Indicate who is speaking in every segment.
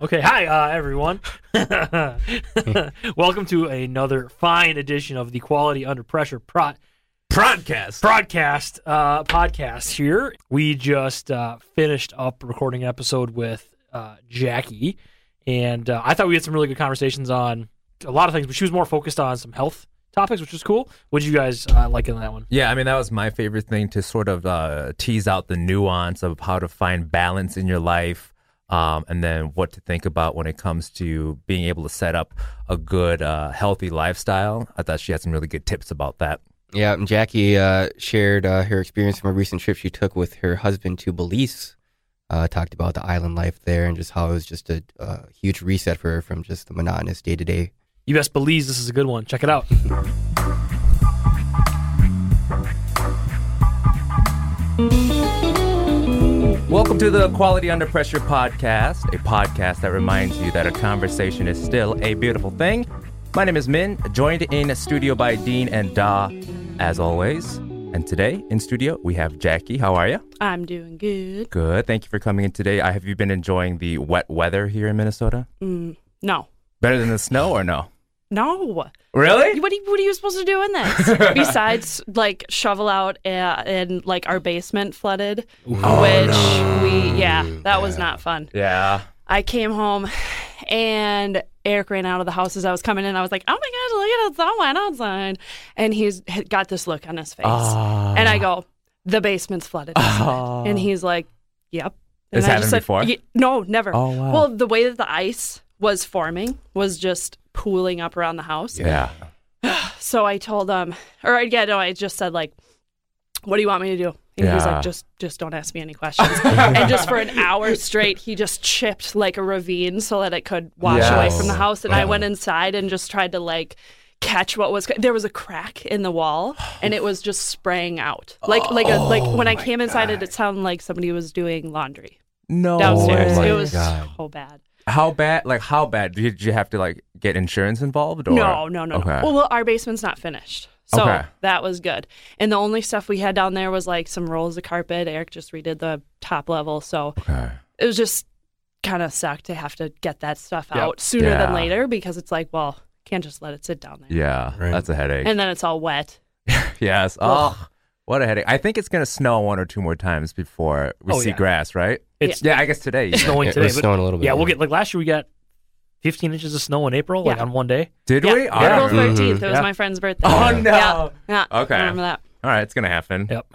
Speaker 1: Okay, hi uh, everyone. Welcome to another fine edition of the Quality Under Pressure Pro-
Speaker 2: Broadcast.
Speaker 1: broadcast uh, podcast. Here we just uh, finished up recording an episode with uh, Jackie, and uh, I thought we had some really good conversations on a lot of things, but she was more focused on some health topics, which was cool. What did you guys uh, like in that one?
Speaker 2: yeah, I mean that was my favorite thing to sort of uh, tease out the nuance of how to find balance in your life, um, and then what to think about when it comes to being able to set up a good, uh, healthy lifestyle. I thought she had some really good tips about that.
Speaker 3: Yeah, and Jackie uh, shared uh, her experience from a recent trip she took with her husband to Belize. Uh, talked about the island life there and just how it was just a uh, huge reset for her from just the monotonous day to day.
Speaker 1: You best believe this is a good one. Check it out.
Speaker 2: Welcome to the Quality Under Pressure podcast, a podcast that reminds you that a conversation is still a beautiful thing. My name is Min, joined in studio by Dean and Da, as always. And today in studio we have Jackie. How are you?
Speaker 4: I'm doing good.
Speaker 2: Good. Thank you for coming in today. I, have you been enjoying the wet weather here in Minnesota?
Speaker 4: Mm, no.
Speaker 2: Better than the snow or no?
Speaker 4: No. What
Speaker 2: Really?
Speaker 4: are, you, what are you supposed to do in this? Besides, like, shovel out uh, and, like, our basement flooded, which we, yeah, that was not fun.
Speaker 2: Yeah.
Speaker 4: I came home and Eric ran out of the house as I was coming in. I was like, oh my gosh, look at it's all wet outside. And he's had got this look on his face.
Speaker 1: Uh,
Speaker 2: Ah.
Speaker 4: and I go, the basement's flooded. isn't it?" And he's like, yep. And
Speaker 2: Oh. This
Speaker 4: I
Speaker 2: happened
Speaker 4: just said,
Speaker 2: before?
Speaker 4: "Ye- no, never.
Speaker 2: Oh, wow.
Speaker 4: Well, the way that the ice was forming was just pooling up around the house.
Speaker 2: Yeah.
Speaker 4: So I told him, or yeah, no, I just said like, "What do you want me to do?" And he's
Speaker 2: Yeah.
Speaker 4: like, "Just, just don't ask me any questions." and just for an hour straight, he just chipped like a ravine so that it could wash away
Speaker 2: Yes.
Speaker 4: from the house. And I went inside and just tried to like catch what was there was a crack in the wall and it was just spraying out like like a like when i came inside it it sounded like somebody was doing laundry
Speaker 2: No.
Speaker 4: downstairs
Speaker 2: Oh
Speaker 3: my
Speaker 4: it was
Speaker 3: God.
Speaker 4: so bad
Speaker 2: How bad? Like how bad? Did you have to like get insurance involved? Or?
Speaker 4: No, no, no,
Speaker 2: Okay.
Speaker 4: no. Well, well, our basement's not finished. So
Speaker 2: Okay.
Speaker 4: that was good. And the only stuff we had down there was like some rolls of carpet. Eric just redid the top level. So
Speaker 2: okay.
Speaker 4: it was just kind of sucked to have to get that stuff
Speaker 1: Yep.
Speaker 4: out sooner
Speaker 2: Yeah.
Speaker 4: than later because it's like, well, can't just let it sit down there.
Speaker 2: Yeah.
Speaker 3: Right.
Speaker 2: That's a headache.
Speaker 4: And then it's all wet.
Speaker 2: yes. Oh, what a headache. I think it's gonna snow one or two more times before we
Speaker 1: Oh,
Speaker 2: see
Speaker 1: yeah.
Speaker 2: grass. Right?
Speaker 1: It's-
Speaker 2: yeah. I guess today. you
Speaker 1: Snowing
Speaker 3: It
Speaker 1: today.
Speaker 3: was
Speaker 1: but-
Speaker 3: snowing a little bit.
Speaker 1: yeah, we'll get like last year we got 15 inches of snow in April, like
Speaker 4: Yeah.
Speaker 1: on one day.
Speaker 2: Did
Speaker 4: yeah.
Speaker 2: we? I
Speaker 4: April
Speaker 2: don't know.
Speaker 4: 13th. It was
Speaker 1: Yeah.
Speaker 4: my friend's birthday.
Speaker 2: Oh no.
Speaker 4: Yeah. yeah. I
Speaker 2: Okay.
Speaker 4: remember that.
Speaker 2: All right. It's gonna happen.
Speaker 1: Yep,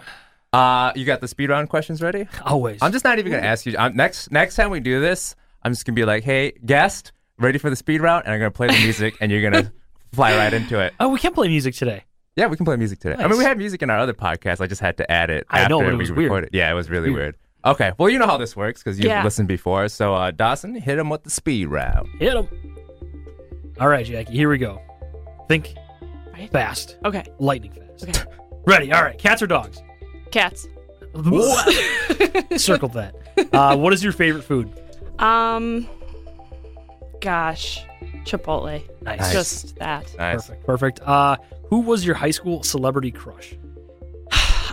Speaker 2: Uh, you got the speed round questions ready?
Speaker 1: always.
Speaker 2: I'm just not even gonna ask you. I'm, next next time we do this, I'm just gonna be like, "Hey, guest, ready for the speed round?" And I'm gonna play the music, and you're gonna fly right into it.
Speaker 1: oh, we can't play music today.
Speaker 2: Yeah, we can play music today. I mean,
Speaker 1: Nice.
Speaker 2: we had music in our other podcast. I just had to add it.
Speaker 1: I know,
Speaker 2: after
Speaker 1: but it
Speaker 2: we
Speaker 1: was weird.
Speaker 2: recorded. Yeah, it was really
Speaker 1: Weird.
Speaker 2: weird. Okay, well, you know how this works because you've
Speaker 4: Yeah.
Speaker 2: listened before. So, uh, Dawson, hit him with the speed round.
Speaker 1: Hit him. All right, Jackie, here we go. Think
Speaker 4: Right?
Speaker 1: fast,
Speaker 4: Okay.
Speaker 1: lightning fast.
Speaker 4: Okay.
Speaker 1: Ready? All right, cats or dogs?
Speaker 4: Cats.
Speaker 1: Circled that. Uh, what is your favorite food?
Speaker 4: Um, gosh. Chipotle.
Speaker 1: Nice.
Speaker 4: Just that.
Speaker 2: Nice.
Speaker 1: Perfect. Perfect. Uh, who was your high school celebrity crush?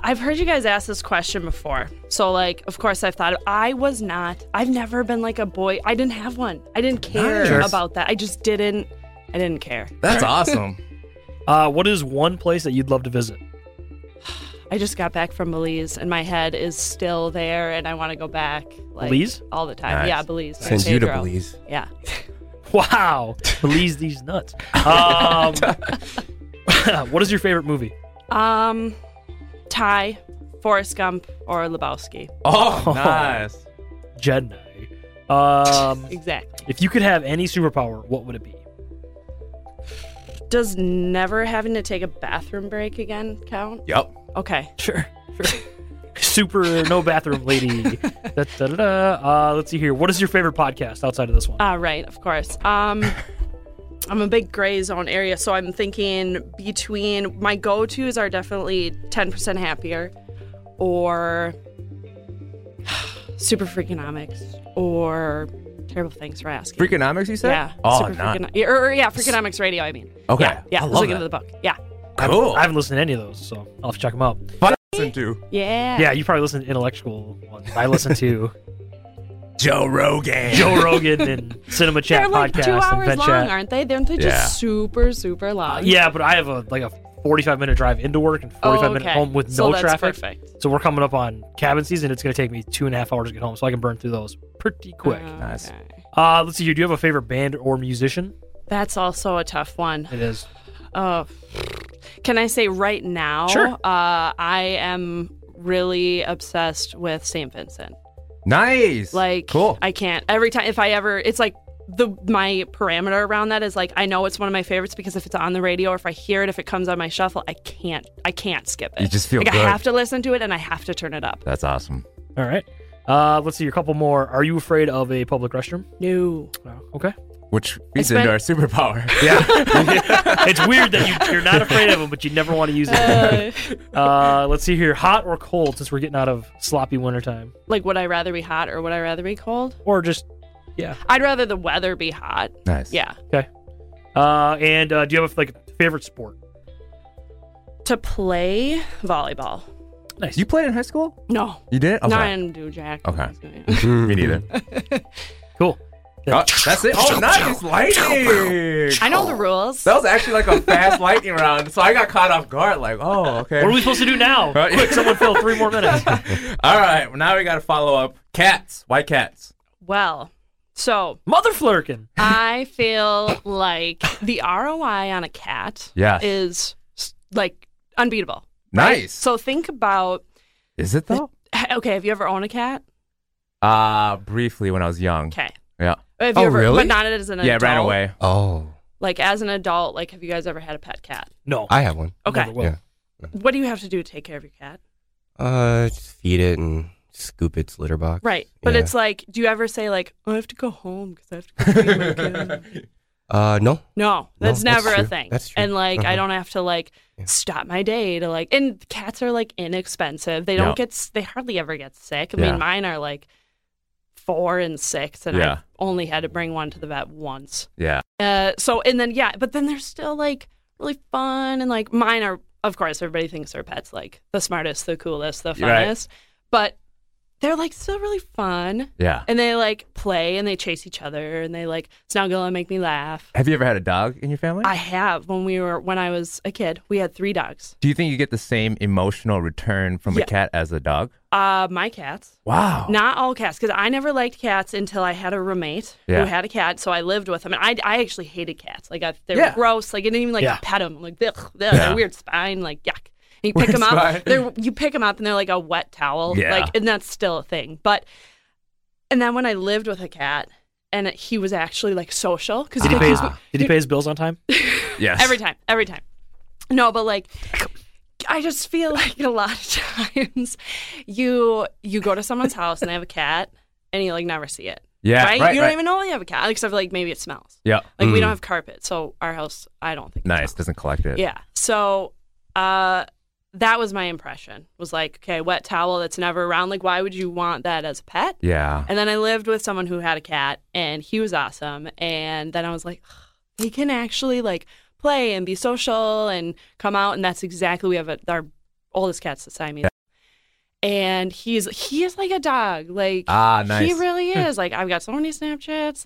Speaker 4: I've heard you guys ask this question before. So, like, of course, I've thought of, I was not. I've never been like a boy. I didn't have one. I didn't care
Speaker 1: Nice.
Speaker 4: about that. I just didn't. I didn't care.
Speaker 2: That's awesome.
Speaker 1: Uh, what is one place that you'd love to visit?
Speaker 4: I just got back from Belize, and my head is still there, and I want to go back. Like,
Speaker 1: Belize?
Speaker 4: all the time.
Speaker 2: Nice.
Speaker 4: Yeah, Belize. San
Speaker 3: Send you to
Speaker 4: Pedro.
Speaker 3: Belize.
Speaker 4: Yeah.
Speaker 1: Wow, please these nuts. Um, what is your favorite movie?
Speaker 4: Um, Ty, Forrest Gump, or Lebowski.
Speaker 2: Oh, nice.
Speaker 1: Jedi. Um,
Speaker 4: Exactly.
Speaker 1: if you could have any superpower, what would it be?
Speaker 4: Does never having to take a bathroom break again count?
Speaker 2: Yep.
Speaker 4: Okay.
Speaker 1: Sure. Super no bathroom lady. da, da, da, da. Uh, let's see here. What is your favorite podcast outside of this one?
Speaker 4: Ah, right, of course. Um, I'm a big gray zone area, so I'm thinking between my go tos are definitely 10% happier or super freakonomics or terrible things for asking.
Speaker 2: Freakonomics, you said?
Speaker 4: yeah.
Speaker 2: Oh,
Speaker 4: super
Speaker 2: nice.
Speaker 4: freakono- yeah, or, or, yeah, freakonomics radio, I mean.
Speaker 2: Okay.
Speaker 4: Yeah, yeah.
Speaker 2: I
Speaker 4: was
Speaker 2: love
Speaker 4: looking
Speaker 2: that.
Speaker 4: at the book. Yeah.
Speaker 2: Cool.
Speaker 1: I haven't listened to any of those, so I'll have to check them out.
Speaker 2: Fun to listen to.
Speaker 4: Yeah.
Speaker 1: Yeah, you probably listen to intellectual ones. I listen to
Speaker 2: Joe Rogan.
Speaker 1: Joe Rogan and Cinema
Speaker 4: They're
Speaker 1: Chat
Speaker 4: like
Speaker 1: podcast
Speaker 4: two
Speaker 1: and
Speaker 4: hours
Speaker 1: Vent
Speaker 4: long,
Speaker 1: Chat.
Speaker 4: aren't they? Aren't they just
Speaker 2: Yeah.
Speaker 4: super, super long?
Speaker 1: Yeah, but I have a like a 45 minute drive into work and 45
Speaker 4: Oh,
Speaker 1: minute
Speaker 4: okay.
Speaker 1: home with
Speaker 4: So
Speaker 1: no
Speaker 4: that's
Speaker 1: traffic.
Speaker 4: perfect.
Speaker 1: So we're coming up on cabin season. It's going to take me two and a half hours to get home, so I can burn through those pretty quick.
Speaker 4: Oh,
Speaker 2: Nice.
Speaker 4: okay.
Speaker 1: Uh, let's see here. Do you have a favorite band or musician?
Speaker 4: That's also a tough one.
Speaker 1: It is.
Speaker 4: Oh, can I say right now?
Speaker 1: Sure.
Speaker 4: Uh, I am really obsessed with St. Vincent.
Speaker 2: Nice.
Speaker 4: Like,
Speaker 2: cool.
Speaker 4: I can't. Every time, if I ever, it's like the my parameter around that is like I know it's one of my favorites because if it's on the radio or if I hear it, if it comes on my shuffle, I can't. I can't skip it.
Speaker 2: You just feel
Speaker 4: like
Speaker 2: good.
Speaker 4: I have to listen to it and I have to turn it up.
Speaker 2: That's awesome.
Speaker 1: All right. Uh, let's see a couple more. Are you afraid of a public restroom?
Speaker 4: No.
Speaker 1: No. Okay.
Speaker 2: Which feeds
Speaker 4: It's been-
Speaker 2: into our superpower. Yeah.
Speaker 1: it's weird that you, you're not afraid of them, but you never want to use
Speaker 4: Uh.
Speaker 1: it. Uh, let's see here. Hot or cold? Since we're getting out of sloppy wintertime,
Speaker 4: like, would I rather be hot or would I rather be cold?
Speaker 1: or just yeah.
Speaker 4: I'd rather the weather be hot.
Speaker 2: nice.
Speaker 4: Yeah.
Speaker 1: Uh, and uh, do you have a, like a favorite sport?
Speaker 4: To play volleyball.
Speaker 1: Nice.
Speaker 2: You played in high school?
Speaker 4: No.
Speaker 2: You did?
Speaker 4: No, I didn't do jack.
Speaker 2: Okay. Me neither.
Speaker 1: cool.
Speaker 2: Oh, that's it. Oh, nice lightning.
Speaker 4: I know the rules.
Speaker 2: That was actually like a fast lightning round, so I got caught off guard. Like, oh, okay.
Speaker 1: What are we supposed to do now?
Speaker 2: Right.
Speaker 1: Quick, someone fill three more minutes.
Speaker 2: All right, well, now we got to follow up. Cats. Why cats?
Speaker 4: Well, so
Speaker 1: Mother flirkin.
Speaker 4: I feel like the ROI on a cat
Speaker 2: Yes.
Speaker 4: is like unbeatable.
Speaker 2: Nice.
Speaker 4: So think about
Speaker 2: Is it though?
Speaker 4: okay, have you ever owned a cat?
Speaker 2: Uh briefly when I was young.
Speaker 4: Okay.
Speaker 2: Yeah.
Speaker 4: Have you
Speaker 3: Oh,
Speaker 4: ever,
Speaker 3: really?
Speaker 4: But not as an
Speaker 2: yeah,
Speaker 4: adult.
Speaker 2: it ran away.
Speaker 3: Oh,
Speaker 4: Like as an adult, like have you guys ever had a pet cat?
Speaker 1: No.
Speaker 3: I have one.
Speaker 4: Okay.
Speaker 1: Never will.
Speaker 3: Yeah.
Speaker 4: What do you have to do to take care of your cat?
Speaker 3: Uh, just feed it and scoop its litter box.
Speaker 4: Right. But
Speaker 3: Yeah.
Speaker 4: it's like, do you ever say like, I have to go home because I have to go feed my cat?
Speaker 3: uh no.
Speaker 4: No, that's
Speaker 3: that's
Speaker 4: never
Speaker 3: true.
Speaker 4: a thing.
Speaker 3: That's true.
Speaker 4: And like, I
Speaker 3: Uh-huh.
Speaker 4: don't have to like stop my day to like. And cats are like inexpensive. They don't
Speaker 2: Yeah.
Speaker 4: get. s- They hardly ever get sick. I
Speaker 2: Yeah.
Speaker 4: mean, mine are like four and six, and
Speaker 2: Yeah.
Speaker 4: I only had to bring one to the vet once.
Speaker 2: Yeah.
Speaker 4: Uh, so and then yeah, but then they're still like really fun and like mine are. Of course, everybody thinks their pets like the smartest, the coolest, the
Speaker 2: You're right.
Speaker 4: funnest, but they're like still really fun.
Speaker 2: Yeah.
Speaker 4: And they like play and they chase each other and they like snuggle and make me laugh.
Speaker 2: Have you ever had a dog in your family?
Speaker 4: I have when we were when I was a kid. We had three dogs.
Speaker 2: Do you think you get the same emotional return from a
Speaker 4: Yeah.
Speaker 2: cat as a dog?
Speaker 4: Uh, my cats.
Speaker 1: Oh.
Speaker 2: Wow.
Speaker 4: Not all cats, because I never liked cats until I had a roommate
Speaker 2: Yeah.
Speaker 4: who had a cat, so I lived with him, and I, I actually hated cats. Like I, they're
Speaker 2: Yeah.
Speaker 4: gross. Like I didn't even like
Speaker 1: Yeah.
Speaker 4: pet them. Like ugh, they're
Speaker 2: Yeah.
Speaker 4: weird spine. Like yuck. And you pick
Speaker 2: Weird
Speaker 4: them
Speaker 2: spine.
Speaker 4: up. They're, you pick them up, and they're like a wet towel.
Speaker 2: Yeah.
Speaker 4: Like and that's still a thing. But and then when I lived with a cat, and he was actually like social because
Speaker 1: Did he pay his Did he pay his bills on time?
Speaker 2: yes.
Speaker 4: Every time, every time. No, but like, I just feel like a lot of times you you go to someone's house and they have a cat and you like never see it,
Speaker 2: Yeah.
Speaker 4: right?
Speaker 2: right
Speaker 4: You don't
Speaker 2: right.
Speaker 4: even know they have a cat except like maybe it smells.
Speaker 2: Yeah.
Speaker 4: Like we
Speaker 3: Mm.
Speaker 4: don't have carpet, so our house I don't think it
Speaker 2: Nice. Doesn't collect it.
Speaker 4: smells. Yeah, so uh, that was my impression. Was like, okay, wet towel that's never around. Like, why would you want that as a pet?
Speaker 2: Yeah.
Speaker 4: And then I lived with someone who had a cat and he was awesome. And then I was like, they can actually like play and be social and come out. And that's exactly we have a, our oldest cat's a Siamese. And he's he is like a dog. Like
Speaker 2: Ah, nice.
Speaker 4: he really is. like I've got so many Snapchats,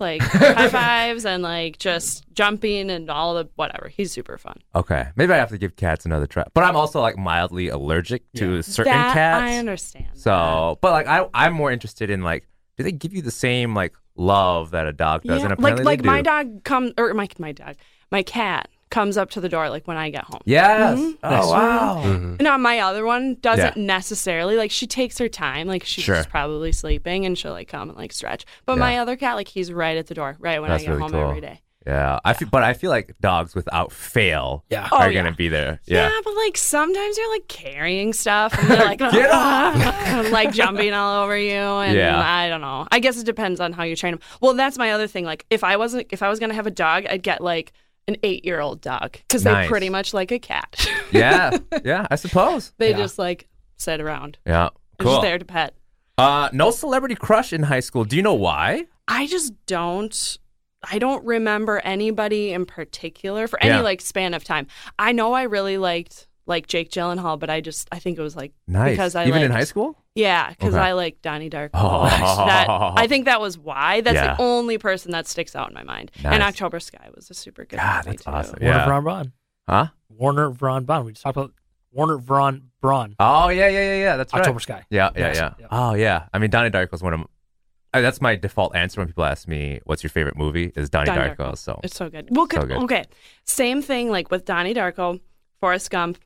Speaker 4: like high fives and like just jumping and all the whatever. He's super fun.
Speaker 2: Okay. Maybe I have to give cats another try. But I'm also like mildly allergic to certain
Speaker 4: that
Speaker 2: cats.
Speaker 4: I understand.
Speaker 2: So, but like I, I'm more interested in like, do they give you the same like love that a dog does? And
Speaker 4: like
Speaker 2: apparently
Speaker 4: like
Speaker 2: they
Speaker 4: my
Speaker 2: do.
Speaker 4: dog comes or my my dog, my cat comes up to the door like when I get home.
Speaker 2: Yes.
Speaker 4: Mm-hmm.
Speaker 2: Oh
Speaker 1: Nice.
Speaker 2: wow.
Speaker 4: No, my other one doesn't
Speaker 2: Yeah.
Speaker 4: necessarily like she takes her time. Like she's
Speaker 2: Sure.
Speaker 4: just probably sleeping and she'll like come and like stretch. But my other cat, like he's right at the door, right when
Speaker 2: That's
Speaker 4: I get
Speaker 2: really
Speaker 4: home
Speaker 2: cool.
Speaker 4: every day.
Speaker 2: Yeah. I feel, but I feel like dogs without fail
Speaker 1: Yeah.
Speaker 2: are
Speaker 4: Oh,
Speaker 2: gonna
Speaker 4: yeah.
Speaker 2: be there. Yeah.
Speaker 4: but like sometimes you're like carrying stuff and they're like
Speaker 2: Get off!
Speaker 4: and, like jumping all over you and
Speaker 2: Yeah.
Speaker 4: I don't know. I guess it depends on how you train them. Well, that's my other thing. Like if I wasn't if I was gonna have a dog, I'd get like an eight year old dog because
Speaker 2: Nice.
Speaker 4: they're pretty much like a cat.
Speaker 2: Yeah. yeah. I suppose.
Speaker 4: they just like sit around.
Speaker 2: Yeah.
Speaker 4: They're just
Speaker 2: Cool.
Speaker 4: there to pet.
Speaker 2: Uh, no celebrity crush in high school. Do you know why?
Speaker 4: I just don't. I don't remember anybody in particular for any
Speaker 2: Yeah.
Speaker 4: like span of time. I know I really liked like Jake Gyllenhaal, but I just I think it was like
Speaker 2: Nice.
Speaker 4: because I
Speaker 2: Even in
Speaker 4: liked-
Speaker 2: high school?
Speaker 4: yeah, because
Speaker 2: Okay.
Speaker 4: I like Donnie Darko.
Speaker 2: Oh.
Speaker 4: That, I think that was why. That's
Speaker 2: Yeah.
Speaker 4: the only person that sticks out in my mind. And
Speaker 2: Nice.
Speaker 4: October Sky was a super good.
Speaker 2: God,
Speaker 4: movie
Speaker 2: that's
Speaker 4: too.
Speaker 2: awesome.
Speaker 1: Warner
Speaker 2: Yeah.
Speaker 1: Braun Braun.
Speaker 2: Huh?
Speaker 1: Warner Braun Braun. We just talked about Warner Braun Braun.
Speaker 2: Oh, yeah, yeah, yeah, yeah. That's right.
Speaker 1: October Sky.
Speaker 2: Yeah, yeah,
Speaker 1: Yes.
Speaker 2: yeah,
Speaker 1: Yeah.
Speaker 2: Oh, yeah. I mean, Donnie Darko is one of. I, that's my default answer when people ask me, "What's your favorite movie?" Is Donnie,
Speaker 4: Donnie
Speaker 2: Darko. So
Speaker 4: It's so good. Well,
Speaker 2: So
Speaker 4: c-
Speaker 2: good.
Speaker 4: okay. Same thing like with Donnie Darko, Forrest Gump,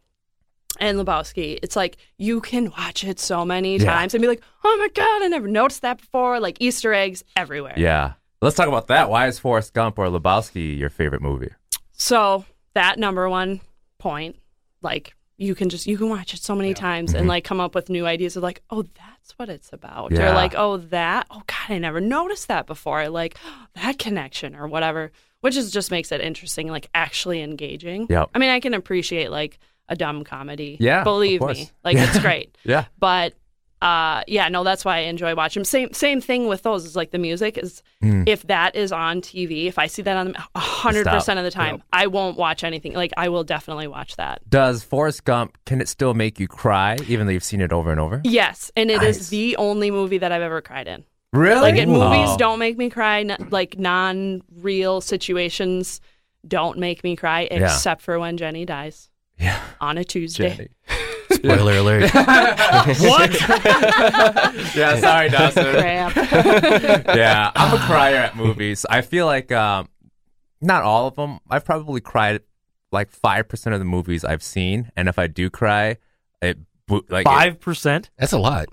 Speaker 4: and Lebowski. It's like you can watch it so many
Speaker 2: Yeah.
Speaker 4: times and be like, oh my God, I never noticed that before. Like Easter eggs everywhere.
Speaker 2: yeah, let's talk about that. Why is Forrest Gump or Lebowski your favorite movie?
Speaker 4: So that number one point, like you can just you can watch it so many times
Speaker 2: Mm-hmm.
Speaker 4: and like come up with new ideas of like, oh, that's what it's about.
Speaker 2: Yeah.
Speaker 4: Or like, oh that oh God, I never noticed that before. Like "Oh, that connection or whatever. Which is just makes it interesting, like actually engaging.
Speaker 2: Yep.
Speaker 4: I mean, I can appreciate like a dumb comedy.
Speaker 2: Yeah, of
Speaker 4: Believe
Speaker 2: course.
Speaker 4: me. Like it's great.
Speaker 2: Yeah,
Speaker 4: But uh yeah, no, that's why I enjoy watching. 'em. Same same thing with those is like the music is
Speaker 2: Hmm.
Speaker 4: if that is on TV, if I see that on hundred percent of the time, I won't watch anything. Like I will definitely watch that.
Speaker 2: does Forrest Gump can it still make you cry even though you've seen it over and over?
Speaker 4: Yes, and it is
Speaker 2: Nice.
Speaker 4: the only movie that I've ever cried in.
Speaker 2: Really?
Speaker 4: Like it,
Speaker 2: Ooh.
Speaker 4: movies
Speaker 2: Oh.
Speaker 4: don't make me cry. N- like non-real situations don't make me cry,
Speaker 2: Yeah.
Speaker 4: except for when Jenny dies
Speaker 2: Yeah,
Speaker 4: on a Tuesday.
Speaker 2: Jenny.
Speaker 3: Spoiler alert.
Speaker 1: What?
Speaker 2: yeah, sorry, Dawson.
Speaker 4: Crap.
Speaker 2: yeah, I'm a crier at movies. I feel like um, not all of them. I've probably cried like five percent of the movies I've seen, and if I do cry, it bo- like it-
Speaker 1: Five percent.
Speaker 3: That's a lot.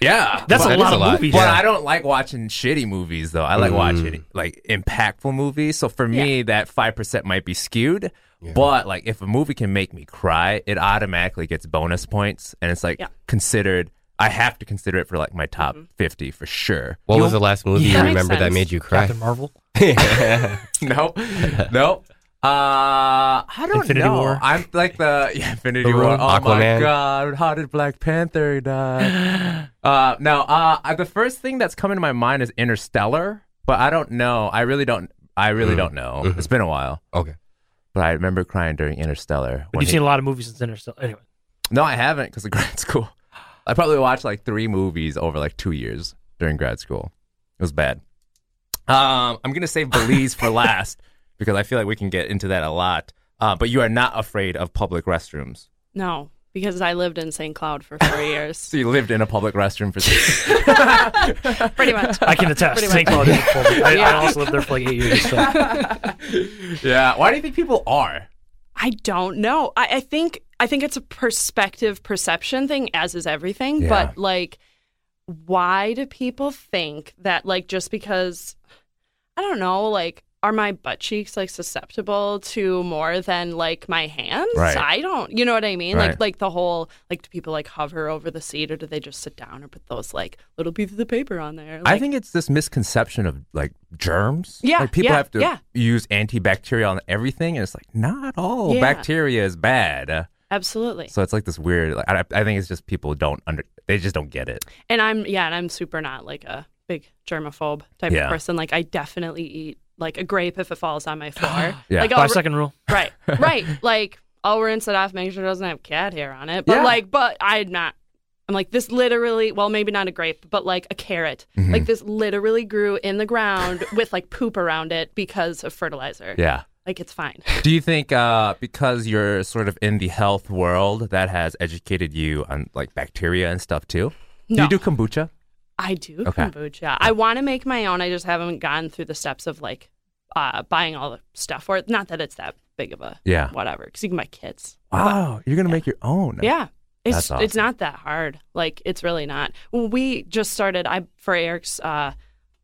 Speaker 2: yeah,
Speaker 1: That's
Speaker 3: Well,
Speaker 1: a
Speaker 3: that
Speaker 1: lot
Speaker 3: is
Speaker 1: of
Speaker 3: a lot.
Speaker 1: movies.
Speaker 2: But I don't like watching shitty movies though. I like
Speaker 3: Mm.
Speaker 2: watching like impactful movies. So for me, that five percent might be skewed.
Speaker 3: Yeah.
Speaker 2: But like, if a movie can make me cry, it automatically gets bonus points, and it's like
Speaker 4: Yeah.
Speaker 2: considered. I have to consider it for like my top
Speaker 1: Mm-hmm.
Speaker 2: fifty for sure.
Speaker 3: What was the last movie
Speaker 1: Yeah.
Speaker 4: That
Speaker 3: you
Speaker 4: makes
Speaker 3: remember that
Speaker 4: sense.
Speaker 3: made you cry?
Speaker 1: Captain Marvel.
Speaker 2: nope. Nope. Uh, I don't
Speaker 1: Infinity
Speaker 2: know.
Speaker 1: War?
Speaker 2: I'm like the yeah, Infinity
Speaker 3: The
Speaker 2: War. Oh
Speaker 3: Room?
Speaker 2: my
Speaker 3: Aquaman?
Speaker 2: god! How did Black Panther die? uh, no. Uh, I- the first thing that's coming to my mind is Interstellar, but I don't know. I really don't. I really
Speaker 3: Mm.
Speaker 2: don't know.
Speaker 3: Mhm.
Speaker 2: It's been a while,
Speaker 3: okay. but
Speaker 2: but I remember crying during Interstellar.
Speaker 1: But
Speaker 2: when
Speaker 1: you've
Speaker 2: he-
Speaker 1: seen a lot of movies since Interstellar. Anyway,
Speaker 2: no, I haven't because of grad school. I probably watched like three movies over like two years during grad school. It was bad. Um, I'm gonna save Belize for last because I feel like we can get into that a lot. Uh, but you are not afraid of public restrooms.
Speaker 4: no, because I lived in St. Cloud for four years,
Speaker 2: So you lived in a public restroom for six.
Speaker 4: pretty much.
Speaker 1: I can attest.
Speaker 4: Pretty
Speaker 1: St.
Speaker 4: much.
Speaker 1: Cloud. is a form- I, I
Speaker 4: Yeah.
Speaker 1: also lived there for like eight years. So.
Speaker 2: yeah. Why do you think people are?
Speaker 4: I don't know. I, I think I think it's a perspective perception thing, as is everything.
Speaker 2: Yeah.
Speaker 4: But like, why do people think that like just because I don't know, like are my butt cheeks like susceptible to more than like my hands?
Speaker 2: Right.
Speaker 4: I don't you know what I mean?
Speaker 2: Right.
Speaker 4: Like like the whole like do people like hover over the seat or do they just sit down or put those like little pieces of paper on there?
Speaker 2: I
Speaker 4: Like,
Speaker 2: think it's this misconception of like germs.
Speaker 4: Yeah,
Speaker 2: Like people
Speaker 4: yeah,
Speaker 2: have to
Speaker 4: yeah.
Speaker 2: use antibacterial on everything, and it's like not all
Speaker 4: Yeah.
Speaker 2: bacteria is bad.
Speaker 4: absolutely.
Speaker 2: So it's like this weird. Like, I, I think it's just people don't under. They just don't get it.
Speaker 4: And I'm yeah, and I'm super not like a big germaphobe type
Speaker 2: Yeah.
Speaker 4: of person. Like I definitely eat like a grape if it falls on my floor.
Speaker 2: Yeah.
Speaker 4: Like I'll,
Speaker 1: Five second rule.
Speaker 4: right, right. Like I'll rinse it off, make sure it doesn't have cat hair on it. But
Speaker 2: Yeah.
Speaker 4: like, but I'm not. I'm like this literally. Well, maybe not a grape, but like a carrot.
Speaker 2: Mm-hmm.
Speaker 4: Like this literally grew in the ground with like poop around it because of fertilizer.
Speaker 2: Yeah.
Speaker 4: Like it's fine.
Speaker 2: Do you think uh, because you're sort of in the health world that has educated you on like bacteria and stuff too?
Speaker 4: No.
Speaker 2: Do you do kombucha?
Speaker 4: I do
Speaker 2: Okay.
Speaker 4: kombucha. I want to make my own. I just haven't gone through the steps of like uh, buying all the stuff for it. Not that it's that big of a
Speaker 2: Yeah.
Speaker 4: whatever, because you can buy kits.
Speaker 2: Wow, you're gonna make your own.
Speaker 4: Yeah. It's
Speaker 2: That's awesome.
Speaker 4: it's not that hard. Like it's really not. We just started I for Eric's uh,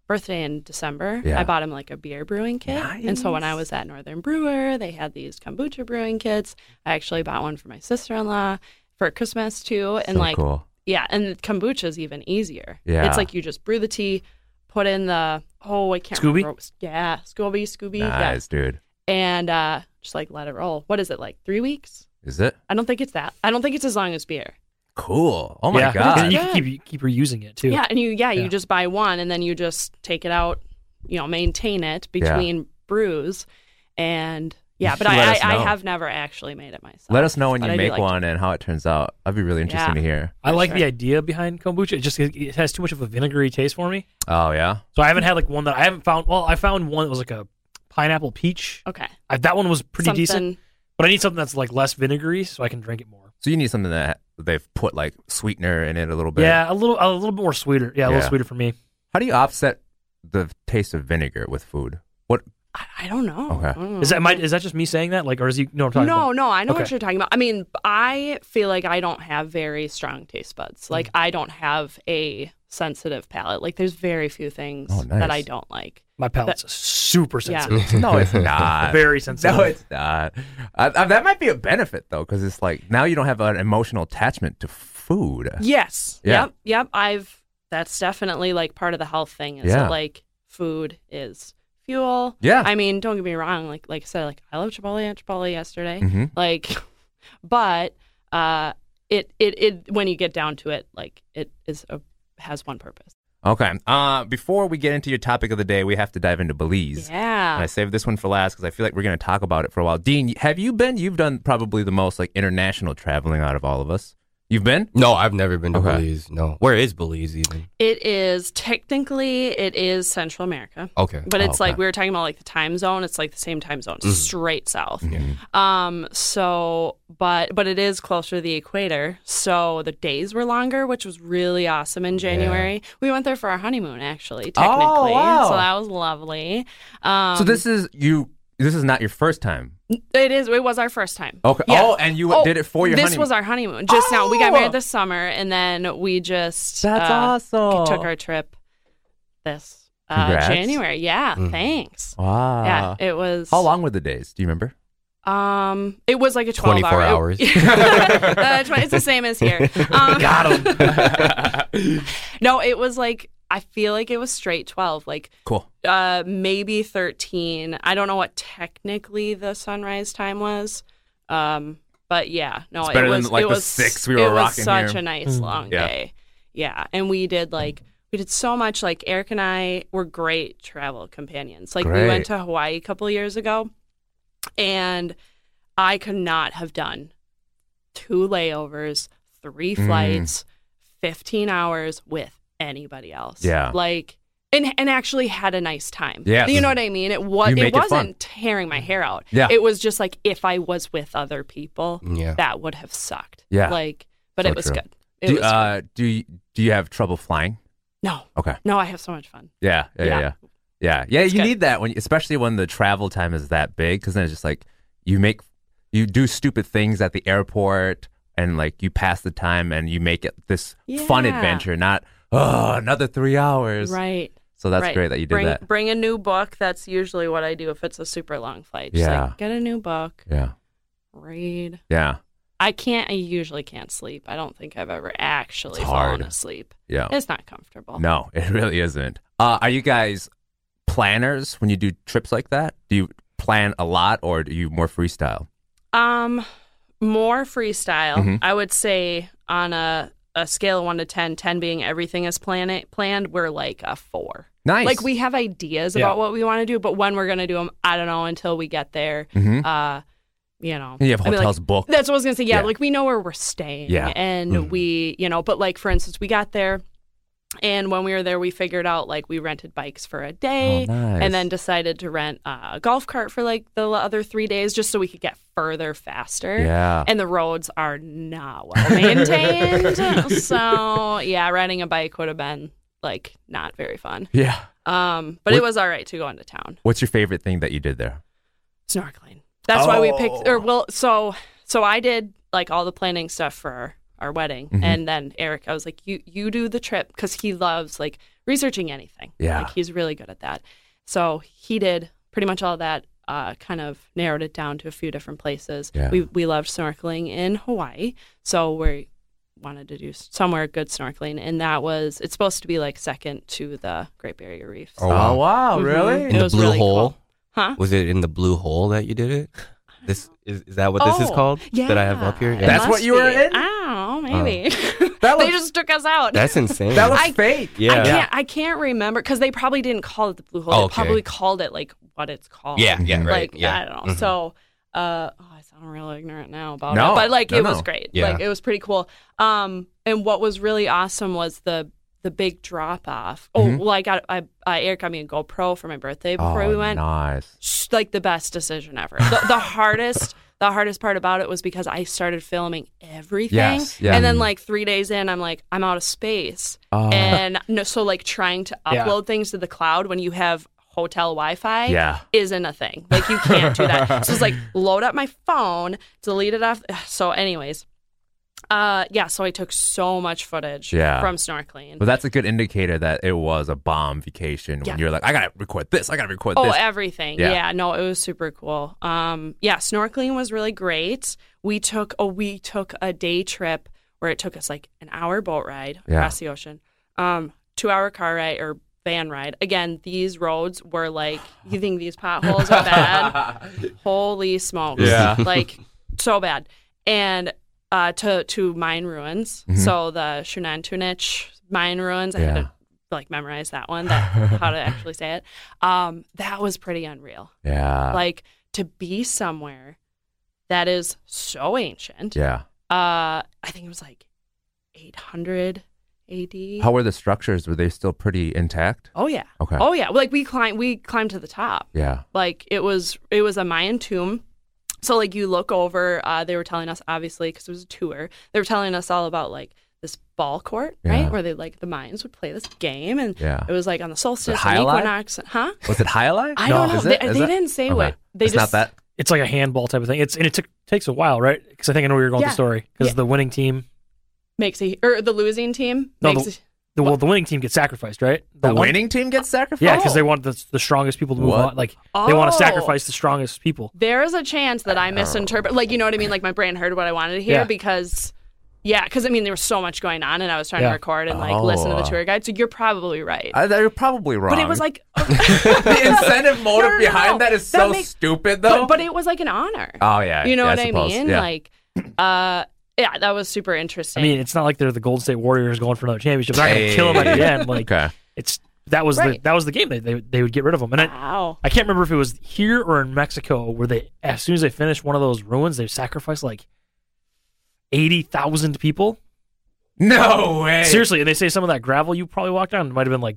Speaker 4: birthday in December.
Speaker 2: Yeah.
Speaker 4: I bought him like a beer brewing kit. And so when I was at Northern Brewer, they had these kombucha brewing kits. I actually bought one for my sister-in-law for Christmas too and
Speaker 2: So
Speaker 4: like
Speaker 2: cool.
Speaker 4: yeah, and kombucha is even easier.
Speaker 2: Yeah.
Speaker 4: it's like you just brew the tea, put in the oh I can't
Speaker 1: Scooby?
Speaker 4: remember. what was- Yeah, Scooby, Scooby, yeah,
Speaker 2: Nice, dude.
Speaker 4: and uh, just like let it roll. What is it like three weeks?
Speaker 2: Is it
Speaker 4: I don't think it's that. I don't think it's as long as beer.
Speaker 2: cool? Oh my
Speaker 1: yeah.
Speaker 2: god.
Speaker 1: And you can keep keep reusing it too.
Speaker 4: Yeah, and you yeah,
Speaker 1: Yeah.
Speaker 4: you just buy one and then you just take it out, you know, maintain it
Speaker 2: Yeah.
Speaker 4: between brews, and Yeah, but I,
Speaker 2: Let us
Speaker 4: I, I
Speaker 2: know.
Speaker 4: have never actually made it myself.
Speaker 2: Let us know when
Speaker 4: but
Speaker 2: you
Speaker 4: I do
Speaker 2: make
Speaker 4: like to-
Speaker 2: one and how it turns out. That'd be really interesting
Speaker 4: Yeah.
Speaker 2: to hear.
Speaker 1: I like
Speaker 4: sure.
Speaker 1: the idea behind kombucha. It just it has too much of a vinegary taste for me.
Speaker 2: Oh yeah,
Speaker 1: So I haven't had like one that I haven't found. Well, I found one that was like a pineapple peach.
Speaker 4: Okay.
Speaker 1: I, that one was pretty
Speaker 4: Something-
Speaker 1: decent, but I need something that's like less vinegary so I can drink it more.
Speaker 2: so you need something that they've put like sweetener in it a little bit.
Speaker 1: Yeah, a little a little bit more sweeter. Yeah, a
Speaker 2: Yeah.
Speaker 1: little sweeter for me.
Speaker 2: How do you offset the taste of vinegar with food? What?
Speaker 4: I, I don't know.
Speaker 2: Okay.
Speaker 4: I don't know.
Speaker 1: Is that might is that just me saying that? Like, or is you no? I'm talking
Speaker 4: no,
Speaker 1: about.
Speaker 4: no, I know
Speaker 1: Okay.
Speaker 4: what you're talking about. I mean, I feel like I don't have very strong taste
Speaker 2: Hmm.
Speaker 4: buds. Like I don't have a sensitive palate. Like there's very few things
Speaker 2: Oh, nice.
Speaker 4: that I don't like.
Speaker 1: My palate's super
Speaker 4: Yeah.
Speaker 1: sensitive.
Speaker 2: No, it's not.
Speaker 1: Very sensitive.
Speaker 2: No, it's not. I, I, that might be a benefit though, because it's like now you don't have an emotional attachment to food.
Speaker 4: Yes.
Speaker 2: Yeah.
Speaker 4: Yep. Yep. I've that's definitely like part of the health thing is
Speaker 2: Yeah.
Speaker 4: that like food is fuel.
Speaker 2: Yeah.
Speaker 4: I mean, don't get me wrong, like like I said, like I love Chipotle at Chipotle yesterday.
Speaker 2: hmm
Speaker 4: Like but uh it, it it when you get down to it, like it is a has one purpose.
Speaker 2: Okay. Uh, before we get into your topic of the day, we have to dive into Belize. And I
Speaker 4: Yeah.
Speaker 2: saved this one for last because I feel like we're going to talk about it for a while. Dean, have you been? You've done probably the most like international traveling out of all of us. You've been?
Speaker 3: No, I've never been to
Speaker 2: Okay.
Speaker 3: Belize. No, where is Belize even?
Speaker 4: It is technically it is Central America.
Speaker 3: Okay,
Speaker 2: Oh, okay.
Speaker 4: But it's
Speaker 2: Mm-hmm.
Speaker 4: like we were talking about like the time zone, it's like the same time zone, straight south.
Speaker 1: Mm-hmm.
Speaker 4: Um, so, but but it is closer to the equator, so the days were longer, which was really awesome in January. We went there for our honeymoon, actually, technically.
Speaker 2: Oh, wow.
Speaker 4: So that was lovely. Um,
Speaker 2: so this is you. This is not your first time.
Speaker 4: it is it was our first time.
Speaker 2: Okay.
Speaker 4: Yeah.
Speaker 2: Oh, and you
Speaker 4: Oh,
Speaker 2: did it for your
Speaker 4: This
Speaker 2: honeymoon.
Speaker 4: was our honeymoon. Just now, we got
Speaker 2: Oh.
Speaker 4: married this summer, and then we just
Speaker 2: That's
Speaker 4: uh,
Speaker 2: awesome.
Speaker 4: took our trip this uh,
Speaker 2: Congrats.
Speaker 4: January. Yeah, thanks.
Speaker 2: Wow.
Speaker 4: yeah, it was
Speaker 2: Ah. How long were the days? Do you remember?
Speaker 4: Um, it was like a twelve
Speaker 3: 24
Speaker 4: hour.
Speaker 3: hours.
Speaker 4: Uh, it's- it's the same as here. Um,
Speaker 1: Got him.
Speaker 4: No, it was like I feel like it was straight twelve, like
Speaker 2: Cool.
Speaker 4: uh maybe thirteen. I don't know what technically the sunrise time was. Um, but yeah, no,
Speaker 2: It's better
Speaker 4: it
Speaker 2: than,
Speaker 4: was
Speaker 2: like,
Speaker 4: it
Speaker 2: the
Speaker 4: was,
Speaker 2: six we
Speaker 4: it
Speaker 2: were
Speaker 4: was
Speaker 2: rocking
Speaker 4: such
Speaker 2: here.
Speaker 4: a nice long
Speaker 2: Yeah.
Speaker 4: day. Yeah, and we did like we did so much. Like Eric and I were great travel companions. Like we
Speaker 2: Great.
Speaker 4: went to Hawaii a couple years ago, and I could not have done two layovers, three
Speaker 2: Mm.
Speaker 4: flights, 15 hours with anybody else.
Speaker 2: Yeah.
Speaker 4: Like, and, and actually had a nice time.
Speaker 2: Yes.
Speaker 4: You know what I mean? It was
Speaker 2: You make
Speaker 4: it
Speaker 2: it fun.
Speaker 4: wasn't tearing my hair out.
Speaker 2: Yeah. Mm,
Speaker 4: It was just like if I was with other people,
Speaker 3: Yeah.
Speaker 4: that would have sucked.
Speaker 2: Yeah.
Speaker 4: Like, but
Speaker 2: So
Speaker 4: it was
Speaker 2: true.
Speaker 4: good. It
Speaker 2: Do,
Speaker 4: was
Speaker 2: uh, do you do you have trouble flying?
Speaker 4: no,
Speaker 2: Okay.
Speaker 4: no, I have so much fun.
Speaker 2: Yeah, yeah, yeah,
Speaker 4: Yeah.
Speaker 2: yeah. Yeah, yeah you
Speaker 4: good.
Speaker 2: need that when, especially when the travel time is that big, because then it's just like you make, you do stupid things at the airport, and like you pass the time, and you make it this fun
Speaker 4: Yeah.
Speaker 2: adventure, not oh another three hours.
Speaker 4: Right.
Speaker 2: So that's
Speaker 4: right.
Speaker 2: great that you did
Speaker 4: bring,
Speaker 2: that.
Speaker 4: Bring a new book. That's usually what I do if it's a super long flight. Just
Speaker 2: Yeah.
Speaker 4: like, get a new book,
Speaker 2: Yeah,
Speaker 4: read.
Speaker 2: yeah,
Speaker 4: I can't. I usually can't sleep. I don't think I've ever actually
Speaker 2: It's hard.
Speaker 4: fallen asleep.
Speaker 2: yeah.
Speaker 4: It's not comfortable.
Speaker 2: No, it really isn't. Uh, are you guys planners when you do trips like that? Do you plan a lot, or do you more freestyle?
Speaker 4: Um, more freestyle.
Speaker 2: Mhm.
Speaker 4: I would say on a a scale of one to 10, 10 being everything is plan- planned. We're like a four.
Speaker 2: Nice.
Speaker 4: Like we have ideas
Speaker 1: Yeah.
Speaker 4: about what we want to do, but when we're gonna do them, I don't know until we get there.
Speaker 2: hmm
Speaker 4: Uh, you know,
Speaker 2: You have
Speaker 4: I mean, like,
Speaker 2: hotels booked.
Speaker 4: That's what I was gonna say. Yeah,
Speaker 2: Yeah.
Speaker 4: like we know where we're staying.
Speaker 2: Yeah. Mm-hmm.
Speaker 4: And
Speaker 3: Mhm.
Speaker 4: we, you know, but like for instance, we got there and when we were there we figured out like we rented bikes for a
Speaker 2: Oh,
Speaker 4: day
Speaker 2: nice.
Speaker 4: and then decided to rent uh, a golf cart for like the l- other three days just so we could get further faster.
Speaker 2: yeah.
Speaker 4: And the roads are not well maintained. so yeah, riding a bike would have been like not very fun.
Speaker 2: yeah.
Speaker 4: Um, but it was all right to go into town
Speaker 2: What's your favorite thing that you did there?
Speaker 4: snorkeling. That's why we picked.
Speaker 2: Oh.
Speaker 4: Or well, so so I did like all the planning stuff for our, our wedding,
Speaker 2: Mhm.
Speaker 4: and then Eric, I was like, you you do the trip because he loves like researching anything.
Speaker 2: Yeah.
Speaker 4: like, he's really good at that. So he did pretty much all that. Uh, kind of narrowed it down to a few different places.
Speaker 2: Yeah.
Speaker 4: We we loved snorkeling in Hawaii, so we wanted to do somewhere good snorkeling, and that was it's supposed to be like second to the Great Barrier Reef.
Speaker 3: Oh, wow.
Speaker 2: wow,
Speaker 4: Mhm.
Speaker 3: in
Speaker 4: It
Speaker 3: the
Speaker 4: was
Speaker 3: blue
Speaker 4: really
Speaker 3: hole.
Speaker 4: cool. Huh?
Speaker 3: Was it in the blue hole that you did it? This is, is that what this is
Speaker 4: Oh,
Speaker 3: called?
Speaker 4: Yeah.
Speaker 3: That I have up here.
Speaker 4: It
Speaker 2: That's
Speaker 4: must
Speaker 2: what you were
Speaker 4: be.
Speaker 2: in?
Speaker 4: Oh, maybe.
Speaker 2: That
Speaker 4: they
Speaker 2: was-
Speaker 4: just took us out.
Speaker 3: That's insane.
Speaker 2: That was
Speaker 4: I-
Speaker 2: fake.
Speaker 3: yeah. Oh,
Speaker 4: I can't I can't remember because they probably didn't call it the blue hole.
Speaker 3: Okay.
Speaker 4: They probably called it like what it's called.
Speaker 3: Yeah, yeah, right.
Speaker 4: Like
Speaker 3: yeah.
Speaker 4: I don't know.
Speaker 3: Mhm.
Speaker 4: So uh, oh, I sound real ignorant now about
Speaker 2: No,
Speaker 4: it, but like
Speaker 2: no,
Speaker 4: it was
Speaker 2: no.
Speaker 4: great.
Speaker 3: Yeah.
Speaker 4: Like it was pretty cool. Um, and what was really awesome was the the big drop off. Oh,
Speaker 3: Mm-hmm.
Speaker 2: Mhm.
Speaker 4: well, I got I, I Eric got me a GoPro for my birthday before
Speaker 2: oh,
Speaker 4: we went
Speaker 2: Nice.
Speaker 4: s- like the best decision ever. The, the hardest, the hardest part about it was because I started filming everything,
Speaker 2: Yes, yeah. Mm.
Speaker 4: and then like three days in, I'm like, I'm out of space,
Speaker 2: Oh.
Speaker 4: and no, so like trying to
Speaker 1: Yeah.
Speaker 4: upload things to the cloud when you have hotel Wi-Fi,
Speaker 2: Yeah.
Speaker 4: isn't a thing. Like you can't do that. so it's like load up my phone, delete it off. So, anyways. Uh yeah, so I took so much footage
Speaker 2: Yeah.
Speaker 4: from snorkeling.
Speaker 2: Well, that's a good indicator that it was a bomb vacation
Speaker 4: Yeah.
Speaker 2: when you're like, I gotta record this, I gotta record
Speaker 4: Oh,
Speaker 2: this.
Speaker 4: everything.
Speaker 2: Yeah.
Speaker 4: Yeah. no, it was super cool. Um, yeah, snorkeling was really great. We took a we took a day trip where it took us like an hour boat ride
Speaker 2: Yeah.
Speaker 4: across the ocean, um, two hour car ride or van ride. Again, these roads were like you think these potholes are bad? Holy smokes!
Speaker 2: Yeah.
Speaker 4: like so bad. And uh, to to mine ruins.
Speaker 2: Mhm.
Speaker 4: So the Shunantunich mine ruins. I had
Speaker 2: Yeah.
Speaker 4: to like memorize that one. That how to actually say it. Um, that was pretty unreal.
Speaker 2: yeah.
Speaker 4: Like to be somewhere that is so ancient.
Speaker 2: yeah.
Speaker 4: Uh, I think it was like 800 AD.
Speaker 2: How were the structures? Were they still pretty intact?
Speaker 4: oh yeah.
Speaker 2: Okay.
Speaker 4: Oh yeah. Like we climbed. We climbed to the top.
Speaker 2: Yeah.
Speaker 4: Like it was. It was a Mayan tomb. So like you look over. Uh, they were telling us obviously because it was a tour. They were telling us all about like this ball court,
Speaker 2: Yeah.
Speaker 4: right? Where they like the Mayans would play this game, and
Speaker 2: Yeah.
Speaker 4: it was like on the solstice,
Speaker 2: high
Speaker 4: and
Speaker 2: alive?
Speaker 4: equinox, huh?
Speaker 2: Was it Hyalai?
Speaker 4: I don't know.
Speaker 2: Is
Speaker 4: They,
Speaker 2: it? Is
Speaker 4: they
Speaker 2: it?
Speaker 4: didn't say
Speaker 2: Okay.
Speaker 4: what. They
Speaker 2: it's not
Speaker 4: just
Speaker 2: that.
Speaker 1: It's like a handball type of thing. It's and it took, takes a while, right? Because I think I know where you're going with
Speaker 4: Yeah.
Speaker 1: the story. Because
Speaker 4: Yeah.
Speaker 1: the winning team,
Speaker 4: makes a or the losing team
Speaker 1: No,
Speaker 4: makes
Speaker 1: the-
Speaker 4: a-
Speaker 1: the well, the winning team gets sacrificed, right?
Speaker 2: The
Speaker 1: That one-
Speaker 2: winning team gets sacrificed?
Speaker 1: yeah, because they want the, the strongest people to move
Speaker 2: What?
Speaker 1: on. Like they want to
Speaker 4: Oh.
Speaker 1: sacrifice the strongest people.
Speaker 4: there is a chance that I misinterpret. Like you know what I mean? Like my brain heard what I wanted to hear
Speaker 1: Yeah.
Speaker 4: because. Yeah, because I mean, there was so much going on, and I was trying
Speaker 1: Yeah.
Speaker 4: to record and like
Speaker 2: Oh.
Speaker 4: listen to the tour guide. So you're probably right,
Speaker 2: I, they're probably wrong.
Speaker 4: but it was like,
Speaker 2: the incentive motive
Speaker 4: No, no, no,
Speaker 2: behind
Speaker 4: no.
Speaker 2: that is
Speaker 4: That
Speaker 2: so
Speaker 4: makes-
Speaker 2: stupid, though.
Speaker 4: but, but it was like an honor.
Speaker 2: oh yeah,
Speaker 4: you know
Speaker 2: yeah,
Speaker 4: what I,
Speaker 2: suppose.
Speaker 4: mean?
Speaker 2: Yeah.
Speaker 4: Like, uh, yeah, that was super
Speaker 1: I
Speaker 4: interesting.
Speaker 1: mean, it's not like they're the Golden State Warriors going for another championship. They're not going to kill them at the end. Like
Speaker 2: okay,
Speaker 1: it's that was the
Speaker 4: Right.
Speaker 1: that was the game. They, they they would get rid of them. And I,
Speaker 4: wow,
Speaker 1: I can't remember if it was here or in Mexico where they as soon as they finished one of those ruins, they sacrificed like eighty thousand people.
Speaker 2: no way.
Speaker 1: Seriously, and they say some of that gravel you probably walked on might have been like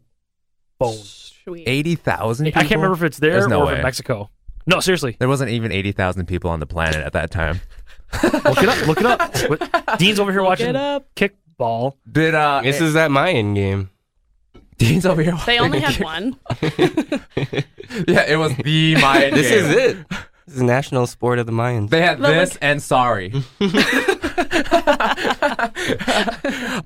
Speaker 1: bones.
Speaker 4: sweet.
Speaker 2: eighty thousand.
Speaker 1: I can't remember if it's there
Speaker 2: There's no
Speaker 1: or if
Speaker 2: way.
Speaker 1: in Mexico. No, seriously.
Speaker 2: There wasn't even eighty thousand people on the planet at that time.
Speaker 1: Look it up. Look it up. What- Dean's over here watching
Speaker 4: it up.
Speaker 1: kickball.
Speaker 2: Did uh,
Speaker 3: This is that Mayan game.
Speaker 2: Dean's over here?
Speaker 4: They only had
Speaker 2: watching.
Speaker 4: one.
Speaker 2: Yeah, it was the Mayan.
Speaker 3: This
Speaker 2: game.
Speaker 3: is it. This is national sport of the Mayans.
Speaker 2: They had
Speaker 4: Look.
Speaker 2: this and sorry.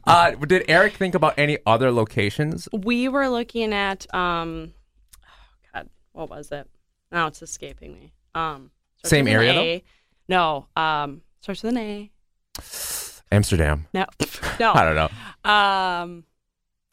Speaker 2: uh, did Eric think about any other locations?
Speaker 4: we were looking at um oh god what was it now it's escaping me um starts
Speaker 2: Same
Speaker 4: with an
Speaker 2: area,
Speaker 4: A. no um starts with an a
Speaker 2: Amsterdam.
Speaker 4: no
Speaker 2: I
Speaker 4: no
Speaker 2: don't know.
Speaker 4: um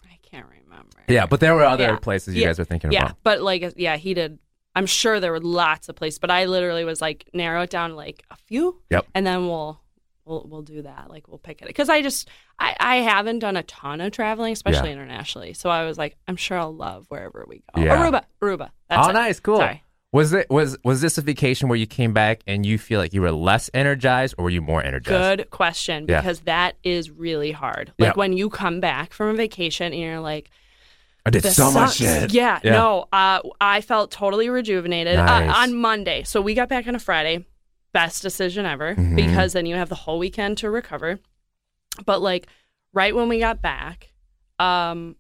Speaker 4: i can't remember
Speaker 2: Yeah, but there were other
Speaker 4: Yeah.
Speaker 2: places you
Speaker 4: Yeah.
Speaker 2: guys were thinking
Speaker 4: yeah
Speaker 2: about.
Speaker 4: but like yeah he did i'm sure there were lots of places but i literally was like narrow it down to, like a few
Speaker 2: Yep.
Speaker 4: and then we'll We'll, we'll do that like we'll pick it because I just I, I haven't done a ton of traveling especially internationally so I was like I'm sure I'll love wherever we go
Speaker 2: Yeah.
Speaker 4: Aruba Aruba that's
Speaker 2: oh,
Speaker 4: it.
Speaker 2: nice, cool.
Speaker 4: Sorry.
Speaker 2: Was it was was this a vacation where you came back and you feel like you were less energized, or were you more energized?
Speaker 4: Good question
Speaker 2: Yeah.
Speaker 4: because that is really hard. Like
Speaker 2: Yeah.
Speaker 4: when you come back from a vacation and you're like,
Speaker 2: I did
Speaker 4: this
Speaker 2: so much
Speaker 4: sucks.
Speaker 2: shit.
Speaker 4: Yeah,
Speaker 2: Yeah.
Speaker 4: no, uh, I felt totally rejuvenated
Speaker 2: Nice.
Speaker 4: uh, on Monday. So we got back on a Friday. Best decision ever
Speaker 2: Mhm.
Speaker 4: because then you have the whole weekend to recover. But like right when we got back, um,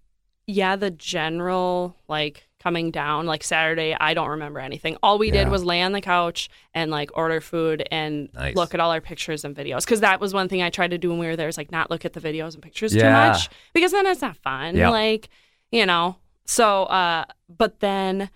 Speaker 4: yeah, the general like coming down like Saturday, I don't remember anything. All we
Speaker 2: Yeah.
Speaker 4: did was lay on the couch and like order food and
Speaker 2: Nice.
Speaker 4: look at all our pictures and videos because that was one thing I tried to do when we were there is like not look at the videos and pictures
Speaker 2: Yeah.
Speaker 4: too much because then it's not fun.
Speaker 2: Yep.
Speaker 4: Like you know, so uh, but then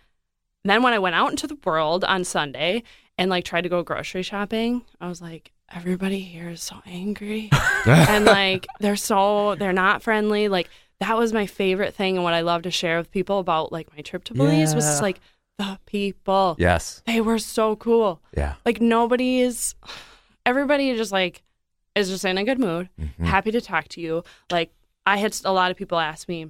Speaker 4: then when I went out into the world on Sunday and like tried to go grocery shopping, I was like, everybody here is so angry and like they're so they're not friendly. Like that was my favorite thing and what I love to share with people about like my trip to Belize was
Speaker 2: Yeah.
Speaker 4: just like the people.
Speaker 2: Yes.
Speaker 4: They were so cool.
Speaker 2: Yeah.
Speaker 4: Like nobody is everybody is just like is just in a good mood
Speaker 2: Mhm.
Speaker 4: happy to talk to you. Like I had s- a lot of people ask me,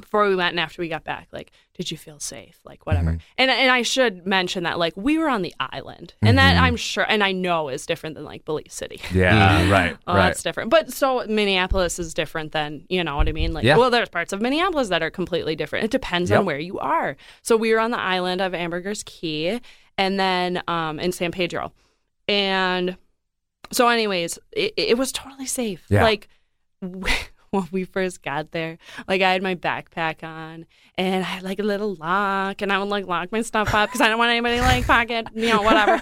Speaker 4: before we went and after we got back, like, did you feel safe? Like, whatever. And and I should mention that like we were on the island, and that I'm sure and I know is different than like Belize City.
Speaker 2: Yeah, right,
Speaker 4: Oh,
Speaker 2: right.
Speaker 4: that's different. But so Minneapolis is different than you know what I mean. Like,
Speaker 2: Yeah.
Speaker 4: well, there's parts of Minneapolis that are completely different. It depends
Speaker 2: Yep.
Speaker 4: on where you are. So we were on the island of Hamburger's Key, and then um, in San Pedro, and so anyways, it, it was totally safe.
Speaker 2: Yeah.
Speaker 4: Like when we first got there, like I had my backpack on and I had like a little lock, and I would like lock my stuff up because I don't want anybody like pocket, you know, whatever.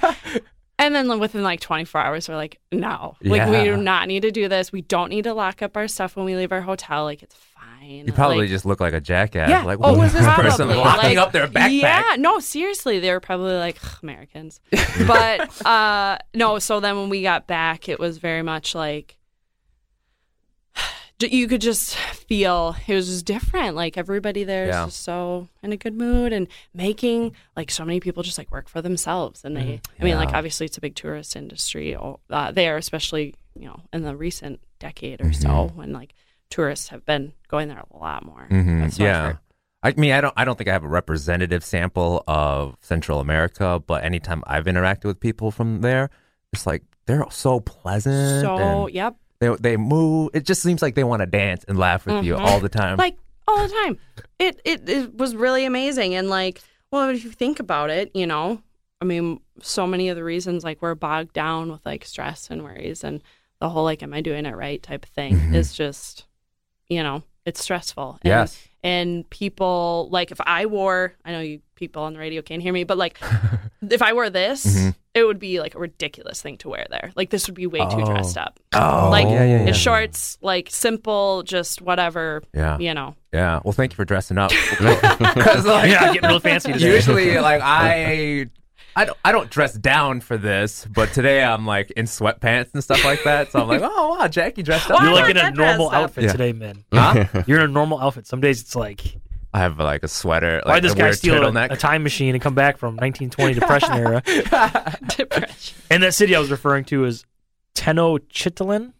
Speaker 4: And then like, within like 24 hours, we're like, no, like we
Speaker 2: Yeah.
Speaker 4: do not need to do this. We don't need to lock up our stuff when we leave our hotel. Like it's fine.
Speaker 2: You probably
Speaker 4: Like-
Speaker 2: just look like a jackass.
Speaker 4: yeah.
Speaker 2: Like,
Speaker 4: oh,
Speaker 2: what
Speaker 4: was
Speaker 2: is
Speaker 4: this
Speaker 2: this person
Speaker 4: probably,
Speaker 2: locking
Speaker 4: like-
Speaker 2: up their backpack?
Speaker 4: Yeah, no, seriously, they were probably like "Ugh, Americans, but uh, no. So then when we got back, it was very much like you could just feel it was just different. Like everybody there is
Speaker 2: Yeah.
Speaker 4: just so in a good mood and making like so many people just like work for themselves. And they, I mean, like
Speaker 2: Mm-hmm. Yeah.
Speaker 4: obviously it's a big tourist industry o- uh, there, especially you know in the recent decade or so
Speaker 2: Mm-hmm.
Speaker 4: when like tourists have been going there a lot more.
Speaker 2: Mhm,
Speaker 4: That's what I've
Speaker 2: Yeah.
Speaker 4: heard.
Speaker 2: I mean, I don't. I don't think I have a representative sample of Central America, but anytime I've interacted with people from there, it's like they're so pleasant.
Speaker 4: So
Speaker 2: and
Speaker 4: yep.
Speaker 2: they they move. It just seems like they want to dance and laugh with you
Speaker 4: Mhm.
Speaker 2: all the time.
Speaker 4: like all the time. It, it it was really amazing and like well if you think about it, you know, I mean so many of the reasons like we're bogged down with like stress and worries and the whole like am I doing it right type of thing
Speaker 2: Mhm.
Speaker 4: is just you know, it's stressful. And,
Speaker 2: yes,
Speaker 4: and people like if I wore I know you people on the radio can't hear me, but like if I wore this,
Speaker 2: Mhm.
Speaker 4: it would be like a ridiculous thing to wear there. Like this would be way too
Speaker 2: Oh.
Speaker 4: dressed up.
Speaker 2: oh,
Speaker 4: like
Speaker 2: yeah, yeah, yeah.
Speaker 4: it's shorts, like simple, just whatever,
Speaker 2: Yeah.
Speaker 4: you know.
Speaker 2: Yeah. Well, thank you for dressing up. 'Cause, like,
Speaker 1: yeah, getting real fancy today.
Speaker 2: usually, like I, I don't, I don't dress down for this, but today I'm like in sweatpants and stuff like that. So I'm like, oh wow, Jackie dressed up.
Speaker 1: You're
Speaker 4: Why
Speaker 1: like in
Speaker 4: not
Speaker 1: a
Speaker 4: that
Speaker 1: normal
Speaker 4: dress up?
Speaker 1: outfit
Speaker 2: Yeah.
Speaker 1: today, man.
Speaker 2: Huh?
Speaker 1: You're in a normal outfit. Some days it's like,
Speaker 2: I have like a sweater. Like,
Speaker 1: why would this
Speaker 2: a
Speaker 1: guy
Speaker 2: weird
Speaker 1: steal a,
Speaker 2: turtleneck.
Speaker 1: a time machine and come back from 1920 Depression era?
Speaker 4: depression.
Speaker 1: And that city I was referring to is Tenochtitlan.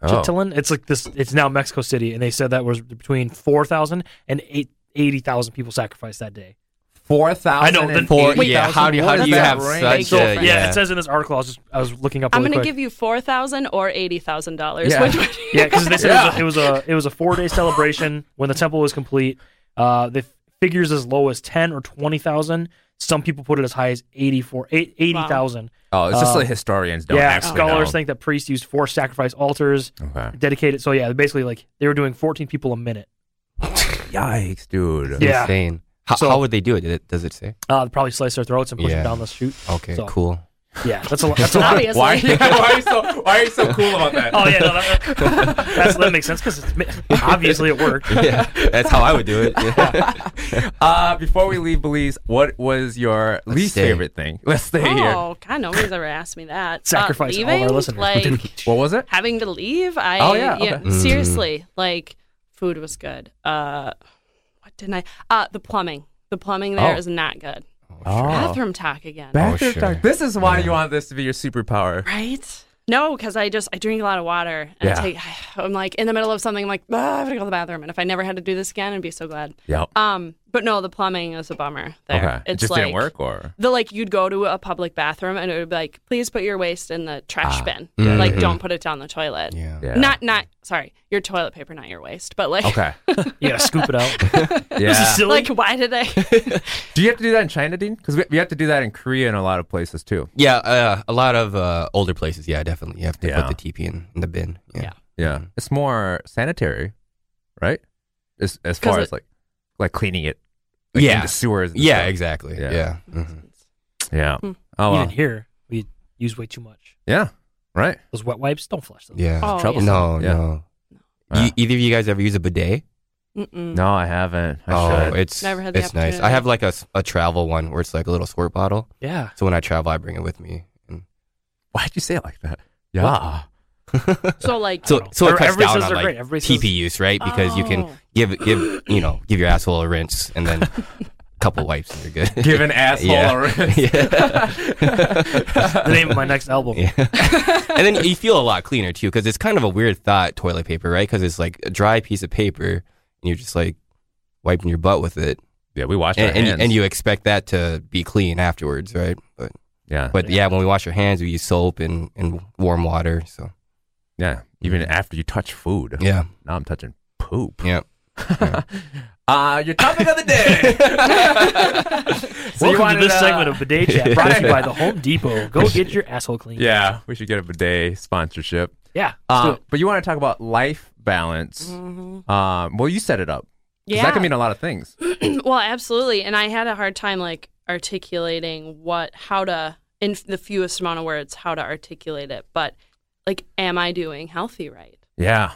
Speaker 2: Oh.
Speaker 1: Chitlan. It's like this. It's now Mexico City, and they said that was between 4,000 and eight- 80,000 people sacrificed that day.
Speaker 2: Four thousand.
Speaker 1: I know, then-
Speaker 3: Four- yeah, how do you- how do you have such
Speaker 1: So
Speaker 3: Yeah,
Speaker 1: yeah,
Speaker 3: yeah.
Speaker 1: it says in this article. I was just I was looking up.
Speaker 4: I'm
Speaker 1: Really
Speaker 4: gonna
Speaker 1: quick.
Speaker 4: give you four thousand or eighty thousand dollars.
Speaker 2: Yeah.
Speaker 4: Which one?
Speaker 1: Yeah, because they said
Speaker 2: Yeah.
Speaker 1: it, was a, it was a it was a four day celebration when the temple was complete. Uh, the f- figures as low as ten or twenty thousand. Some people put it as high as eighty four eight eighty thousand.
Speaker 2: Oh, it's just
Speaker 1: Uh,
Speaker 2: like historians don't
Speaker 1: yeah,
Speaker 2: actually
Speaker 1: scholars
Speaker 2: know.
Speaker 1: think that priests used four sacrifice altars
Speaker 2: Okay.
Speaker 1: dedicated. So yeah, basically like they were doing fourteen people a minute.
Speaker 2: Yikes, dude.
Speaker 1: Yeah.
Speaker 3: Insane. How,
Speaker 1: So-
Speaker 3: how would they do it? Did it- Does it say?
Speaker 1: Uh, they'd probably slice their throats and push
Speaker 3: Yeah.
Speaker 1: them down the chute.
Speaker 3: Okay,
Speaker 1: So,
Speaker 3: cool.
Speaker 1: Yeah, that's a lot. That's a lot.
Speaker 4: Obviously.
Speaker 2: Why, why, are you so, why are you so cool about that?
Speaker 1: e-, Oh yeah, no, that, that's, that makes sense because obviously it worked.
Speaker 4: Uh,
Speaker 3: yeah, that's how I would do it. Yeah.
Speaker 2: Uh, before we leave Belize, what was your least
Speaker 3: stay.
Speaker 2: favorite thing? Let's stay here.
Speaker 4: Oh God, nobody's ever asked me that.
Speaker 1: Sacrifice
Speaker 4: uh,
Speaker 1: all our
Speaker 4: leaving,
Speaker 1: listeners.
Speaker 4: Like
Speaker 2: What was it?
Speaker 4: having to leave. I
Speaker 2: Oh, yeah,
Speaker 4: you know,
Speaker 2: okay.
Speaker 4: seriously, like food was good. Uh, what didn't I? Uh, the plumbing. The plumbing there
Speaker 2: Oh.
Speaker 4: is not good.
Speaker 2: Oh.
Speaker 4: Bathroom talk again.
Speaker 2: Bathroom
Speaker 3: Oh, sure.
Speaker 2: talk. This is why you want this to be your superpower.
Speaker 4: Right? No, because I just I drink a lot of water. And
Speaker 2: Yeah.
Speaker 4: I take, I'm like in the middle of something. I'm like, "Ah, I'm gonna go to the bathroom. And if I never had to do this again, I'd be so glad.
Speaker 2: Yep.
Speaker 3: Uh,
Speaker 4: Um, but no, the plumbing is a bummer. There,
Speaker 2: Okay. It
Speaker 4: it's
Speaker 2: just
Speaker 4: like
Speaker 2: didn't work, or
Speaker 4: the like you'd go to a public bathroom and it would be like, please put your waste in the trash bin.
Speaker 3: yeah.
Speaker 4: Like,
Speaker 3: Mhm.
Speaker 4: don't put it down the toilet.
Speaker 3: yeah.
Speaker 2: Ah. Mm-hmm. yeah.
Speaker 4: Not not sorry, your toilet paper, not your waste. But like,
Speaker 2: okay.
Speaker 1: You gotta scoop it out. This is
Speaker 2: Yeah.
Speaker 1: silly.
Speaker 4: like why did I?
Speaker 2: Do you have to do that in China, Dean? Because we, we have to do that in Korea and a lot of places too.
Speaker 3: Yeah, uh, a lot of uh, older places. Yeah, definitely. You have to
Speaker 2: Yeah.
Speaker 3: put the TP in, in the bin. Yeah.
Speaker 4: Yeah.
Speaker 2: Yeah, it's more sanitary, right? As as
Speaker 4: 'Cause
Speaker 2: far
Speaker 4: it-
Speaker 2: as like like cleaning it, like, in
Speaker 3: Yeah.
Speaker 2: the sewers. And
Speaker 3: Yeah,
Speaker 2: stuff.
Speaker 3: exactly.
Speaker 2: Yeah.
Speaker 3: Yeah.
Speaker 2: Mm-hmm.
Speaker 3: Mhm.
Speaker 2: yeah.
Speaker 4: Hmm.
Speaker 2: Oh,
Speaker 1: Even
Speaker 2: well.
Speaker 1: here we use way too much.
Speaker 2: yeah, right.
Speaker 1: Those wet wipes don't flush them.
Speaker 3: Yeah.
Speaker 4: Oh,
Speaker 2: troublesome.
Speaker 3: No,
Speaker 2: Yeah.
Speaker 3: no.
Speaker 2: Yeah.
Speaker 3: You, either of you guys ever use a bidet?
Speaker 4: Mm-mm.
Speaker 2: Uh, No, I haven't. I
Speaker 3: oh,
Speaker 2: should.
Speaker 3: it's
Speaker 4: Never had the
Speaker 3: it's nice. I
Speaker 4: opportunity.
Speaker 3: have like a, s- a travel one where it's like a little squirt bottle.
Speaker 1: Yeah.
Speaker 3: So when I travel, I bring it with me. And
Speaker 2: Why'd you say it like that? Yeah.
Speaker 4: So like,
Speaker 3: so
Speaker 1: know.
Speaker 3: so it
Speaker 1: Every-
Speaker 3: cuts
Speaker 1: everybody
Speaker 3: down
Speaker 1: says
Speaker 3: on
Speaker 1: they're
Speaker 3: like
Speaker 1: great. Everybody says-
Speaker 3: TP use, right? Because you can
Speaker 4: Oh.
Speaker 3: give give you know give your asshole a rinse and then a couple wipes and you're good.
Speaker 2: Give an asshole
Speaker 3: Yeah.
Speaker 2: a rinse.
Speaker 1: the name of my next album.
Speaker 3: Yeah. and then you feel a lot cleaner too, because it's kind of a weird thought, toilet paper, right? Because it's like a dry piece of paper, and you're just like, wiping your butt with it,
Speaker 2: Yeah, we washed
Speaker 3: and,
Speaker 2: our
Speaker 3: and,
Speaker 2: hands.
Speaker 3: and you expect that to be clean afterwards, right? But
Speaker 2: yeah,
Speaker 3: but yeah, when we wash our hands, we use soap and, and warm water. So
Speaker 2: yeah. Even after you touch food.
Speaker 3: yeah,
Speaker 2: Now I'm touching poop.
Speaker 3: yeah.
Speaker 2: Uh, your topic of the day. So you
Speaker 1: Welcome
Speaker 2: wanted,
Speaker 1: to this
Speaker 2: uh,
Speaker 1: segment of Bidet Chat brought to you by the Home Depot. Go get your asshole clean.
Speaker 2: Yeah, we should get a bidet sponsorship.
Speaker 1: Yeah. let's do
Speaker 2: Uh,
Speaker 1: it.
Speaker 2: but you want to talk about life balance.
Speaker 3: Mm.
Speaker 4: mm-hmm.
Speaker 2: Um, well, you set it up. 'Cause
Speaker 4: Yeah.
Speaker 2: That can mean a lot of things.
Speaker 4: well, absolutely. And I had a hard time like articulating what, how to, in the fewest amount of words, how to articulate it. But like, am I doing healthy right?
Speaker 2: Yeah.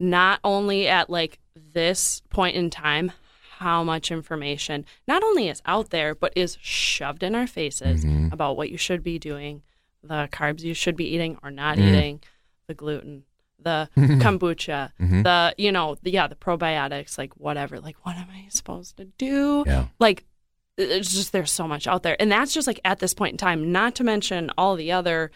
Speaker 4: Not only at like this point in time, how much information not only is out there, but is shoved in our faces about what you should be doing, the carbs you should be eating or not eating, the gluten, the kombucha, the, you know, the, yeah, the probiotics, like whatever. Like, what am I supposed to do?
Speaker 2: Yeah.
Speaker 4: like it's just there's so much out there and that's just like at this point in time not to mention all the other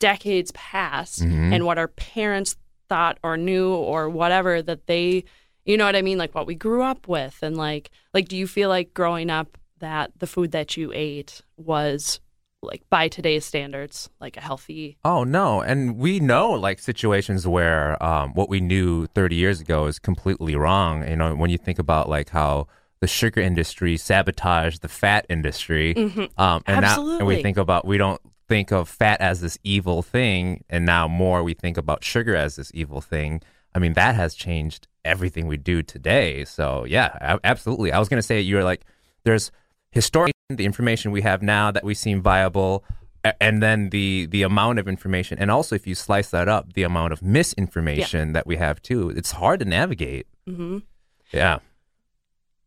Speaker 4: decades past
Speaker 2: Mhm.
Speaker 4: and what our parents thought or knew or whatever that they you know what i mean like what we grew up with and like like do you feel like growing up that the food that you ate was like by today's standards like a healthy
Speaker 2: Oh no, and we know like situations where um, what we knew 30 years ago is completely wrong. You know, when you think about like how the sugar industry sabotaged the fat industry, um, and now and we
Speaker 4: Absolutely.
Speaker 2: think about we don't think of fat as this evil thing, and now more we think about sugar as this evil thing. I mean, that has changed everything we do today. So yeah, a- absolutely. I was gonna say you were like, there's historically the information we have now that we seem viable a- and then the the amount of information and also if you slice that up the amount of misinformation that we have too it's hard to navigate
Speaker 4: mm-hmm.
Speaker 2: yeah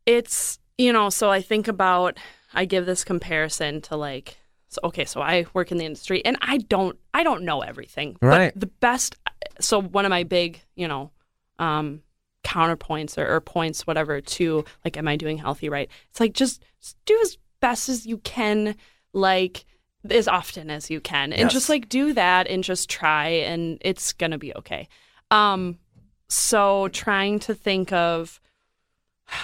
Speaker 4: it's you know so i think about i give this comparison to like so okay so i work in the industry and i don't i don't know everything
Speaker 2: Right.
Speaker 4: but the best so one of my big you know um counterpoints or, or points whatever to like am i doing healthy right it's like just s- do as best as you can like as often as you can and
Speaker 2: Yes.
Speaker 4: just like do that and just try and it's gonna be okay um so trying to think of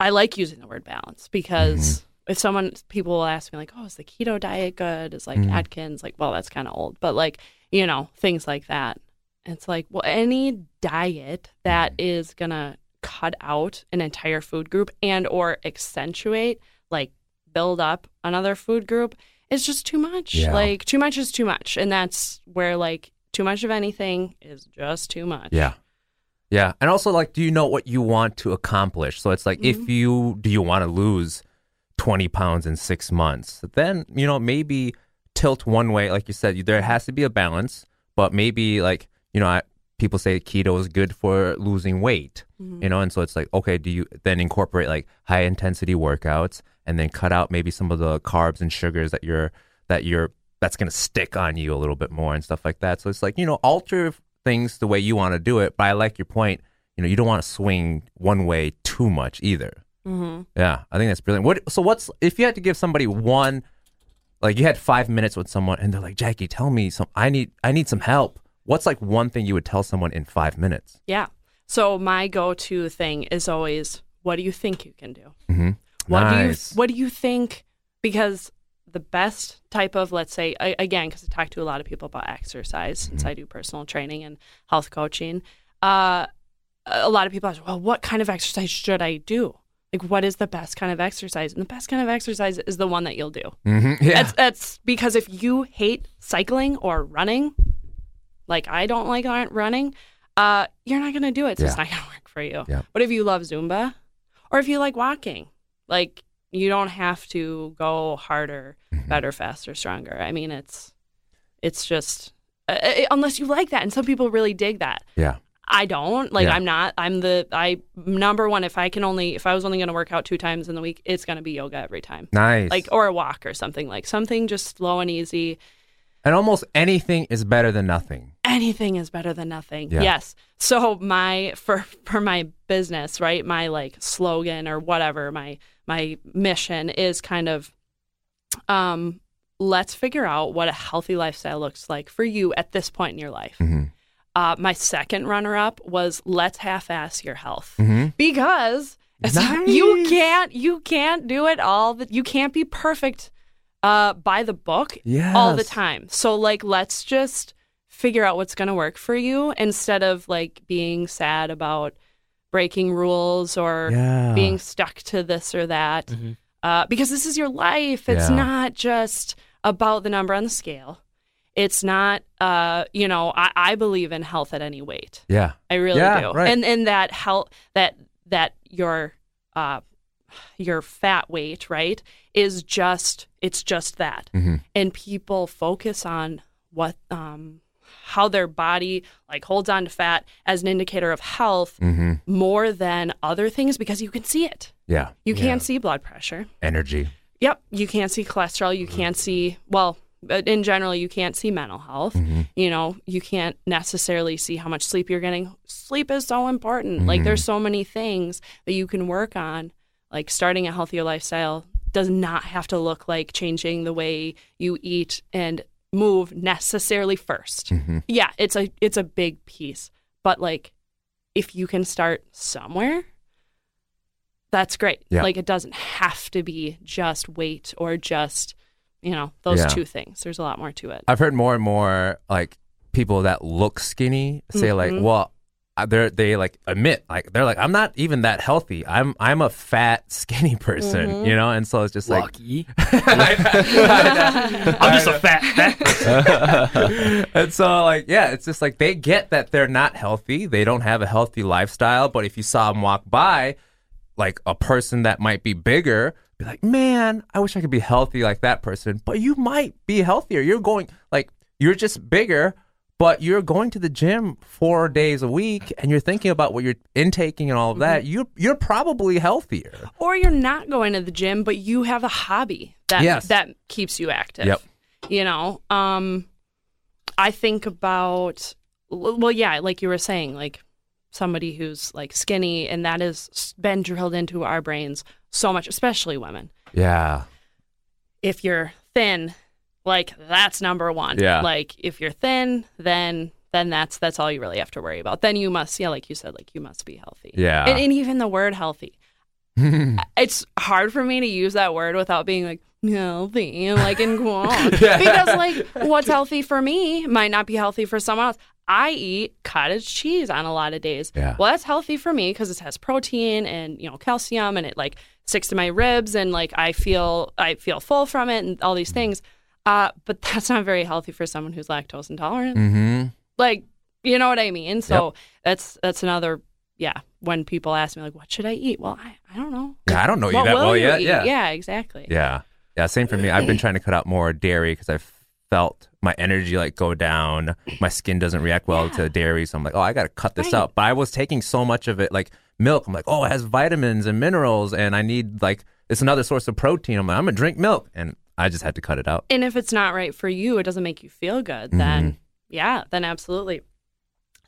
Speaker 4: I like using the word balance because if someone people will ask me like, "Oh, is the keto diet good?" Is like Atkins like, well, that's kind of old, but like you know things like that. It's like, well, any diet that is gonna cut out an entire food group and or accentuate like build up another food group is just too much.
Speaker 2: Yeah.
Speaker 4: Like too much is too much, and that's where like too much of anything is just too much.
Speaker 2: yeah yeah and also like do you know what you want to accomplish so it's like if you do you want to lose 20 pounds in six months then you know maybe tilt one way like you said there has to be a balance but maybe like you know I, people say keto is good for losing weight you know and so it's like okay do you then incorporate like high intensity workouts and then cut out maybe some of the carbs and sugars that you're that you're that's going to stick on you a little bit more and stuff like that so it's like you know alter things the way you want to do it but i like your point you know you don't want to swing one way too much either
Speaker 4: Mm-hmm.
Speaker 2: yeah i think that's brilliant what so what's if you had to give somebody one like you had five minutes with someone and they're like jackie tell me some i need i need some help what's like one thing you would tell someone in five minutes
Speaker 4: Yeah. So my go-to thing is always, "What do you think you can do?
Speaker 2: mm-hmm.
Speaker 4: What
Speaker 2: nice.
Speaker 4: do you What do you think?" Because the best type of, let's say, a- again, because I talk to a lot of people about exercise
Speaker 2: Mm-hmm.
Speaker 4: since I do personal training and health coaching. Uh, a lot of people ask, "Well, what kind of exercise should I do? Like, what is the best kind of exercise?" And the best kind of exercise is the one that you'll do.
Speaker 2: Mm-hmm. Yeah.
Speaker 4: That's that's because if you hate cycling or running, like I don't like aren't running, uh, you're not gonna do it. So it's
Speaker 2: Yeah.
Speaker 4: not gonna work for you.
Speaker 2: Yeah.
Speaker 4: But if you love Zumba, or if you like walking, like you don't have to go harder,
Speaker 2: Mm-hmm.
Speaker 4: better, faster, stronger. I mean, it's it's just uh, uh, unless you like that, and some people really dig that.
Speaker 2: yeah.
Speaker 4: I don't like.
Speaker 2: Yeah.
Speaker 4: I'm not. I'm the. I number one. If I can only. If I was only gonna work out two times in the week, it's gonna be yoga every time
Speaker 2: Nice.
Speaker 4: like oh or a walk or something like something just slow and easy
Speaker 2: and almost anything is better than nothing.
Speaker 4: anything is better than nothing
Speaker 2: Yeah.
Speaker 4: yes so my for for my business right my like slogan or whatever my my mission is kind of um let's figure out what a healthy lifestyle looks like for you at this point in your life
Speaker 2: Mhm.
Speaker 4: uh, my second runner up was let's half ass your health
Speaker 2: Mhm.
Speaker 4: because
Speaker 2: Nice.
Speaker 4: You can't you can't do it all the you can't be perfect uh by the book
Speaker 2: Yes.
Speaker 4: all the time. So like let's just figure out what's going to work for you instead of like being sad about breaking rules or
Speaker 2: Yeah.
Speaker 4: being stuck to this or that.
Speaker 1: Mhm.
Speaker 4: Uh, because this is your life. It's
Speaker 2: Yeah.
Speaker 4: not just about the number on the scale. It's not, uh, you know, I, I believe in health at any weight.
Speaker 2: Yeah.
Speaker 4: I really
Speaker 2: Yeah,
Speaker 4: do.
Speaker 2: right.
Speaker 4: And and that health that that your uh your fat weight, right, is just it's just that.
Speaker 2: Mhm.
Speaker 4: And people focus on what um how their body like holds on to fat as an indicator of health
Speaker 2: Mm-hmm.
Speaker 4: more than other things because you can see it.
Speaker 2: Yeah.
Speaker 4: You
Speaker 3: Yeah.
Speaker 4: can't see blood pressure.
Speaker 2: Energy.
Speaker 4: Yep, you can't see cholesterol. You can't see well. but In general, you can't see mental health. You know, you can't necessarily see how much sleep you're getting. Sleep is so important. Like, there's so many things that you can work on. Like, starting a healthier lifestyle does not have to look like changing the way you eat and move necessarily 1st
Speaker 2: Mm-hmm.
Speaker 4: Yeah, it's a it's a big piece, but like, if you can start somewhere, that's great.
Speaker 2: Yeah.
Speaker 4: Like it doesn't have to be just weight or just, you know, those
Speaker 2: Yeah.
Speaker 4: two things. There's a lot more to it.
Speaker 2: I've heard more and more like people that look skinny say like,
Speaker 4: Mhm.
Speaker 2: well, I- they're they like admit like they're like I'm not even that healthy. I'm I'm a fat skinny person, you know. And so it's just like
Speaker 1: Lucky.
Speaker 2: I'm
Speaker 1: I'm just a fat. fat.
Speaker 2: and so like yeah, it's just like they get that they're not healthy. They don't have a healthy lifestyle. But if you saw them walk by, like a person that might be bigger, be like, man, I wish I could be healthy like that person. But you might be healthier. You're going like you're just bigger. But you're going to the gym four days a week, and you're thinking about what you're intaking and all of that. You're you're probably healthier.
Speaker 4: Or you're not going to the gym, but you have a hobby that
Speaker 2: Yes.
Speaker 4: that keeps you active.
Speaker 2: Yep.
Speaker 4: You know, um, I think about well, yeah, like you were saying, like somebody who's like skinny, and that has been drilled into our brains so much, especially women.
Speaker 2: Yeah.
Speaker 4: if you're thin, like that's number one.
Speaker 2: Yeah.
Speaker 4: Like if you're thin, then then that's that's all you really have to worry about. Then you must, yeah, like you said, like you must be healthy.
Speaker 2: Yeah.
Speaker 4: And, and even the word healthy, it's hard for me to use that word without being like healthy, like in quote.
Speaker 2: Yeah.
Speaker 4: because like what's healthy for me might not be healthy for someone else. I eat cottage cheese on a lot of days.
Speaker 2: Yeah.
Speaker 4: Well, that's healthy for me because it has protein and you know calcium, and it like sticks to my ribs, and like I feel I feel full from it, and all these things. Uh, but that's not very healthy for someone who's lactose intolerant.
Speaker 2: mm-hmm.
Speaker 4: Like, you know what I mean? So that's that's another yeah. When people ask me like, what should I eat? Well, I, I don't know.
Speaker 2: Yeah, I don't know you
Speaker 4: What
Speaker 2: that
Speaker 4: will
Speaker 2: well
Speaker 4: you
Speaker 2: yet.
Speaker 4: eat?
Speaker 2: Yeah.
Speaker 4: yeah, exactly.
Speaker 2: Yeah. Yeah. Same for me. I've been trying to cut out more dairy because I've felt my energy like go down. My skin doesn't react well to dairy. So I'm like, oh, I got to cut this
Speaker 4: Right.
Speaker 2: out. But I was taking so much of it, like milk. I'm like, oh, it has vitamins and minerals. And I need, like, it's another source of protein. I'm like, I'm going to drink milk. And I just had to cut it out.
Speaker 4: and if it's not right for you, it doesn't make you feel good,
Speaker 2: Mm-hmm.
Speaker 4: then yeah, then absolutely.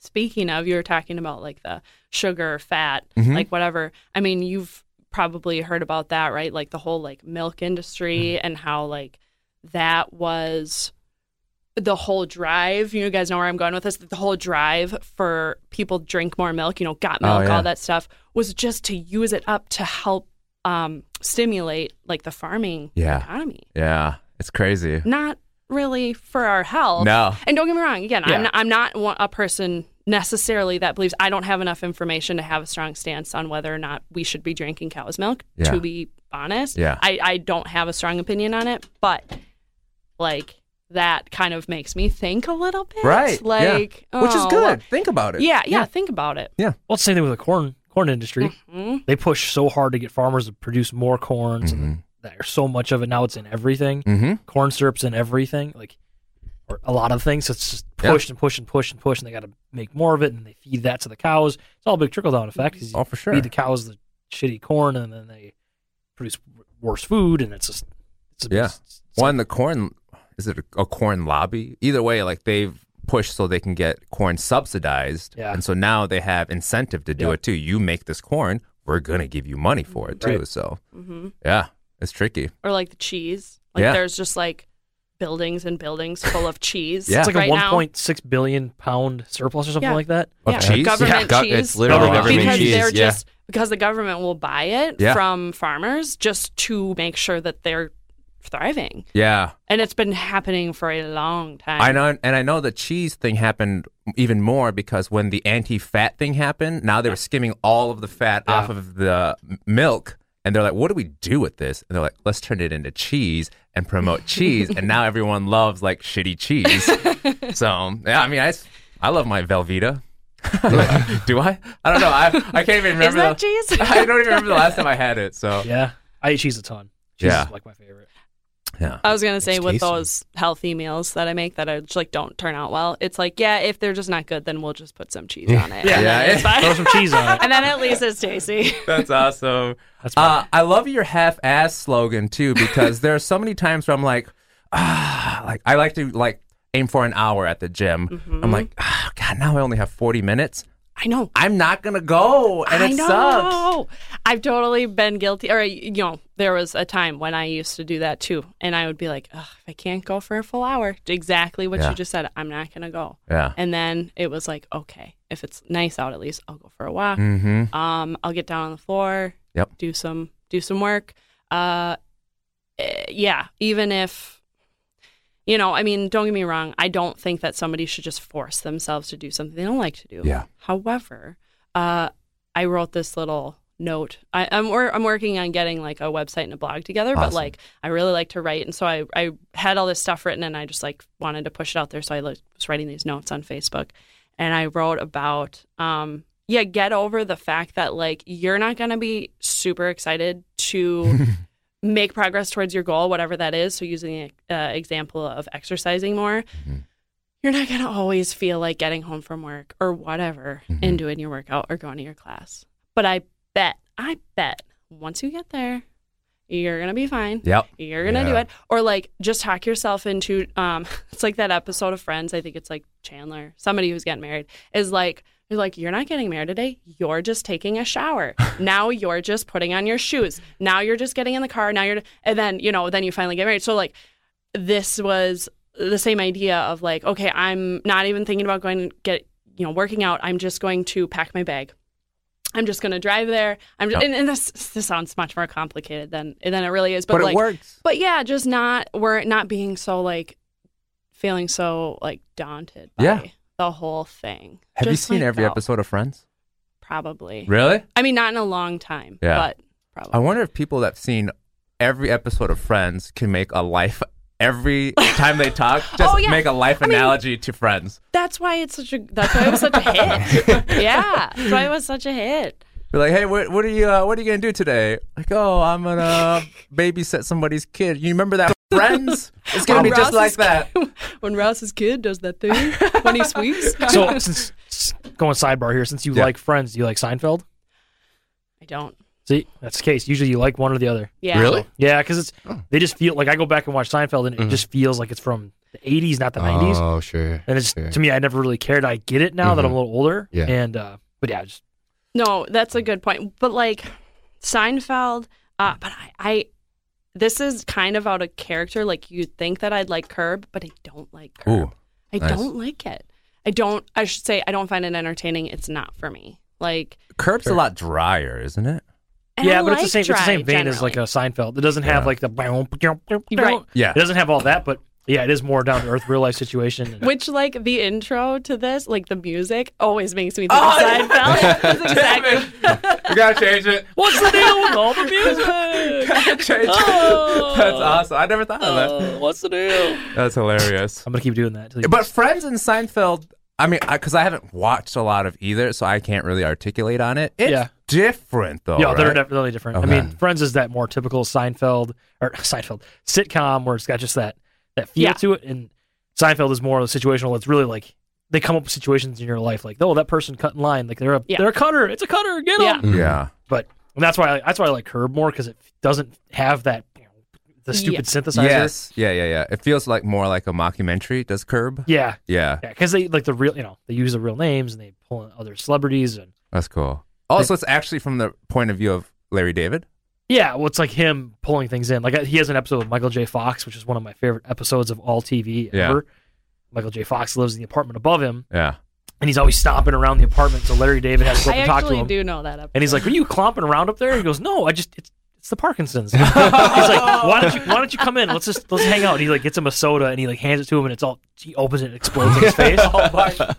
Speaker 4: Speaking of, you were talking about like the sugar, fat,
Speaker 2: Mhm.
Speaker 4: like whatever. I mean, you've probably heard about that, right? Like the whole like milk industry
Speaker 2: Mm-hmm.
Speaker 4: and how like that was the whole drive. You guys know where I'm going with this. The whole drive for people drink more milk, you know, got
Speaker 2: Oh,
Speaker 4: milk,
Speaker 2: yeah.
Speaker 4: all that stuff was just to use it up to help um, stimulate like the farming
Speaker 2: Yeah.
Speaker 4: economy
Speaker 2: Yeah. It's crazy.
Speaker 4: not really for our health.
Speaker 2: No.
Speaker 4: And don't get me wrong. Again,
Speaker 1: Yeah.
Speaker 4: I'm not, I'm not one- a person necessarily that believes I don't have enough information to have a strong stance on whether or not we should be drinking cow's milk.
Speaker 2: Yeah.
Speaker 4: To be honest,
Speaker 2: Yeah.
Speaker 4: I, I don't have a strong opinion on it, but like that kind of makes me think a little bit.
Speaker 2: Right. yeah.
Speaker 4: Like,
Speaker 2: Which is
Speaker 4: oh,
Speaker 2: good.
Speaker 4: well-
Speaker 2: Think about it.
Speaker 4: Yeah, yeah, Think about it.
Speaker 1: Well, it's the same thing with the corn corn industry.
Speaker 4: Mhm.
Speaker 1: They push so hard to get farmers to produce more corn. So that- there's so much of it now. It's in everything.
Speaker 2: Mm-hmm.
Speaker 1: Corn syrup's in everything. Like or a lot of things. So it's just
Speaker 2: Yeah.
Speaker 1: pushed and pushed and pushed and pushed, and they got to make more of it, and they feed that to the cows. It's all a big trickle down effect. 'cause you
Speaker 2: Oh, for sure.
Speaker 1: Feed the cows the shitty corn, and then they produce w- worse food, and it's just it's a,
Speaker 2: Yeah.
Speaker 1: it's- it's-
Speaker 2: One, the corn is it a, a corn lobby? Either way, like they've pushed so they can get corn subsidized,
Speaker 1: Yeah.
Speaker 2: and so now they have incentive to do
Speaker 1: Yeah.
Speaker 2: it too. You make this corn, we're gonna give you money for it too.
Speaker 1: Right. Mm-hmm.
Speaker 2: So
Speaker 4: Mhm.
Speaker 2: yeah, it's tricky.
Speaker 4: Or like the cheese. Like
Speaker 2: Yeah.
Speaker 4: there's just like buildings and buildings full of cheese.
Speaker 2: Yeah.
Speaker 1: it's like
Speaker 4: right
Speaker 1: a
Speaker 4: now.
Speaker 1: 1.6 billion pound surplus or something
Speaker 4: Yeah.
Speaker 1: like that.
Speaker 2: Of
Speaker 4: yeah.
Speaker 2: cheese?
Speaker 4: Government
Speaker 3: Yeah, gov-
Speaker 4: cheese.
Speaker 3: it's literally
Speaker 1: government
Speaker 4: because
Speaker 3: cheese,
Speaker 4: they're
Speaker 3: yeah.
Speaker 4: just because the government will buy it
Speaker 2: Yeah.
Speaker 4: from farmers just to make sure that they're thriving.
Speaker 2: Yeah.
Speaker 4: And it's been happening for a long time.
Speaker 2: I know, and I know the cheese thing happened even more because when the anti-fat thing happened, now they were skimming all of the fat off of the m- milk, and they're like, "What do we do with this?" And they're like, "Let's turn it into cheese and promote cheese," and now everyone loves like shitty cheese. so yeah, I mean, I, s- I love my Velveeta. do I? I don't know. I I can't even remember.
Speaker 4: Is that
Speaker 2: the,
Speaker 4: cheese?
Speaker 2: I don't even remember the last time I had it. So
Speaker 1: Yeah, I eat cheese a ton. Cheese
Speaker 2: Yeah.
Speaker 1: is like my favorite.
Speaker 2: yeah,
Speaker 4: I was gonna say
Speaker 3: It's
Speaker 4: with
Speaker 3: tasty.
Speaker 4: those healthy meals that I make that I just, like don't turn out well. It's like yeah, if they're just not good, then we'll just put some cheese on it.
Speaker 1: Yeah.
Speaker 4: and then
Speaker 2: Yeah.
Speaker 4: it's fine.
Speaker 1: Throw some cheese on it.
Speaker 4: and then at least it's tasty.
Speaker 2: that's awesome.
Speaker 1: That's fine.
Speaker 2: Uh, I love your half-ass slogan too, because there are so many times where I'm like, ah, like I like to like aim for an hour at the gym.
Speaker 4: Mm-hmm.
Speaker 2: I'm like, ah, God, now I only have 40 minutes.
Speaker 4: I know.
Speaker 2: I'm not gonna go, and
Speaker 4: I
Speaker 2: it
Speaker 4: know.
Speaker 2: sucks.
Speaker 4: I've totally been guilty. Or you know, there was a time when I used to do that too, and I would be like, Ugh, if I can't go for a full hour, exactly what
Speaker 2: Yeah.
Speaker 4: you just said. I'm not gonna go.
Speaker 2: Yeah.
Speaker 4: And then it was like, okay, if it's nice out, at least I'll go for a walk.
Speaker 2: Mm-hmm.
Speaker 4: Um, I'll get down on the floor.
Speaker 2: Yep.
Speaker 4: Do some do some work. Uh, eh, yeah. Even if you know, I mean, don't get me wrong. I don't think that somebody should just force themselves to do something they don't like to do.
Speaker 2: Yeah.
Speaker 4: However, uh, I wrote this little note. I, I'm wor- I'm working on getting like a website and a blog together,
Speaker 2: Awesome.
Speaker 4: but like I really like to write, and so I I had all this stuff written, and I just like wanted to push it out there. So I like, was writing these notes on Facebook, and I wrote about um yeah, get over the fact that like you're not gonna be super excited to make progress towards your goal, whatever that is. So using the uh, example of exercising more, you're not going to always feel like getting home from work or whatever and doing your workout or going to your class. But I bet, I bet once you get there, you're going to be fine.
Speaker 2: Yep.
Speaker 4: You're going to do
Speaker 2: Yeah.
Speaker 4: it. Or like just talk yourself into um it's like that episode of Friends, I think it's like Chandler, somebody who's getting married is like you're like you're not getting married today. You're just taking a shower. now you're just putting on your shoes. Now you're just getting in the car. Now you're and then, you know, then you finally get married. So like this was the same idea of like, okay, I'm not even thinking about going to get, you know, working out. I'm just going to pack my bag. I'm just going to drive there. I'm just,
Speaker 2: Yep.
Speaker 4: and, and this this sounds much more complicated than than it really is. But,
Speaker 2: But,
Speaker 4: like,
Speaker 2: it works.
Speaker 4: but yeah, just not we're not being so like feeling so like daunted by
Speaker 2: Yeah.
Speaker 4: the whole thing.
Speaker 2: Have you
Speaker 4: Just,
Speaker 2: seen
Speaker 4: like,
Speaker 2: every
Speaker 4: go.
Speaker 2: episode of Friends?
Speaker 4: Probably.
Speaker 2: Really?
Speaker 4: I mean, not in a long time.
Speaker 2: Yeah.
Speaker 4: But probably.
Speaker 2: I wonder if people that've seen every episode of Friends can make a life every time they talk. Just
Speaker 4: Oh, yeah.
Speaker 2: make a life
Speaker 4: I mean-
Speaker 2: analogy to Friends.
Speaker 4: that's why it's such a. That's why it was such a hit. yeah. That's why it was such a hit.
Speaker 2: Be like, hey, what, what are you uh, what are you gonna do today? Like, oh, I'm gonna babysit somebody's kid. You remember that Friends? It's gonna
Speaker 4: When
Speaker 2: be just
Speaker 4: Ross
Speaker 2: like
Speaker 4: is-
Speaker 2: that.
Speaker 4: when Rouse's kid does that thing when he sweeps.
Speaker 1: so since s- going sidebar here, since you
Speaker 2: Yeah.
Speaker 1: like Friends, do you like Seinfeld?
Speaker 4: I don't.
Speaker 1: See, that's the case. Usually, you like one or the other.
Speaker 4: Yeah.
Speaker 3: Really?
Speaker 1: Yeah, because it's
Speaker 2: Oh.
Speaker 1: they just feel like I go back and watch Seinfeld,
Speaker 2: Mm-hmm.
Speaker 1: and it just feels like it's from the '80s, not the '90s.
Speaker 3: Oh, sure.
Speaker 1: and it's
Speaker 3: sure.
Speaker 1: to me, I never really cared. I get it now that I'm
Speaker 2: Mm-hmm.
Speaker 1: a little older.
Speaker 3: Yeah.
Speaker 1: and uh, but yeah, just
Speaker 4: No, that's a good point. But like Seinfeld, uh, but I, I, this is kind of out of character. Like you'd think that I'd like Curb, but I don't like Curb.
Speaker 2: Ooh,
Speaker 4: I
Speaker 2: nice.
Speaker 4: don't like it. I don't. I should say I don't find it entertaining. It's not for me. Like
Speaker 2: Curb's a lot drier, isn't it?
Speaker 4: and
Speaker 1: yeah,
Speaker 4: I
Speaker 1: but it's
Speaker 4: like
Speaker 1: the same. It's the
Speaker 4: dry
Speaker 1: same vein as like
Speaker 4: generally.
Speaker 1: a Seinfeld. It doesn't have
Speaker 2: Yeah.
Speaker 1: like the
Speaker 4: Right.
Speaker 2: Yeah.
Speaker 1: It doesn't have all that, but yeah, it is more down to earth, real life situation. And-
Speaker 4: Which, like, the intro to this, like, the music always makes me think
Speaker 1: Oh,
Speaker 4: of Seinfeld. That's exactly.
Speaker 2: we gotta change it.
Speaker 1: What's the deal with all the music? Oh.
Speaker 2: Gotta change it. That's awesome. I never thought of that.
Speaker 1: What's the deal?
Speaker 2: That's hilarious.
Speaker 1: I'm gonna keep doing that. till you-
Speaker 2: But Friends and Seinfeld, I mean, because I, haven't watched a lot of either, so I can't really articulate on it. It's
Speaker 1: Yeah.
Speaker 2: different though.
Speaker 1: yeah, they're
Speaker 2: right?
Speaker 1: definitely different.
Speaker 2: Okay.
Speaker 1: I mean, Friends is that more typical Seinfeld or Seinfeld sitcom where it's got just that that feel
Speaker 4: Yeah.
Speaker 1: to it, and Seinfeld is more of a situational. It's really like they come up with situations in your life, like oh, that person cut in line, like they're a
Speaker 4: Yeah.
Speaker 1: they're a cutter, it's a cutter, get them.
Speaker 4: Yeah.
Speaker 2: Mm-hmm. Yeah.
Speaker 1: But and that's why I, that's why I like Curb more because it doesn't have that the stupid synthesizer.
Speaker 2: Yes. Yeah. Yeah. Yeah. It feels like more like a mockumentary. Does Curb?
Speaker 1: Yeah,
Speaker 2: Yeah.
Speaker 1: yeah, because they like the real, you know, they use the real names and they pull in other celebrities and
Speaker 2: That's cool. Also, it's actually from the point of view of Larry David.
Speaker 1: Yeah, well, it's like him pulling things in. Like uh, he has an episode with Michael J. Fox, which is one of my favorite episodes of all TV
Speaker 2: Yeah.
Speaker 1: ever. Michael J. Fox lives in the apartment above him,
Speaker 2: Yeah.
Speaker 1: and he's always stomping around the apartment. So Larry David has to go up
Speaker 4: I
Speaker 1: and talk to
Speaker 4: actually
Speaker 1: him.
Speaker 4: do know that. Up
Speaker 1: And he's like, "Are you clomping around up there?" He goes, "No, I just it's, it's the Parkinson's." he's like, "Why don't you Why don't you come in? Let's just let's hang out." And he like gets him a soda and he like hands it to him and it's all he opens it and explodes in his face.
Speaker 2: Oh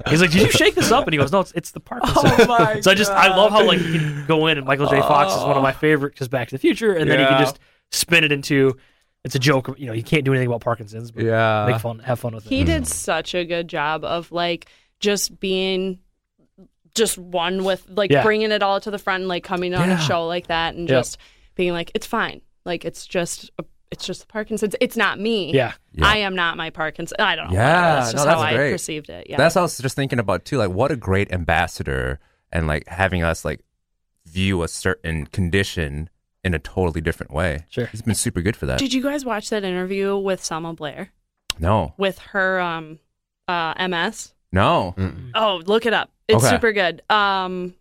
Speaker 1: he's like, "Did you shake this up?" And he goes, "No, it's it's the Parkinson's."
Speaker 2: my
Speaker 1: so I just I love how like
Speaker 2: God.
Speaker 1: you can go in and Michael J. Fox is one of my favorite because Back to the Future, and then you
Speaker 2: Yeah.
Speaker 1: can just spin it into it's a joke. You know, you can't do anything about Parkinson's, but
Speaker 2: Yeah.
Speaker 1: make fun have fun with
Speaker 4: He
Speaker 1: it.
Speaker 4: did such a good job of like just being just one with like
Speaker 1: Yeah.
Speaker 4: bringing it all to the front and like coming on
Speaker 1: Yeah.
Speaker 4: a show like that and
Speaker 1: Yep.
Speaker 4: just being like it's fine. Like it's just a, it's just Parkinson's. It's not me.
Speaker 1: Yeah,
Speaker 2: Yeah.
Speaker 4: I am not my Parkinson's. I don't know.
Speaker 2: Yeah,
Speaker 4: That's just
Speaker 2: no, that's
Speaker 4: how
Speaker 2: great.
Speaker 4: I perceived it. Yeah.
Speaker 2: That's what I was just thinking about too. Like, what a great ambassador, and like having us like view a certain condition in a totally different way.
Speaker 1: Sure.
Speaker 2: he's been super good for that.
Speaker 4: Did you guys watch that interview with Selma Blair
Speaker 2: No,
Speaker 4: with her um uh MS?
Speaker 2: no.
Speaker 3: Mm.
Speaker 4: Oh, look it up. It's
Speaker 2: Okay.
Speaker 4: super good. Um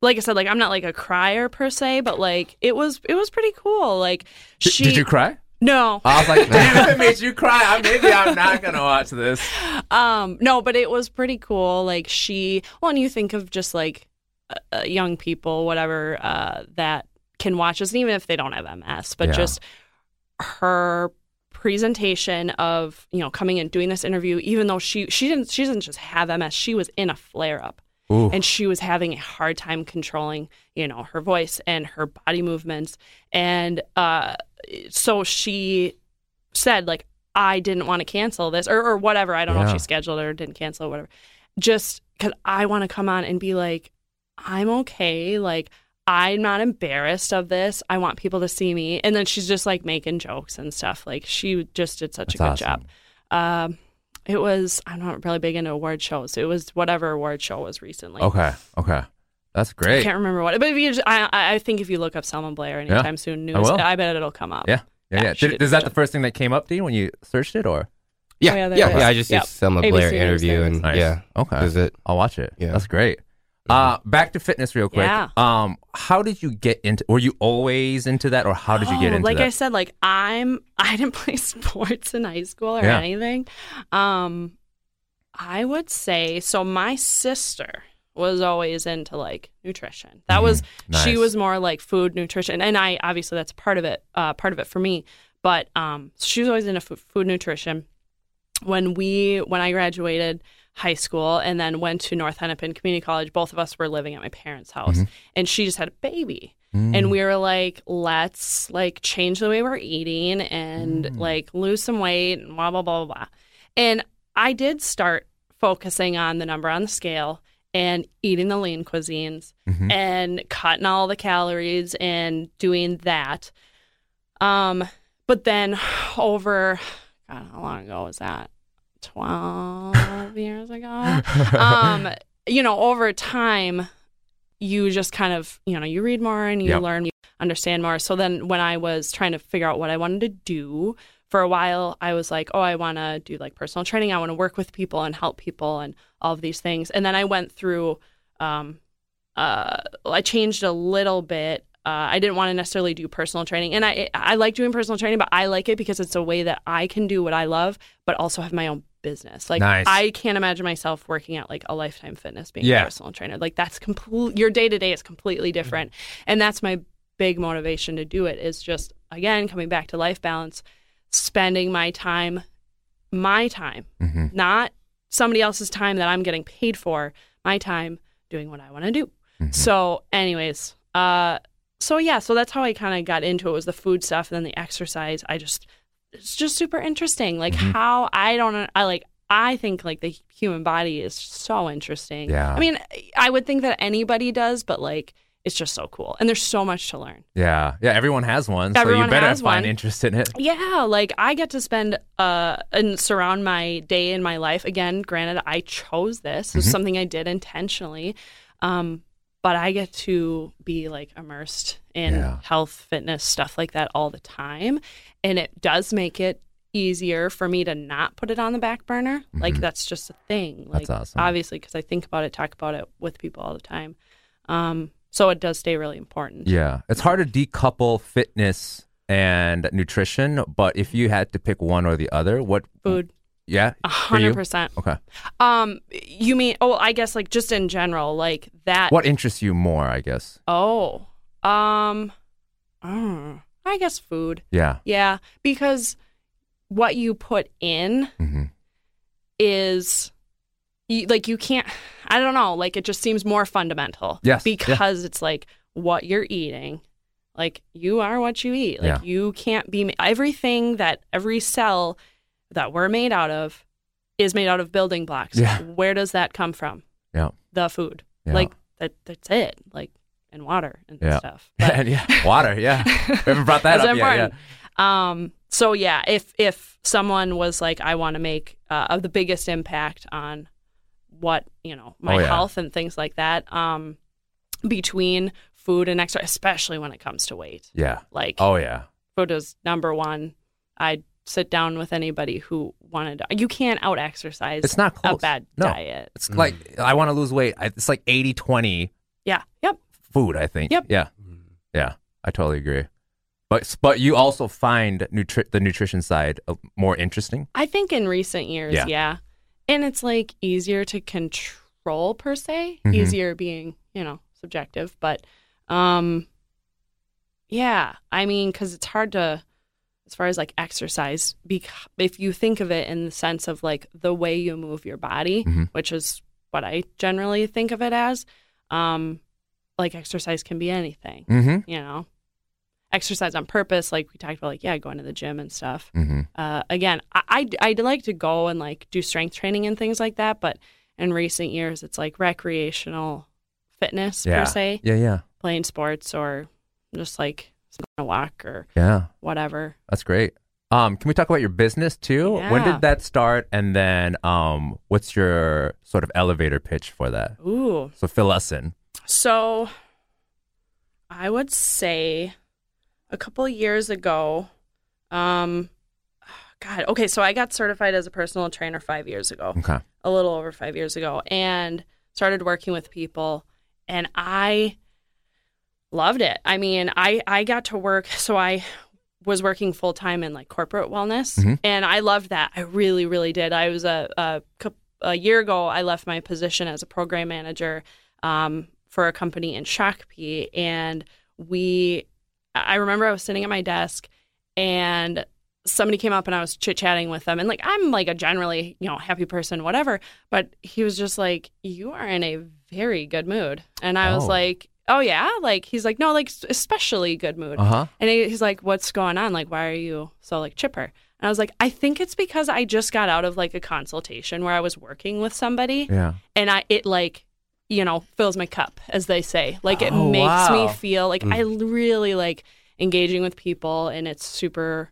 Speaker 4: like I said, like I'm not like a crier per se, but like it was it was pretty cool. Like
Speaker 2: D-
Speaker 4: she
Speaker 2: Did you cry?
Speaker 4: No.
Speaker 2: I was like, damn, it made you cry. I, maybe I'm not gonna watch this.
Speaker 4: Um no, but it was pretty cool. Like she well, and you think of just like uh, uh, young people whatever uh that can watch this and even if they don't have MS, but
Speaker 2: Yeah.
Speaker 4: just her presentation of, you know, coming and doing this interview even though she she didn't she didn't just have MS, she was in a flare up.
Speaker 2: Ooh.
Speaker 4: and she was having a hard time controlling you know her voice and her body movements and uh, so she said like i didn't want to cancel this or, or whatever i don't know if
Speaker 2: Yeah.
Speaker 4: she scheduled it or didn't cancel it, whatever just because i want to come on and be like i'm okay like i'm not embarrassed of this i want people to see me and then she's just like making jokes and stuff like she just did
Speaker 2: That's
Speaker 4: such a good
Speaker 2: awesome.
Speaker 4: job um, it was I'm not really big into award shows. It was whatever award show was recently.
Speaker 2: Okay, okay, that's
Speaker 4: I
Speaker 2: great.
Speaker 4: can't remember what. But if you just, I I I think if you look up Selma Blair anytime soon news,
Speaker 2: I will.
Speaker 4: I, bet it'll come up.
Speaker 2: Yeah, yeah,
Speaker 4: Yeah,
Speaker 2: yeah.
Speaker 4: she
Speaker 2: Did,
Speaker 4: did
Speaker 2: is that
Speaker 4: good.
Speaker 2: the first thing that came up to you when you searched it, or
Speaker 3: Yeah,
Speaker 4: Oh, yeah,
Speaker 3: yeah,
Speaker 4: there it
Speaker 3: yeah,
Speaker 4: is.
Speaker 3: I just
Speaker 4: Yep.
Speaker 3: did Selma
Speaker 4: ABC
Speaker 3: Blair
Speaker 4: News
Speaker 3: interview,
Speaker 4: Service.
Speaker 3: and
Speaker 2: Nice.
Speaker 3: yeah,
Speaker 2: Okay.
Speaker 3: that was it.
Speaker 2: I'll watch it.
Speaker 3: Yeah.
Speaker 2: That's great. Uh, back to fitness real quick.
Speaker 4: Yeah.
Speaker 2: Um, how did you get into? Were you always into that, or how did you get
Speaker 4: Oh,
Speaker 2: into
Speaker 4: like
Speaker 2: that?
Speaker 4: I said, like I'm I didn't play sports in high school or
Speaker 2: Yeah.
Speaker 4: anything. Um I would say so my sister was always into like nutrition. That was she
Speaker 2: Mm-hmm. nice.
Speaker 4: was more like food nutrition and I obviously that's part of it uh part of it for me, but um she was always into food, food nutrition. When we when I graduated high school and then went to North Hennepin Community College, both of us were living at my parents' house and she just had a baby and we were like let's like change the way we're eating and like lose some weight and blah blah blah blah blah and i did start focusing on the number on the scale and eating the lean cuisines
Speaker 2: Mhm.
Speaker 4: and cutting all the calories and doing that um but then over god how long ago was that 12 years ago um, you know, over time, you just kind of, you know, you read more and you
Speaker 2: Yep.
Speaker 4: learn, you understand more. So then when I was trying to figure out what I wanted to do for a while, I was like, oh, I want to do like personal training. I want to work with people and help people and all of these things. And then I went through, um, uh, I changed a little bit. Uh, I didn't want to necessarily do personal training, and I I like doing personal training, but I like it because it's a way that I can do what I love, but also have my own business. Like
Speaker 2: Nice.
Speaker 4: I can't imagine myself working at like a Lifetime Fitness being
Speaker 2: Yeah.
Speaker 4: a personal trainer. Like that's complete. Your day to day is completely different, and that's my big motivation to do it. Is just again coming back to life balance, spending my time, my time,
Speaker 2: Mhm.
Speaker 4: not somebody else's time that I'm getting paid for, my time doing what I want to do.
Speaker 2: Mhm.
Speaker 4: So, anyways, uh, so yeah, so that's how I kind of got into it was the food stuff and then the exercise. I just, it's just super interesting. Like how I don't, I like, I think like the human body is so interesting.
Speaker 2: Yeah.
Speaker 4: I mean, I would think that anybody does, but like, it's just so cool. And there's so much to learn.
Speaker 2: Yeah, yeah. Everyone has one, so you
Speaker 4: Everyone
Speaker 2: better
Speaker 4: has
Speaker 2: find
Speaker 4: one.
Speaker 2: interest in it.
Speaker 4: Yeah, like I get to spend uh and surround my day in my life again. Granted, I chose this; It's
Speaker 2: Mm-hmm.
Speaker 4: something I did intentionally. Um, but I get to be like immersed in
Speaker 2: Yeah.
Speaker 4: health, fitness, stuff like that all the time, and it does make it easier for me to not put it on the back burner. Like that's just a thing. Like
Speaker 2: Mm-hmm. That's awesome.
Speaker 4: obviously because I think about it, talk about it with people all the time. Um, so it does stay really important.
Speaker 2: Yeah, it's hard to decouple fitness and nutrition, but if you had to pick one or the other, what
Speaker 4: Food.
Speaker 2: Yeah.
Speaker 4: A
Speaker 2: For you?
Speaker 4: hundred percent.
Speaker 2: Okay.
Speaker 4: Um, you mean? Oh, I guess like just in general, like that.
Speaker 2: What interests you more? I guess.
Speaker 4: Oh, um, mm, I guess food.
Speaker 2: Yeah.
Speaker 4: Yeah, because what you put in
Speaker 2: hmm
Speaker 4: is you, like you can't i don't know like it just seems more fundamental
Speaker 2: Yes, yeah.
Speaker 4: because it's like what you're eating like you are what you eat like
Speaker 2: Yeah.
Speaker 4: you can't be ma- everything that every cell that we're made out of is made out of building blocks
Speaker 2: Yeah.
Speaker 4: where does that come from
Speaker 2: Yeah.
Speaker 4: the food
Speaker 2: Yeah.
Speaker 4: like that that's it like and water and
Speaker 2: Yeah.
Speaker 4: stuff
Speaker 2: And yeah. Water. Yeah. we haven't brought that
Speaker 4: that's
Speaker 2: up yet. Yeah.
Speaker 4: important. Um, so yeah, if if someone was like, I want to make uh, of the biggest impact on what you know my
Speaker 2: Oh, yeah.
Speaker 4: health and things like that, um, between food and exercise, especially when it comes to weight,
Speaker 2: Yeah.
Speaker 4: like
Speaker 2: Oh yeah.
Speaker 4: food is number one. I'd sit down with anybody who wanted. You can't out exercise.
Speaker 2: It's not
Speaker 4: a
Speaker 2: close.
Speaker 4: bad
Speaker 2: No.
Speaker 4: diet.
Speaker 2: It's like I want to lose weight. I, it's like 80-20
Speaker 4: Yeah. Yep.
Speaker 2: food. I think.
Speaker 4: Yep.
Speaker 2: Yeah. Yeah. I totally agree. But but you also find nutri- the nutrition side uh, more interesting.
Speaker 4: I think in recent years,
Speaker 2: Yeah.
Speaker 4: yeah. And it's like easier to control per se,
Speaker 2: Mhm.
Speaker 4: easier being, you know, subjective, but um yeah, I mean cuz it's hard to as far as like exercise bec- if you think of it in the sense of like the way you move your body,
Speaker 2: Mhm.
Speaker 4: which is what I generally think of it as, um like exercise can be anything,
Speaker 2: Mm-hmm.
Speaker 4: you know. Exercise on purpose, like we talked about like yeah, going to the gym and stuff
Speaker 2: Mm-hmm.
Speaker 4: uh, again, I, I'd, I'd like to go and like do strength training and things like that, but in recent years, it's like recreational fitness
Speaker 2: Yeah.
Speaker 4: per se,
Speaker 2: Yeah. Yeah.
Speaker 4: playing sports or just like a walk or
Speaker 2: Yeah.
Speaker 4: whatever.
Speaker 2: That's great. Um, can we talk about your business too? When
Speaker 4: Yeah.
Speaker 2: did that start? And then um, what's your sort of elevator pitch for that?
Speaker 4: Ooh,
Speaker 2: So fill us in.
Speaker 4: So I would say a couple years ago, um, God, okay, so I got certified as a personal trainer five years ago.
Speaker 2: Okay.
Speaker 4: a little over five years ago and started working with people and i loved it i mean i i got to work so i was working full-time in like corporate wellness
Speaker 2: Mhm.
Speaker 4: and i loved that i really really did i was a, a cou- a year ago i left my position as a program manager um, for a company in shakopee and we i remember i was sitting at my desk and somebody came up and I was chit chatting with them. And like, I'm like a generally, you know, happy person, whatever. But he was just like, You are in a very good mood. And I was
Speaker 2: Oh.
Speaker 4: like, Oh, yeah. Like, he's like, No, like, s- especially good mood.
Speaker 2: Uh huh.
Speaker 4: And he- he's like, What's going on? Like, why are you so like chipper? And I was like, I think it's because I just got out of like a consultation where I was working with somebody
Speaker 2: Yeah.
Speaker 4: and I it like you know fills my cup as they say like it
Speaker 2: Oh,
Speaker 4: makes
Speaker 2: wow. Mm.
Speaker 4: me feel like I l- really like engaging with people and it's super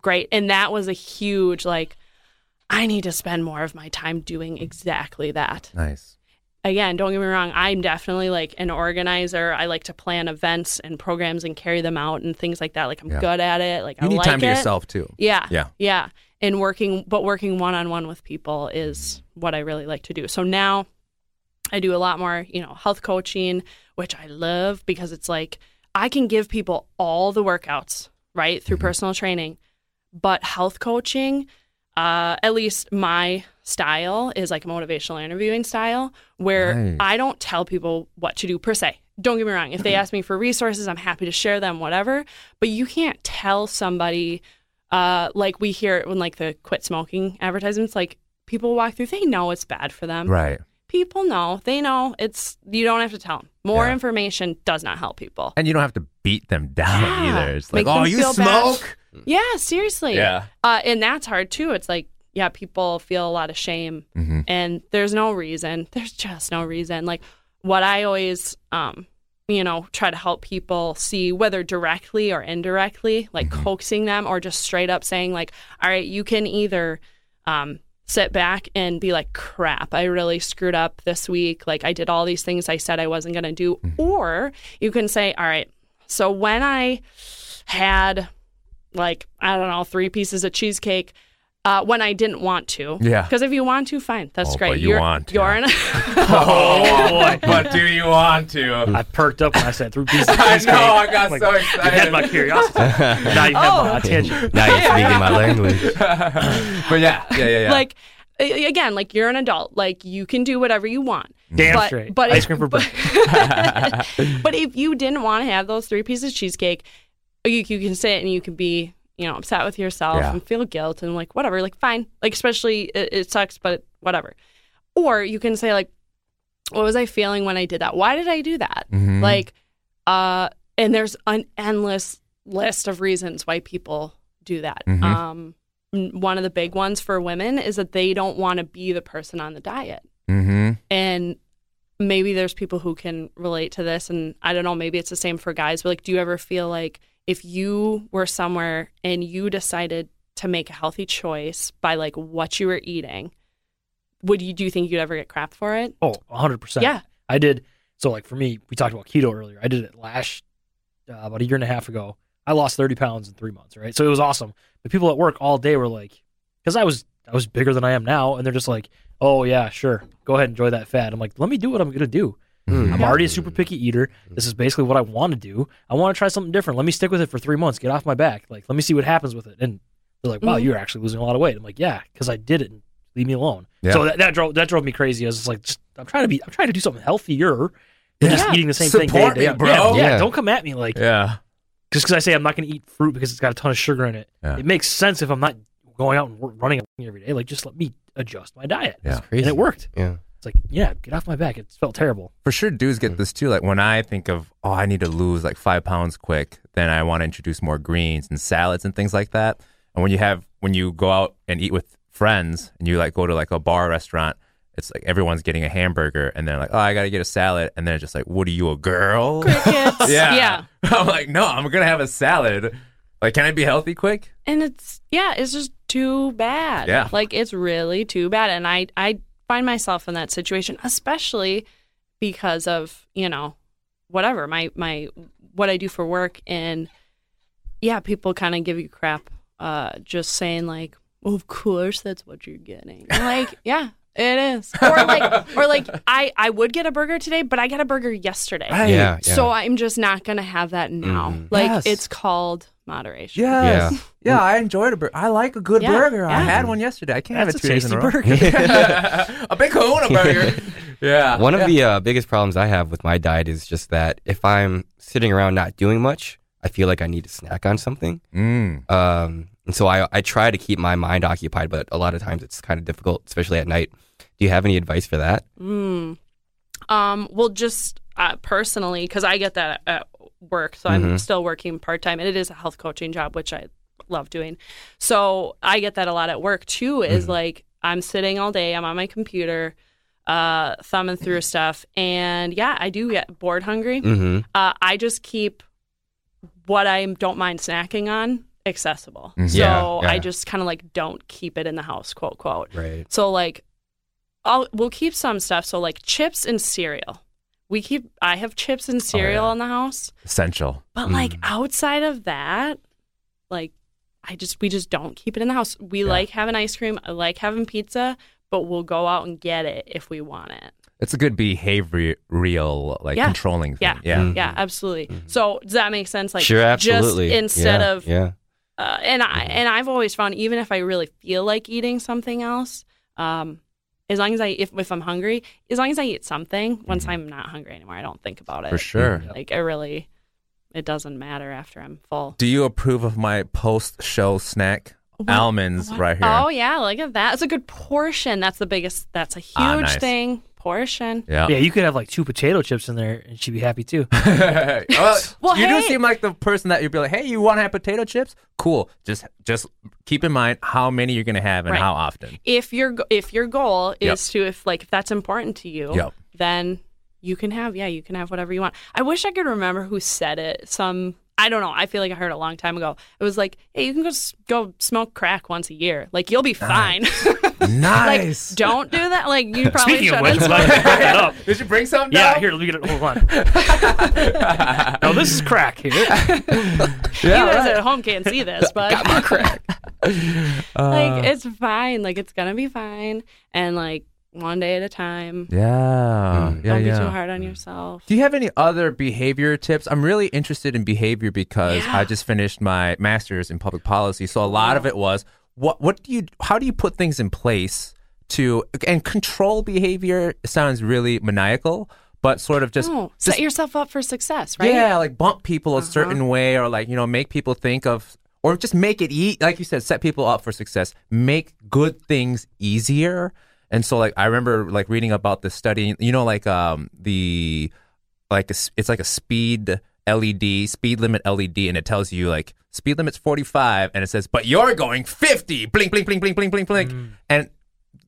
Speaker 4: great and that was a huge like I need to spend more of my time doing exactly that
Speaker 2: Nice.
Speaker 4: again, don't get me wrong, I'm definitely like an organizer. I like to plan events and programs and carry them out and things like that. Like I'm
Speaker 2: Yeah.
Speaker 4: good at it. Like
Speaker 2: You
Speaker 4: I
Speaker 2: need
Speaker 4: like
Speaker 2: time to
Speaker 4: it.
Speaker 2: yourself too.
Speaker 4: Yeah.
Speaker 2: Yeah.
Speaker 4: Yeah. And working, but working one on one with people is what I really like to do. So now I do a lot more, you know, health coaching, which I love because it's like I can give people all the workouts, right, through
Speaker 2: Mm-hmm.
Speaker 4: personal training. But health coaching, uh, at least my style is like a motivational interviewing style where
Speaker 2: Nice.
Speaker 4: I don't tell people what to do per se. Don't get me wrong. If
Speaker 2: Mm-hmm.
Speaker 4: they ask me for resources, I'm happy to share them, whatever. But you can't tell somebody, uh, like we hear it when like the quit smoking advertisements, like people walk through, they know it's bad for them.
Speaker 2: Right.
Speaker 4: People know, they know it's, you don't have to tell them. More
Speaker 2: Yeah.
Speaker 4: information does not help people.
Speaker 2: And you don't have to beat them down
Speaker 4: Yeah.
Speaker 2: either. It's like,
Speaker 4: Make
Speaker 2: oh,
Speaker 4: them
Speaker 2: you
Speaker 4: feel bad."
Speaker 2: smoke.
Speaker 4: Yeah, seriously.
Speaker 2: Yeah.
Speaker 4: Uh, and that's hard too. It's like, yeah, people feel a lot of shame
Speaker 2: Mm-hmm.
Speaker 4: and there's no reason there's just no reason like what i always um you know try to help people see whether directly or indirectly like
Speaker 2: Mm-hmm.
Speaker 4: coaxing them or just straight up saying like all right you can either um sit back and be like crap i really screwed up this week like i did all these things i said i wasn't going to do
Speaker 2: Mm-hmm.
Speaker 4: or you can say all right so when i had like I don't know, three pieces of cheesecake. uh, when I didn't want to.
Speaker 2: Yeah.
Speaker 4: Because if you want to, fine, that's
Speaker 2: Oh,
Speaker 4: great.
Speaker 2: but you
Speaker 4: are
Speaker 2: want to.
Speaker 4: You're in.
Speaker 2: Oh boy! but do you want to?
Speaker 1: I perked up when I said through pieces of
Speaker 2: I
Speaker 1: cheesecake.
Speaker 2: know. I got
Speaker 1: Like,
Speaker 2: so
Speaker 1: You had my
Speaker 2: excited.
Speaker 1: curiosity.
Speaker 3: Mm.
Speaker 1: now you
Speaker 4: Oh.
Speaker 1: have my attention.
Speaker 3: now you're speaking my language.
Speaker 2: but yeah, yeah, yeah, yeah.
Speaker 4: like a- again, like you're an adult. Like you can do whatever you want.
Speaker 1: Damn
Speaker 4: But-
Speaker 1: straight.
Speaker 4: but
Speaker 1: Ice
Speaker 4: if-
Speaker 1: cream for
Speaker 4: but-
Speaker 1: breakfast.
Speaker 2: Mm-hmm.
Speaker 4: But if you didn't want to have those three pieces of cheesecake, you, you can sit and you can be, you know, upset with yourself
Speaker 2: Yeah.
Speaker 4: and feel guilt and like whatever, like fine, like especially it, it sucks, but whatever. Or you can say like, what was I feeling when I did that? Why did I do that?
Speaker 2: Mhm.
Speaker 4: Like, uh, and there's an endless list of reasons why people do that.
Speaker 2: Mhm.
Speaker 4: Um, n- one of the big ones for women is that they don't want to be the person on the diet
Speaker 2: Mm-hmm.
Speaker 4: and maybe there's people who can relate to this and i don't know maybe it's the same for guys but like do you ever feel like if you were somewhere and you decided to make a healthy choice by like what you were eating would you do you think you'd ever get crap for it
Speaker 1: Oh, 100%.
Speaker 4: yeah
Speaker 1: I did. So, like for me, we talked about keto earlier. I did it last uh, about a year and a half ago. I lost thirty pounds in three months, right? So it was awesome. But people at work all day were like, because I was I was bigger than I am now, and they're just like, oh yeah, sure, go ahead, enjoy that fat. I'm like, let me do what I'm gonna do.
Speaker 2: Mm.
Speaker 1: I'm already a super picky eater. This is basically what I want to do. I want to try something different. Let me stick with it for three months. Get off my back. Like, let me see what happens with it. And they're like, "Wow,
Speaker 2: Mm-hmm.
Speaker 4: Mhm.
Speaker 1: you're actually losing a lot of weight." I'm like, "Yeah, because I did it. Leave me alone."
Speaker 2: Yeah.
Speaker 1: So that, that drove that drove me crazy. I was just like, just, "I'm trying to be. I'm trying to do something healthier than just
Speaker 2: Yeah.
Speaker 1: eating the same
Speaker 2: Support
Speaker 1: thing." day to day.
Speaker 2: me, bro.
Speaker 1: Yeah, yeah,
Speaker 3: Yeah.
Speaker 1: Don't come at me like
Speaker 2: Yeah.
Speaker 1: just because I say I'm not going to eat fruit because it's got a ton of sugar in it.
Speaker 2: Yeah.
Speaker 1: It makes sense if I'm not going out and wor- running every day. Like, just let me adjust my diet.
Speaker 2: Yeah.
Speaker 1: And it worked.
Speaker 3: Yeah.
Speaker 1: It's like, yeah, get off my back. It felt terrible.
Speaker 2: For sure, dudes get this too. Like when I think of, oh, I need to lose like five pounds quick, then I want to introduce more greens and salads and things like that. And when you have, when you go out and eat with friends and you like go to like a bar restaurant, it's like everyone's getting a hamburger and they're like, oh, I got to get a salad. And then it's just like, what are you, a girl?
Speaker 4: crickets
Speaker 2: yeah.
Speaker 4: yeah
Speaker 2: I'm like, no, I'm going to have a salad. Like, can I be healthy quick?
Speaker 4: and it's yeah it's just too bad
Speaker 2: Yeah.
Speaker 4: like it's really too bad and i i find myself in that situation especially because of you know whatever my my what i do for work and yeah people kind of give you crap uh just saying like well, of course that's what you're getting I'm like yeah it is or like or like i i would get a burger today but i got a burger yesterday
Speaker 2: Right.
Speaker 3: Yeah. yeah.
Speaker 4: so uh, i'm just not gonna have that now
Speaker 3: Mhm.
Speaker 4: like
Speaker 2: Mm-hmm. Yes.
Speaker 4: it's called moderation
Speaker 2: Yes.
Speaker 3: Yeah.
Speaker 2: Yeah, I enjoyed a burger. I like a good
Speaker 4: Yeah,
Speaker 2: burger. I
Speaker 4: yeah.
Speaker 2: had one yesterday. I can't
Speaker 1: That's a
Speaker 2: have it two days in
Speaker 1: tasty
Speaker 2: a row.
Speaker 1: burger.
Speaker 2: a big kahuna burger. yeah.
Speaker 3: One of the uh, biggest problems I have with my diet is just that if I'm sitting around not doing much, I feel like I need to snack on something.
Speaker 2: Mm.
Speaker 3: Um, and so I, I try to keep my mind occupied, but a lot of times it's kind of difficult, especially at night. Do you have any advice for that?
Speaker 4: Mm. Um, well, just uh, personally, because I get that at work, so I'm
Speaker 3: Mhm.
Speaker 4: still working part time, and it is a health coaching job, which I love doing. So I get that a lot at work too. Is
Speaker 3: Mm-hmm.
Speaker 4: like I'm sitting all day, I'm on my computer, uh, thumbing through stuff, and yeah, I do get bored hungry.
Speaker 3: Mm-hmm.
Speaker 4: Uh, I just keep what I don't mind snacking on accessible.
Speaker 2: Mhm.
Speaker 4: So
Speaker 3: Yeah, yeah.
Speaker 4: I just kind of like don't keep it in the house, quote quote.
Speaker 3: Right.
Speaker 4: So like, I'll we'll keep some stuff. So like chips and cereal. We keep. I have chips
Speaker 3: Oh,
Speaker 4: and cereal
Speaker 2: yeah.
Speaker 4: in the house,
Speaker 2: Essential.
Speaker 3: Mm.
Speaker 4: but like outside of that, like I just we just don't keep it in the house. We
Speaker 2: Yeah.
Speaker 4: like having ice cream. I like having pizza, but we'll go out and get it if we want it.
Speaker 2: It's a good behavioral, like
Speaker 4: Yeah.
Speaker 2: controlling thing.
Speaker 4: Yeah.
Speaker 2: Yeah.
Speaker 3: Mm.
Speaker 4: Yeah, absolutely. So does that make sense? Like
Speaker 3: sure, absolutely.
Speaker 4: Just instead
Speaker 3: Yeah,
Speaker 4: of
Speaker 3: yeah,
Speaker 4: uh, and I
Speaker 2: Mm-hmm.
Speaker 4: and I've always found even if I really feel like eating something else, um, as long as I if if I'm hungry, as long as I eat something, once I'm not hungry anymore, I don't think about it.
Speaker 2: Mm-hmm. For sure.
Speaker 4: Like I really, it doesn't matter after I'm full.
Speaker 2: Do you approve of my post show snack? Almonds
Speaker 4: What?
Speaker 2: right here.
Speaker 4: Oh yeah, look at that. It's a good portion. That's the biggest. That's a huge
Speaker 2: Ah, nice.
Speaker 4: thing. Portion.
Speaker 2: Yeah.
Speaker 1: yeah, you could have like two potato chips in there, and she'd be happy too.
Speaker 2: well,
Speaker 4: Well,
Speaker 2: you do
Speaker 4: hey.
Speaker 2: seem like the person that you'd be like, "Hey, you want to have potato chips? Cool. Just, just keep in mind how many you're gonna have and
Speaker 4: Right.
Speaker 2: how often."
Speaker 4: If your go- if your goal
Speaker 2: Yep.
Speaker 4: is to if like if that's important to you,
Speaker 2: Yep.
Speaker 4: then you can have yeah you can have whatever you want i wish i could remember who said it some i don't know i feel like i heard it a long time ago it was like hey you can go s- go smoke crack once a year like you'll be fine like
Speaker 2: nice.
Speaker 4: don't do that like you probably
Speaker 1: Speaking of
Speaker 4: shouldn't
Speaker 1: which, I'm glad
Speaker 4: smoke
Speaker 1: you brought that up.
Speaker 2: Did you bring some?
Speaker 1: Yeah,
Speaker 2: down?
Speaker 1: here, let me get it. Hold on. no, this is crack here.
Speaker 4: you
Speaker 2: Yeah,
Speaker 4: guys
Speaker 2: right.
Speaker 4: at home can't see this but
Speaker 3: crack.
Speaker 2: Uh,
Speaker 4: like it's fine. Like it's gonna be fine. And like one day at a time.
Speaker 2: yeah,
Speaker 3: Mm.
Speaker 2: yeah,
Speaker 4: Don't
Speaker 2: yeah.
Speaker 4: be too hard on yourself.
Speaker 2: Do you have any other behavior tips? I'm really interested in behavior because
Speaker 4: Yeah.
Speaker 2: I just finished my master's in public policy. So a lot of it was what what do you how do you put things in place to and control behavior sounds really maniacal, but sort of just
Speaker 4: no,
Speaker 2: just-
Speaker 4: Oh, set yourself up for success, right?
Speaker 2: Yeah, like bump people a certain way or like, you know, make people think of or just make it eat like you said, set people up for success. Make good things easier. And so like I remember like reading about the study, you know, like um the like a s it's like a speed LED, speed limit LED, and it tells you like speed limit's 45, and it says, but you're going 50, blink, blink, blink, blink, blink, blink, blink. And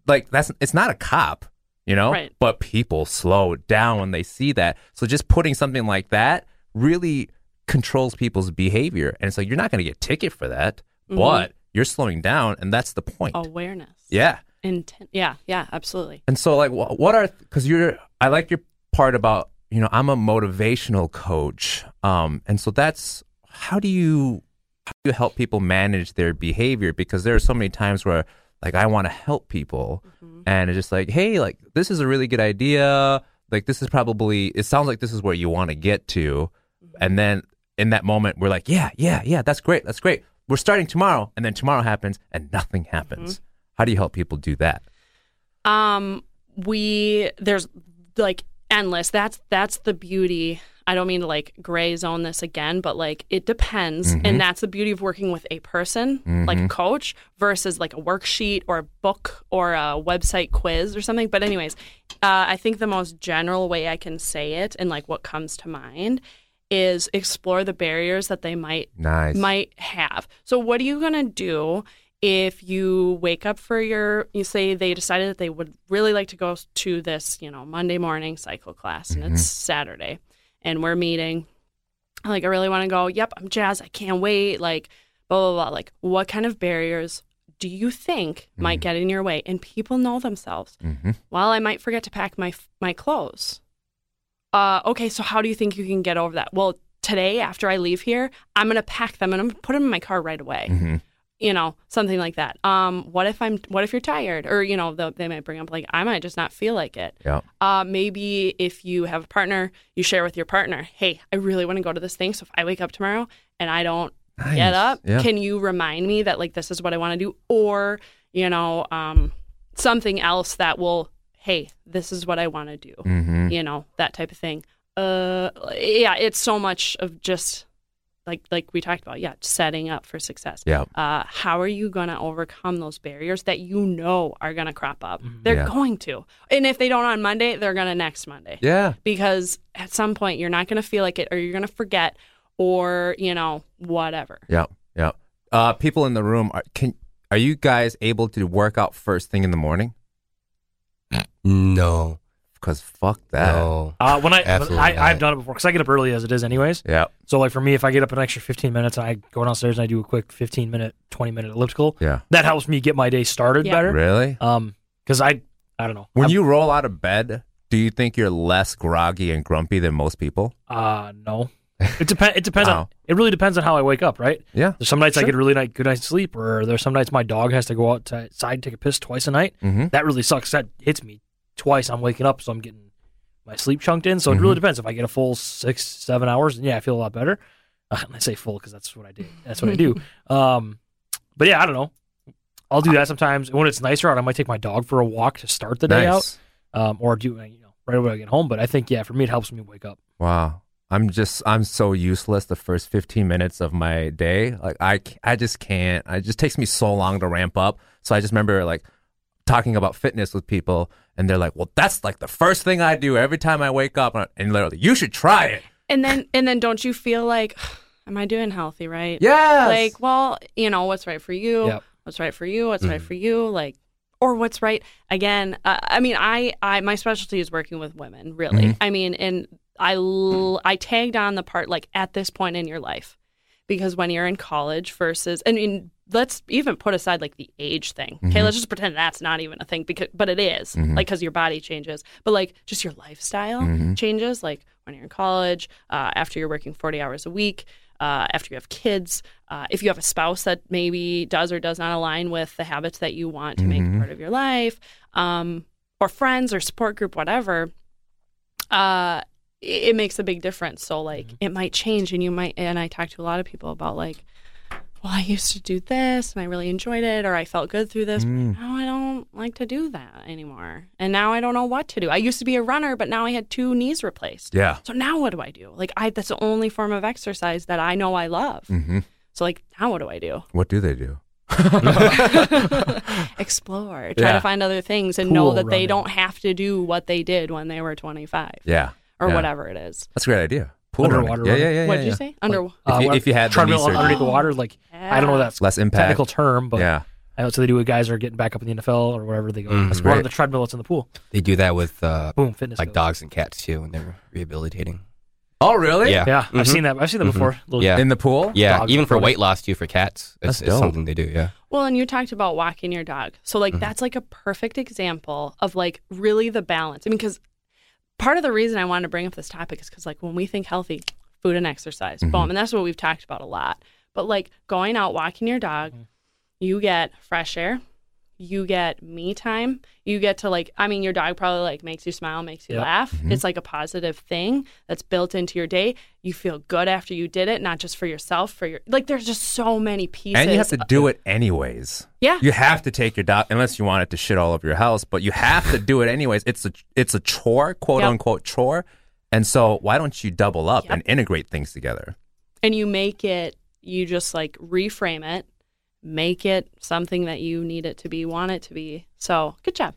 Speaker 2: like that's it's not a cop, you know?
Speaker 4: Right.
Speaker 2: But people slow down when they see that. So just putting something like that really controls people's behavior. And it's like you're not gonna get a ticket for that, but you're slowing down, and that's the point.
Speaker 4: Awareness.
Speaker 2: Yeah.
Speaker 4: Intent. Yeah. Yeah. Absolutely.
Speaker 2: And so, like, wh- what are because you're I like your part about you know I'm a motivational coach, um, and so that's how do you how do you help people manage their behavior because there are so many times where like I want to help people, and it's just like, hey, like this is a really good idea, like this is probably it sounds like this is where you want to get to, and then in that moment we're like, yeah, yeah, yeah, that's great, that's great. We're starting tomorrow, and then tomorrow happens, and nothing happens. How do you help people do that?
Speaker 4: Um, we there's like endless. That's that's the beauty. I don't mean to like gray zone this again, but like it depends,
Speaker 2: Mm-hmm.
Speaker 4: and that's the beauty of working with a person, like a coach, versus like a worksheet or a book or a website quiz or something. But anyways, uh, I think the most general way I can say it, and like what comes to mind, is explore the barriers that they might
Speaker 2: Nice.
Speaker 4: might have. So what are you going to do if you wake up for your you say they decided that they would really like to go to this, you know, Monday morning cycle class and it's Saturday and we're meeting like I really want to go. Yep, I'm jazzed. I can't wait. Like blah blah blah. Like what kind of barriers do you think might get in your way? And people know themselves.
Speaker 2: Mhm.
Speaker 4: Well, I might forget to pack my my clothes. Uh, okay, so how do you think you can get over that? Well, today after I leave here, I'm gonna pack them and I'm gonna put them in my car right away.
Speaker 2: Mhm.
Speaker 4: You know, something like that. Um, what if I'm? What if you're tired? Or you know, the, they might bring up like I might just not feel like it.
Speaker 2: Yeah.
Speaker 4: Uh, maybe if you have a partner, you share with your partner, hey, I really want to go to this thing. So if I wake up tomorrow and I don't
Speaker 2: Nice.
Speaker 4: get up,
Speaker 2: Yeah.
Speaker 4: can you remind me that like this is what I want to do? Or, you know, um, something else that will, hey, this is what I want to do,
Speaker 2: Mm-hmm.
Speaker 4: you know, that type of thing. Uh, yeah, it's so much of just like like we talked about, yeah, setting up for success
Speaker 2: Yeah.
Speaker 4: uh, how are you going to overcome those barriers that you know are going to crop up? They're
Speaker 2: Yeah.
Speaker 4: going to. And if they don't on Monday, they're going to next Monday.
Speaker 2: Yeah.
Speaker 4: Because at some point, you're not going to feel like it or you're going to forget or, you know, whatever.
Speaker 2: Yeah. Yeah. Uh, people in the room are can are you guys able to work out first thing in the morning?
Speaker 3: No,
Speaker 2: Because fuck that.
Speaker 3: no.
Speaker 1: Uh, when I, when
Speaker 3: Absolutely
Speaker 1: I
Speaker 3: not.
Speaker 1: I've done it before because I get up early as it is anyways.
Speaker 2: Yeah.
Speaker 1: So like for me, if I get up an extra 15 minutes and I go downstairs and I do a quick 15 minute, 20 minute elliptical,
Speaker 2: Yeah.
Speaker 1: that helps me get my day started
Speaker 4: Yeah.
Speaker 1: better.
Speaker 2: Really?
Speaker 1: Um, because I I don't know.
Speaker 2: When you roll out of bed, do you think you're less groggy and grumpy than most people?
Speaker 1: Uh no. It depends. It depends on.
Speaker 2: Wow.
Speaker 1: It really depends on how I wake up, right?
Speaker 2: Yeah.
Speaker 1: There's some nights I
Speaker 2: Sure.
Speaker 1: get a really night, good night's sleep, or there's some nights my dog has to go outside and take a piss twice a night.
Speaker 2: Mm-hmm.
Speaker 1: That really sucks. That hits me twice. I'm waking up, so I'm getting my sleep chunked in. So it
Speaker 2: Mm-hmm.
Speaker 1: really depends. If I get a full six, seven hours, then yeah, I feel a lot better. Uh, I say full because that's what I do. That's what I do. Um, but yeah, I don't know. I'll do that sometimes. When it's nicer out, I might take my dog for a walk to start the day out,
Speaker 2: nice.
Speaker 1: um, or do you know right away I get home. But I think yeah, for me it helps me wake up.
Speaker 2: Wow. I'm just I'm so useless the first 15 minutes of my day. Like I c- I just can't. It just takes me so long to ramp up. So I just remember like talking about fitness with people and they're like, "Well, that's like the first thing I do every time I wake up." And I- And literally, "You should try it."
Speaker 4: And then, and then don't you feel like, am I doing healthy, right?
Speaker 2: Yes.
Speaker 4: Like, well, you know, what's right for you?
Speaker 1: Yep.
Speaker 4: What's right for you? What's right for you? Like, or what's right again? Uh, I mean, I, I, my specialty is working with women, really. I mean, and I, l- I tagged on the part like at this point in your life, because when you're in college versus, and in, let's even put aside like the age thing. Okay, let's just pretend that's not even a thing because, but it is, like, because your body changes, but like just your lifestyle changes, like when you're in college, uh, after you're working 40 hours a week uh, after you have kids, uh, if you have a spouse that maybe does or does not align with the habits that you want to
Speaker 2: Mhm.
Speaker 4: make part of your life, um, or friends or support group, whatever, uh, it, it makes a big difference. So like
Speaker 2: Mm-hmm.
Speaker 4: it might change, and you might. And I talk to a lot of people about like, well, I used to do this and I really enjoyed it, or I felt good through this.
Speaker 2: Mm.
Speaker 4: Now I don't like to do that anymore, and now I don't know what to do. I used to be a runner, but now I had two knees replaced.
Speaker 2: Yeah.
Speaker 4: So now what do I do? Like I that's the only form of exercise that I know I love.
Speaker 2: Mm-hmm.
Speaker 4: So like now what do I do?
Speaker 2: What do they do?
Speaker 4: Explore, try
Speaker 2: Yeah.
Speaker 4: to find other things and
Speaker 1: Pool
Speaker 4: know that
Speaker 1: running.
Speaker 4: they don't have to do what they did when they were 25
Speaker 2: Yeah.
Speaker 4: or
Speaker 2: yeah.
Speaker 4: whatever it is.
Speaker 2: That's a great idea. Pool
Speaker 1: Underwater
Speaker 2: running. Yeah, yeah,
Speaker 1: running.
Speaker 2: yeah. yeah,
Speaker 4: what did
Speaker 2: yeah.
Speaker 4: you say? Under
Speaker 2: If you-
Speaker 1: what-
Speaker 2: if you had the
Speaker 1: uh, treadmill
Speaker 2: knee surgery.
Speaker 1: underneath the water, like I don't know that's
Speaker 2: Less impact.
Speaker 1: technical term, but
Speaker 2: yeah.
Speaker 1: I know so they do. With guys that are getting back up in the NFL or wherever they go.
Speaker 3: Mm,
Speaker 1: That's
Speaker 2: right.
Speaker 1: one of the treadmill that's in the pool.
Speaker 3: They do that with uh,
Speaker 1: Boom, fitness.
Speaker 3: like
Speaker 1: goes.
Speaker 3: dogs and cats too when they're rehabilitating.
Speaker 2: Oh, really?
Speaker 3: Yeah,
Speaker 1: Yeah,
Speaker 3: Mhm.
Speaker 1: I've seen that. I've seen that
Speaker 2: Mm-hmm.
Speaker 3: Mhm.
Speaker 1: before. Little-
Speaker 3: Yeah.
Speaker 2: In the pool?
Speaker 3: Yeah,
Speaker 1: Dogs
Speaker 3: even for
Speaker 1: running.
Speaker 3: weight loss too for cats,
Speaker 2: That's
Speaker 3: it's, it's
Speaker 2: dope.
Speaker 3: something they do. Yeah,
Speaker 4: Well, and you talked about walking your dog. So, like,
Speaker 2: Mm-hmm.
Speaker 4: that's like a perfect example of like really the balance. I mean, because part of the reason I wanted to bring up this topic is because, like, when we think healthy, food and exercise, boom.
Speaker 2: Mm-hmm.
Speaker 4: And that's what we've talked about a lot. But, like, going out, walking your dog,
Speaker 2: Mm-hmm.
Speaker 4: you get fresh air, you get me time, you get to, like, I mean, your dog probably like makes you smile, makes you
Speaker 1: Yep.
Speaker 4: laugh.
Speaker 2: Mm-hmm.
Speaker 4: It's like a positive thing that's built into your day. You feel good after you did it, not just for yourself, for your, like, there's just so many pieces.
Speaker 2: And you have to do it anyways.
Speaker 4: Yeah.
Speaker 2: You have to take your dog unless you want it to shit all over your house, but you have to do it anyways. It's a it's a chore, quote
Speaker 4: Yep.
Speaker 2: unquote chore. And so why don't you double up
Speaker 4: Yep.
Speaker 2: and integrate things together?
Speaker 4: and you make it you just like reframe it make it something that you need it to be want it to be so good job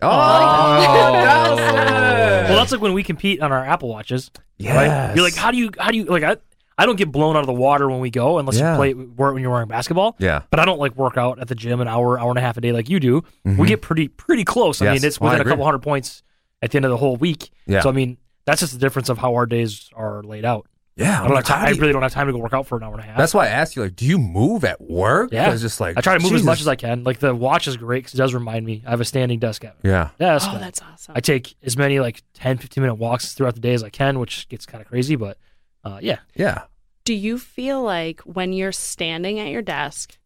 Speaker 2: Oh,
Speaker 1: Well, that's like when we compete on our Apple watches.
Speaker 2: Yes.
Speaker 1: Right? You're like, how do you? How do you? Like, I, I don't get blown out of the water when we go unless
Speaker 2: Yeah.
Speaker 1: you play wear it when you're wearing basketball.
Speaker 2: Yeah.
Speaker 1: But I don't like work out at the gym an hour, hour and a half a day like you do. We get pretty pretty close. I
Speaker 2: Mm-hmm. Yes.
Speaker 1: mean, it's
Speaker 2: Well, I
Speaker 1: within a
Speaker 2: agree.
Speaker 1: couple hundred points at the end of the whole week.
Speaker 2: Yeah.
Speaker 1: So I mean, that's just the difference of how our days are laid out.
Speaker 2: yeah.
Speaker 1: I don't have
Speaker 2: like,
Speaker 1: time.
Speaker 2: how
Speaker 1: I
Speaker 2: do you-
Speaker 1: really don't have time to go work out for an hour and a half.
Speaker 2: that's why I asked you, like, do you move at work?
Speaker 1: Yeah.
Speaker 2: I was just like,
Speaker 1: I try to move as much
Speaker 2: Jesus.
Speaker 1: as I can. Like the watch is great because it does remind me. I have a standing desk at
Speaker 2: Yeah.
Speaker 1: desk.
Speaker 4: oh
Speaker 1: and
Speaker 4: that's awesome
Speaker 1: I take as many like 10, 15 minute walks throughout the day as I can, which gets kind of crazy, but uh, yeah.
Speaker 2: Yeah.
Speaker 4: do you feel like when you're standing at your desk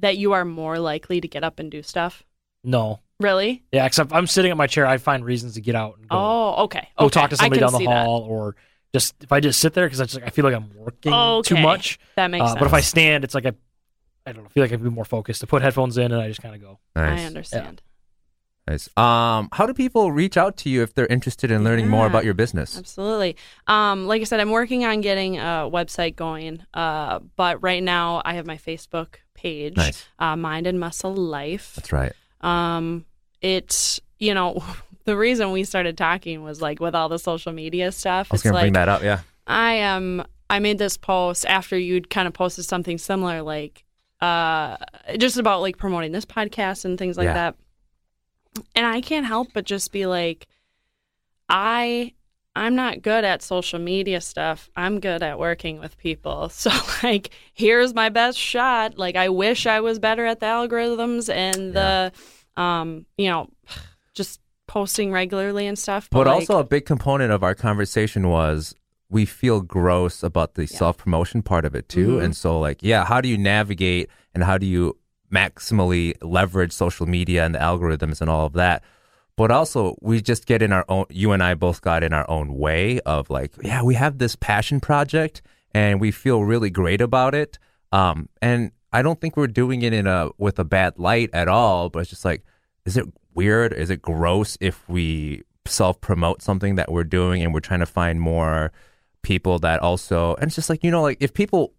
Speaker 4: that you are more likely to get up and do stuff
Speaker 1: No.
Speaker 4: really
Speaker 1: Yeah, except I'm sitting at my chair, I find reasons to get out and go,
Speaker 4: oh okay
Speaker 1: go
Speaker 4: okay.
Speaker 1: talk to
Speaker 4: I
Speaker 1: somebody
Speaker 4: can
Speaker 1: down the
Speaker 4: see that.
Speaker 1: hall or just if I just sit there because I just like I feel like I'm working too
Speaker 4: Okay.
Speaker 1: much.
Speaker 4: that, makes
Speaker 1: Uh,
Speaker 4: sense
Speaker 1: but if I stand, it's like I I don't know, feel like I'd be more focused. To put headphones in and I just kind of go.
Speaker 2: Nice.
Speaker 4: i understand
Speaker 2: Nice. Um, how do people reach out to you if they're interested in learning more
Speaker 4: Yeah.
Speaker 2: about your business?
Speaker 4: Absolutely. Um, like I said, I'm working on getting a website going, uh, but right now I have my Facebook page,
Speaker 2: Nice.
Speaker 4: uh, Mind and Muscle Life.
Speaker 2: That's right.
Speaker 4: Um, it's you know the reason we started talking was like with all the social media stuff.
Speaker 2: I was
Speaker 4: It's
Speaker 2: gonna
Speaker 4: like
Speaker 2: bring that up. Yeah.
Speaker 4: I am. I made this post after you'd kind of posted something similar, like uh, just about like promoting this podcast and things like
Speaker 2: Yeah.
Speaker 4: that. And I can't help but just be like, I I'm not good at social media stuff. I'm good at working with people. So like, here's my best shot. Like, I wish I was better at the algorithms and the, um, you know, just posting regularly and stuff.
Speaker 2: But
Speaker 4: like-
Speaker 2: also a big component of our conversation was we feel gross about the self promotion part of it too. And so like, yeah, how do you navigate and how do you maximally leverage social media and the algorithms and all of that? But also we just get in our own you and I both got in our own way of like, yeah, we have this passion project and we feel really great about it. Um and I don't think we're doing it in a with a bad light at all, but it's just like is it weird? Is it gross if we self promote something that we're doing and we're trying to find more people that also? And it's just like you know, like if people,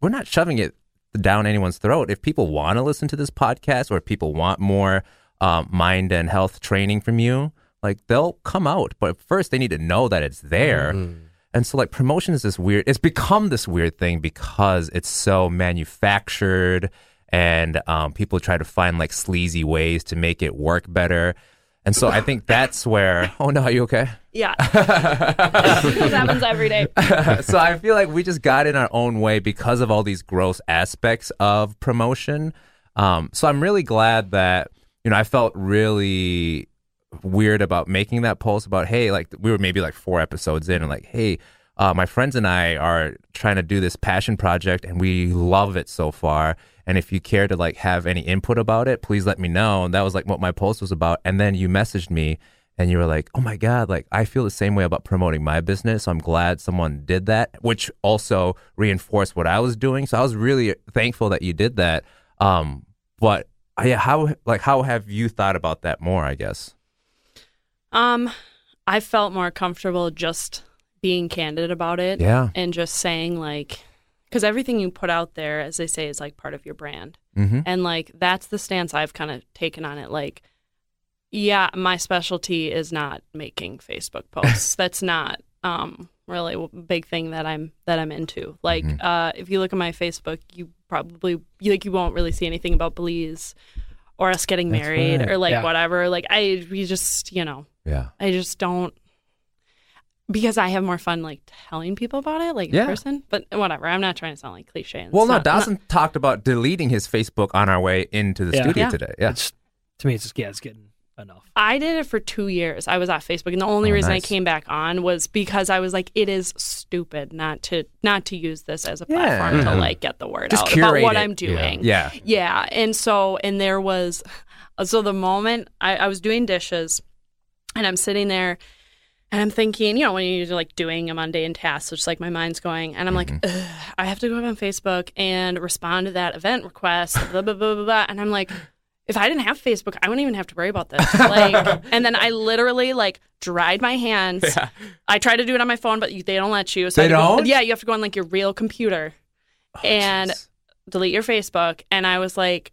Speaker 2: we're not shoving it down anyone's throat. If people want to listen to this podcast or if people want more um, mind and health training from you, like they'll come out. But first, they need to know that it's there. And so, like, promotion is this weird, it's become this weird thing because it's so manufactured and um, people try to find like sleazy ways to make it work better. And so, I think that's where, oh no, are you okay?
Speaker 4: yeah, this happens every day.
Speaker 2: so I feel like we just got in our own way because of all these gross aspects of promotion. Um, so I'm really glad that you know I felt really weird about making that post about hey like we were maybe like four episodes in and like hey uh, my friends and I are trying to do this passion project, and we love it so far. And if you care to like have any input about it, please let me know. And that was like what my post was about. And then you messaged me, and you were like, "Oh my god, like I feel the same way about promoting my business. So I'm glad someone did that, which also reinforced what I was doing. So I was really thankful that you did that. Um, but uh, yeah, how like how have you thought about that more? I guess.
Speaker 4: Um, I felt more comfortable just being candid about it
Speaker 2: Yeah.
Speaker 4: and just saying like, because everything you put out there, as they say, is like part of your brand.
Speaker 2: Mm-hmm.
Speaker 4: And like that's the stance I've kind of taken on it. Like, yeah, my specialty is not making Facebook posts. that's not um, really a big thing that I'm that I'm into. Like,
Speaker 2: Mhm.
Speaker 4: uh, if you look at my Facebook, you probably you, like you won't really see anything about Belize or us getting
Speaker 2: That's
Speaker 4: married
Speaker 2: right.
Speaker 4: or like
Speaker 1: Yeah.
Speaker 4: whatever. Like, I we just you know
Speaker 2: Yeah.
Speaker 4: I just don't because I have more fun like telling people about it, like
Speaker 2: Yeah.
Speaker 4: in person. But whatever, I'm not trying to sound like cliche. and
Speaker 2: Well,
Speaker 4: it's
Speaker 2: no,
Speaker 4: not-
Speaker 2: Dawson talked about deleting his Facebook on our way into the
Speaker 1: Yeah.
Speaker 2: studio
Speaker 4: Yeah.
Speaker 2: today. Yeah.
Speaker 1: It's to me, it's just yeah, it's getting enough.
Speaker 4: I did it for two years. I was off Facebook, and the only
Speaker 2: Oh,
Speaker 4: reason
Speaker 2: nice.
Speaker 4: I came back on was because I was like, it is stupid not to not to use this as a
Speaker 2: Yeah.
Speaker 4: platform
Speaker 2: Mhm.
Speaker 4: to like get the word
Speaker 2: Just
Speaker 4: out about
Speaker 2: curate
Speaker 4: what
Speaker 2: it.
Speaker 4: I'm doing.
Speaker 2: Yeah.
Speaker 4: Yeah. And so, and there was, so the moment I, I was doing dishes and I'm sitting there and I'm thinking, you know, when you're like doing a mundane task, so just like my mind's going, and I'm
Speaker 2: Mm-hmm.
Speaker 4: like, Ugh, I have to go up on Facebook and respond to that event request, blah, blah, blah, blah, blah. And I'm like, if I didn't have Facebook, I wouldn't even have to worry about this. Like, and then I literally like dried my hands. I tried to do it on my phone, but you, they don't let you. So
Speaker 2: They
Speaker 4: I had to go-
Speaker 2: don't? Oh,
Speaker 4: yeah, you have to go on like your real computer and
Speaker 2: jeez.
Speaker 4: delete your Facebook. And I was like,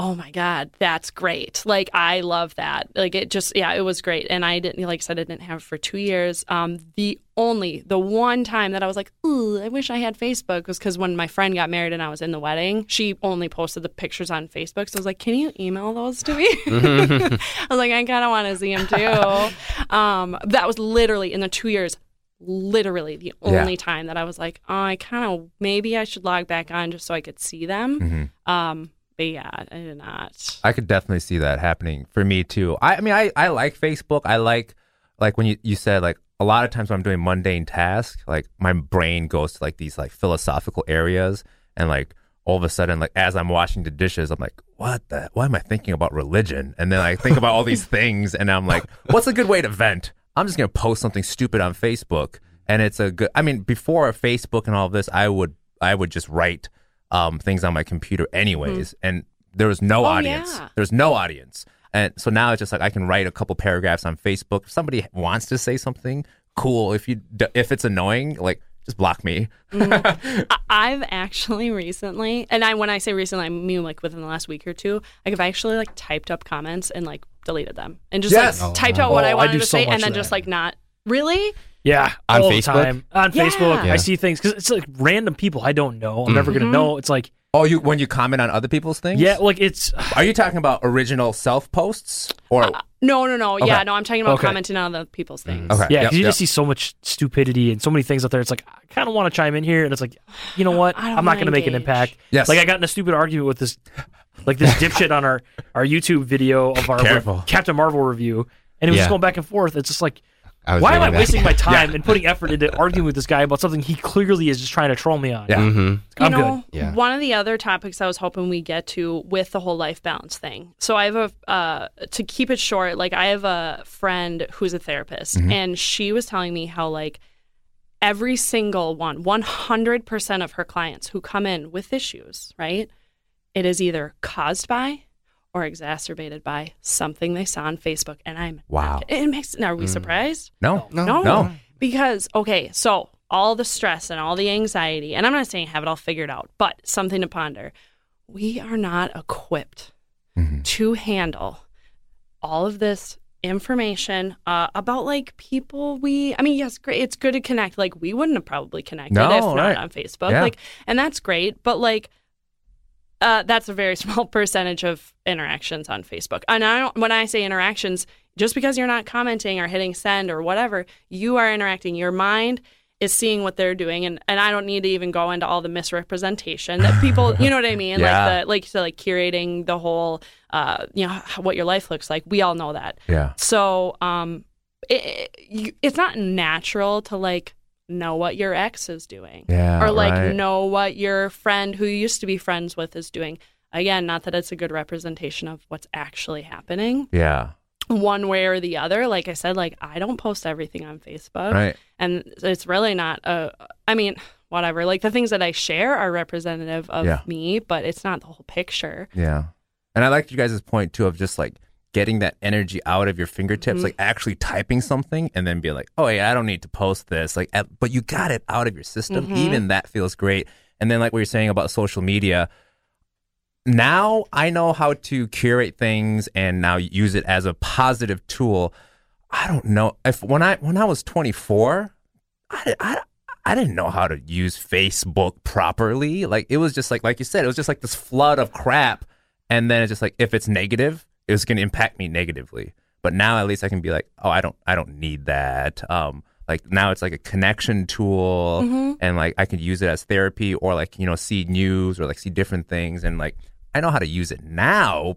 Speaker 4: oh my God, that's great. Like, I love that. Like, it just, yeah, it was great. And I didn't, like I said, I didn't have it for two years. Um, the only, the one time that I was like, ooh, I wish I had Facebook was because when my friend got married and I was in the wedding, she only posted the pictures on Facebook. So I was like, can you email those to me? I was like, I kind of want to see him too. um, that was literally in the two years, literally the
Speaker 2: Yeah.
Speaker 4: only time that I was like, oh, I kind of maybe I should log back on just so I could see them.
Speaker 2: Mhm.
Speaker 4: Um, but yeah, I did not.
Speaker 2: I could definitely see that happening for me too. I, I mean, I, I like Facebook. I like, like when you, you said like a lot of times when I'm doing mundane tasks, like my brain goes to like these like philosophical areas and like all of a sudden, like as I'm washing the dishes, I'm like, what the, why am I thinking about religion? And then I think about all these things and I'm like, what's a good way to vent? I'm just going to post something stupid on Facebook. And it's a good, I mean, before Facebook and all of this, I would, I would just write um, things on my computer anyways. And there was no
Speaker 4: Oh,
Speaker 2: audience.
Speaker 4: yeah.
Speaker 2: There's no audience. And so now it's just like I can write a couple paragraphs on Facebook. If somebody wants to say something, cool. If you d- if it's annoying, like just block me.
Speaker 4: I- I've actually recently, and I when I say recently, I mean like within the last week or two. Like I've actually like typed up comments and like deleted them and just
Speaker 2: Yes.
Speaker 4: like
Speaker 2: Oh,
Speaker 4: typed out what
Speaker 1: wow. Oh,
Speaker 4: I
Speaker 1: I
Speaker 4: wanted
Speaker 1: do
Speaker 4: to
Speaker 1: so
Speaker 4: say
Speaker 1: much
Speaker 4: and then
Speaker 1: of
Speaker 4: just
Speaker 1: that.
Speaker 4: like not really.
Speaker 1: Yeah,
Speaker 3: On
Speaker 1: all
Speaker 3: Facebook?
Speaker 1: the time on
Speaker 4: Yeah.
Speaker 1: Facebook,
Speaker 4: Yeah.
Speaker 1: I see things because it's like random people I don't know. I'm never gonna know. It's like
Speaker 2: Oh, you when you comment on other people's things?
Speaker 1: yeah, like it's
Speaker 2: Are you talking about original self posts or
Speaker 1: Uh,
Speaker 4: No, no, no. Yeah,
Speaker 2: Okay.
Speaker 4: no. I'm talking about
Speaker 1: Okay.
Speaker 4: commenting on other people's things.
Speaker 2: okay?
Speaker 1: yeah, 'cause
Speaker 2: yep,
Speaker 1: you
Speaker 2: yep.
Speaker 1: just see so much stupidity and so many things out there. It's like I kind of want to chime in here, and it's like, you know what?
Speaker 4: I don't
Speaker 1: I'm not
Speaker 4: wanna
Speaker 1: going to make an
Speaker 4: engage.
Speaker 1: impact.
Speaker 2: Yes.
Speaker 1: Like I got in a stupid argument with this, like this dipshit on our our YouTube video of our
Speaker 2: Careful.
Speaker 1: Captain Marvel review, and it was
Speaker 3: Yeah.
Speaker 1: just going back and forth. It's just like,
Speaker 3: I was
Speaker 1: why am I
Speaker 3: reading that.
Speaker 1: wasting my time and putting effort into arguing with this guy about something he clearly is just trying to troll me on?
Speaker 2: Yeah.
Speaker 3: Mhm.
Speaker 4: you
Speaker 1: I'm
Speaker 4: know,
Speaker 3: good. Yeah.
Speaker 4: one of the other topics I was hoping we get to with the whole life balance thing. So I have a uh, to keep it short. Like I have a friend who's a therapist, and she was telling me how like every single one, one hundred percent of her clients who come in with issues, right? It is either caused by or exacerbated by something they saw on Facebook, and I'm
Speaker 2: Wow.
Speaker 4: It makes. Now, are we surprised?
Speaker 2: No.
Speaker 3: No.
Speaker 4: No.
Speaker 2: No.
Speaker 4: Because, okay, so all the stress and all the anxiety, and I'm not saying have it all figured out, but something to ponder. We are not equipped
Speaker 2: Mm-hmm.
Speaker 4: to handle all of this information uh, about like people we i mean yes great it's good to connect like we wouldn't have probably connected
Speaker 2: No,
Speaker 4: if not
Speaker 2: right.
Speaker 4: on facebook
Speaker 2: Yeah.
Speaker 4: like and that's great but like uh, that's a very small percentage of interactions on Facebook. And I don't, when I say interactions, just because you're not commenting or hitting send or whatever, you are interacting. Your mind is seeing what they're doing, and, and I don't need to even go into all the misrepresentation that people, you know what I mean?
Speaker 2: Yeah.
Speaker 4: Like the like so like curating the whole, uh, you know, h- what your life looks like. We all know that.
Speaker 2: Yeah.
Speaker 4: So, um, it, it, you- it's not natural to like know what your ex is doing
Speaker 2: Yeah.
Speaker 4: or like
Speaker 2: right.
Speaker 4: know what your friend who you used to be friends with is doing. Again, not that it's a good representation of what's actually happening
Speaker 2: Yeah.
Speaker 4: one way or the other. Like I said, like I don't post everything on Facebook
Speaker 2: Right.
Speaker 4: and it's really not a I mean, whatever. Like the things that I share are representative of
Speaker 2: Yeah.
Speaker 4: me, but it's not the whole picture.
Speaker 2: Yeah. And I liked you guys' point too of just like getting that energy out of your fingertips, like actually typing something and then be like, oh, yeah, I don't need to post this. Like, at- but you got it out of your system.
Speaker 4: Mhm.
Speaker 2: Even that feels great. And then, like what you're saying about social media, now I know how to curate things and now use it as a positive tool. I don't know if when I when I was 24, I, di- I, I didn't know how to use Facebook properly. Like it was just like like you said, it was just like this flood of crap, and then it's just like if it's negative, it's going to impact me negatively. But now at least I can be like, oh, I don't I don't need that. Um, like now it's like a connection tool, and like I can use it as therapy or like you know see news or like see different things, and like I know how to use it now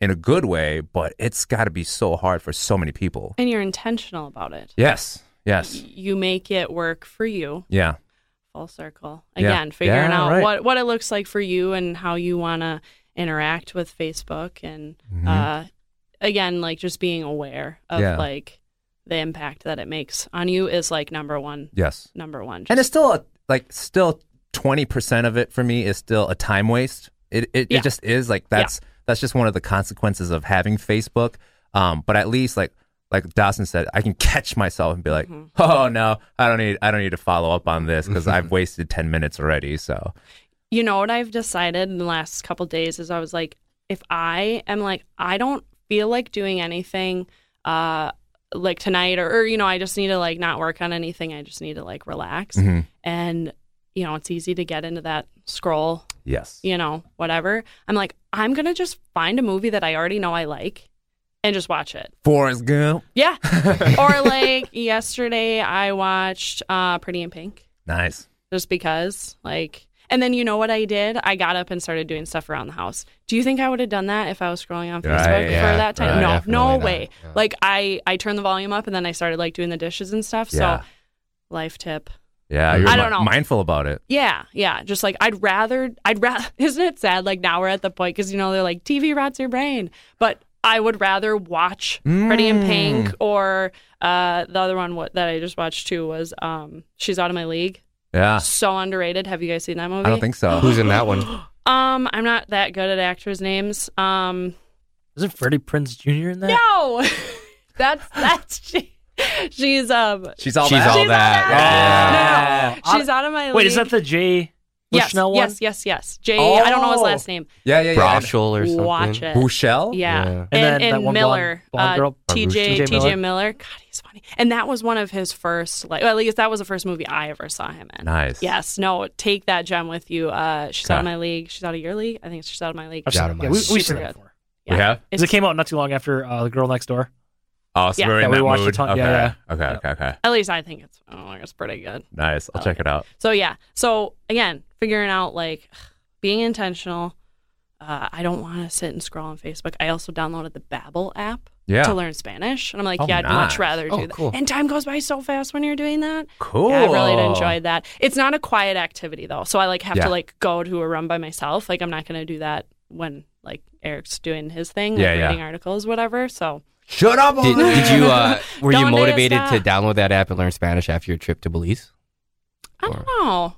Speaker 2: in a good way, but it's got to be so hard for so many people.
Speaker 4: And you're intentional about it.
Speaker 2: Yes. Yes.
Speaker 4: You make it work for you.
Speaker 2: Yeah.
Speaker 4: full circle
Speaker 2: Yeah.
Speaker 4: again figuring
Speaker 2: Yeah,
Speaker 4: out
Speaker 2: right.
Speaker 4: what what it looks like for you and how you want to interact with facebook and uh again like just being aware of
Speaker 2: Mm-hmm. Yeah.
Speaker 4: like the impact that it makes on you is like number one
Speaker 2: Yes.
Speaker 4: number one
Speaker 2: and
Speaker 4: Just-
Speaker 2: it's still a, like still 20% of it for me is still a time waste it it,
Speaker 4: Yeah.
Speaker 2: it just is like that's that's just one of the consequences of having facebook um but at least like like Dawson said, I can catch myself and be like,
Speaker 4: Mm-hmm.
Speaker 2: "Oh no, I don't need, I don't need to follow up on this because I've wasted ten minutes already." So,
Speaker 4: you know what i've decided in the last couple days is i was like if i am like i don't feel like doing anything uh like tonight or, or you know i just need to like not work on anything i just need to like relax
Speaker 3: Mm-hmm.
Speaker 2: Mhm.
Speaker 4: and you know it's easy to get into that scroll
Speaker 2: yes,
Speaker 4: you know, whatever. I'm like, I'm gonna just find a movie that I already know I like and just watch it.
Speaker 2: Forrest Gump,
Speaker 4: Yeah. or like yesterday I watched uh Pretty in Pink
Speaker 2: nice.
Speaker 4: just because like and then you know what I did? I got up and started doing stuff around the house. Do you think I would have done that if I was scrolling on Facebook
Speaker 2: Right,
Speaker 3: yeah,
Speaker 4: for that time?
Speaker 3: right, definitely
Speaker 4: no, no
Speaker 3: not,
Speaker 4: way.
Speaker 3: yeah.
Speaker 4: Like I I turned the volume up and then I started like doing the dishes and stuff.
Speaker 2: Yeah.
Speaker 4: So life tip.
Speaker 2: Yeah, you're
Speaker 4: I don't
Speaker 2: mi-
Speaker 4: know.
Speaker 2: mindful about it.
Speaker 4: Yeah, yeah. Just like I'd rather, I'd rather. Isn't it sad? Like now we're at the point because you know they're like TV rots your brain, but I would rather watch Pretty
Speaker 1: Mm.
Speaker 4: in Pink or uh, the other one what, that I just watched too was um, She's Out of My League.
Speaker 1: Ah.
Speaker 2: Yeah,
Speaker 4: So underrated. Have you guys seen that movie?
Speaker 2: I don't think so.
Speaker 3: Who's in that one?
Speaker 4: Um, I'm not that good at actors' names. Um,
Speaker 1: Isn't Freddie Prince Jr. in that?
Speaker 4: no, that's that's she. She's um.
Speaker 2: She's all
Speaker 3: She's
Speaker 2: that.
Speaker 3: all
Speaker 4: she's
Speaker 3: that.
Speaker 4: Out of,
Speaker 2: Yeah.
Speaker 4: No, no, no. She's out of my league.
Speaker 1: Wait, is that the Jay
Speaker 4: yes,
Speaker 1: Bushnell one?
Speaker 4: yes, yes, yes. Jay. I don't know his
Speaker 2: Oh.
Speaker 4: last name.
Speaker 2: yeah, yeah, yeah.
Speaker 3: Broshel or something.
Speaker 4: Watch it.
Speaker 2: Bouchel?
Speaker 4: Yeah.
Speaker 3: Yeah.
Speaker 1: And
Speaker 4: And,
Speaker 1: then
Speaker 4: and,
Speaker 1: that one blonde-
Speaker 4: Miller,
Speaker 1: blonde
Speaker 4: uh,
Speaker 1: girl,
Speaker 4: TJ,
Speaker 1: Rooster.
Speaker 4: TJ
Speaker 1: Miller.
Speaker 4: Miller. God, he's funny. And that was one of his first, like, well, at least that was the first movie I ever saw him in.
Speaker 2: Nice.
Speaker 4: Yes, no, take that gem with you. Uh, she's out of
Speaker 2: Okay.
Speaker 4: my league. She's out of your league. I think she's out of my league.
Speaker 1: I've
Speaker 3: Out
Speaker 1: seen,
Speaker 3: of
Speaker 1: it.
Speaker 3: my
Speaker 1: yeah, we,
Speaker 3: league.
Speaker 1: we've seen it
Speaker 4: Super good.
Speaker 1: before.
Speaker 2: We have?
Speaker 1: 'Cause it came out not too long after uh, The Girl Next Door.
Speaker 2: Oh, so
Speaker 4: Yeah.
Speaker 2: we're in
Speaker 1: Yeah, we
Speaker 2: that
Speaker 1: watched a
Speaker 2: mood.
Speaker 1: ton-
Speaker 2: okay.
Speaker 1: yeah,
Speaker 2: okay,
Speaker 1: Yeah.
Speaker 2: okay, okay.
Speaker 4: At least I think it's, oh, it's pretty good.
Speaker 2: Nice. I'll check it out.
Speaker 4: So yeah. So again, figuring out like being intentional. Uh, I don't want to sit and scroll on Facebook. I also downloaded the Babbel app
Speaker 2: Yeah.
Speaker 4: to learn Spanish, and I'm like,
Speaker 2: Oh,
Speaker 4: yeah, I'd
Speaker 2: nice.
Speaker 4: much rather do
Speaker 3: Oh,
Speaker 4: that.
Speaker 3: cool.
Speaker 4: And time goes by so fast when you're doing that.
Speaker 2: Cool.
Speaker 4: Yeah, I really enjoyed that. It's not a quiet activity though, so I like have
Speaker 2: Yeah.
Speaker 4: to like go to a run by myself. Like I'm not gonna do that when like Eric's doing his thing,
Speaker 2: Yeah,
Speaker 4: like
Speaker 2: yeah.
Speaker 4: reading articles, whatever. So
Speaker 2: Shut up
Speaker 3: Did, did you? Uh, were you
Speaker 4: Donde
Speaker 3: motivated to
Speaker 4: está?
Speaker 3: download that app and learn Spanish after your trip to Belize?
Speaker 4: I don't know.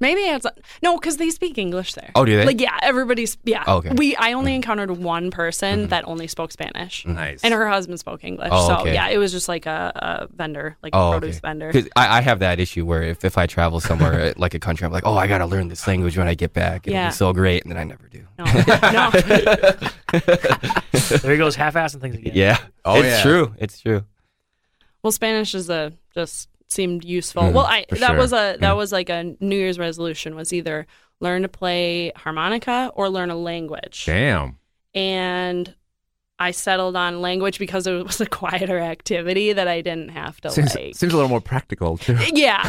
Speaker 4: Maybe it's no, because they speak English there.
Speaker 3: Oh, do they?
Speaker 4: Like yeah, everybody's yeah.
Speaker 3: Oh, okay. Mm-hmm.
Speaker 4: We I only encountered one person that only spoke Spanish,
Speaker 2: nice.
Speaker 4: and her husband spoke English.
Speaker 3: Oh,
Speaker 4: so
Speaker 3: okay.
Speaker 4: yeah, it was just like a, a vendor, like
Speaker 3: Oh,
Speaker 4: a produce vendor.
Speaker 3: Because I, I have that issue where if, if I travel somewhere like a country, I'm like, oh, I gotta learn this language when I get back. It'll
Speaker 4: Yeah.
Speaker 3: be so great, and then I never do.
Speaker 4: No, no.
Speaker 1: There he goes, half-assing things again.
Speaker 3: Yeah.
Speaker 2: Oh,
Speaker 3: it's
Speaker 2: yeah.
Speaker 3: true. It's true.
Speaker 4: Well, Spanish is a just seemed useful. well, I
Speaker 2: Mm, for
Speaker 4: that
Speaker 2: sure.
Speaker 4: was a that was like a New Year's resolution was either learn to play harmonica or learn a language.
Speaker 2: Damn.
Speaker 4: And I settled on language because it was a quieter activity that I didn't have to
Speaker 2: Seems,
Speaker 4: like.
Speaker 2: seems a little more practical too.
Speaker 4: yeah,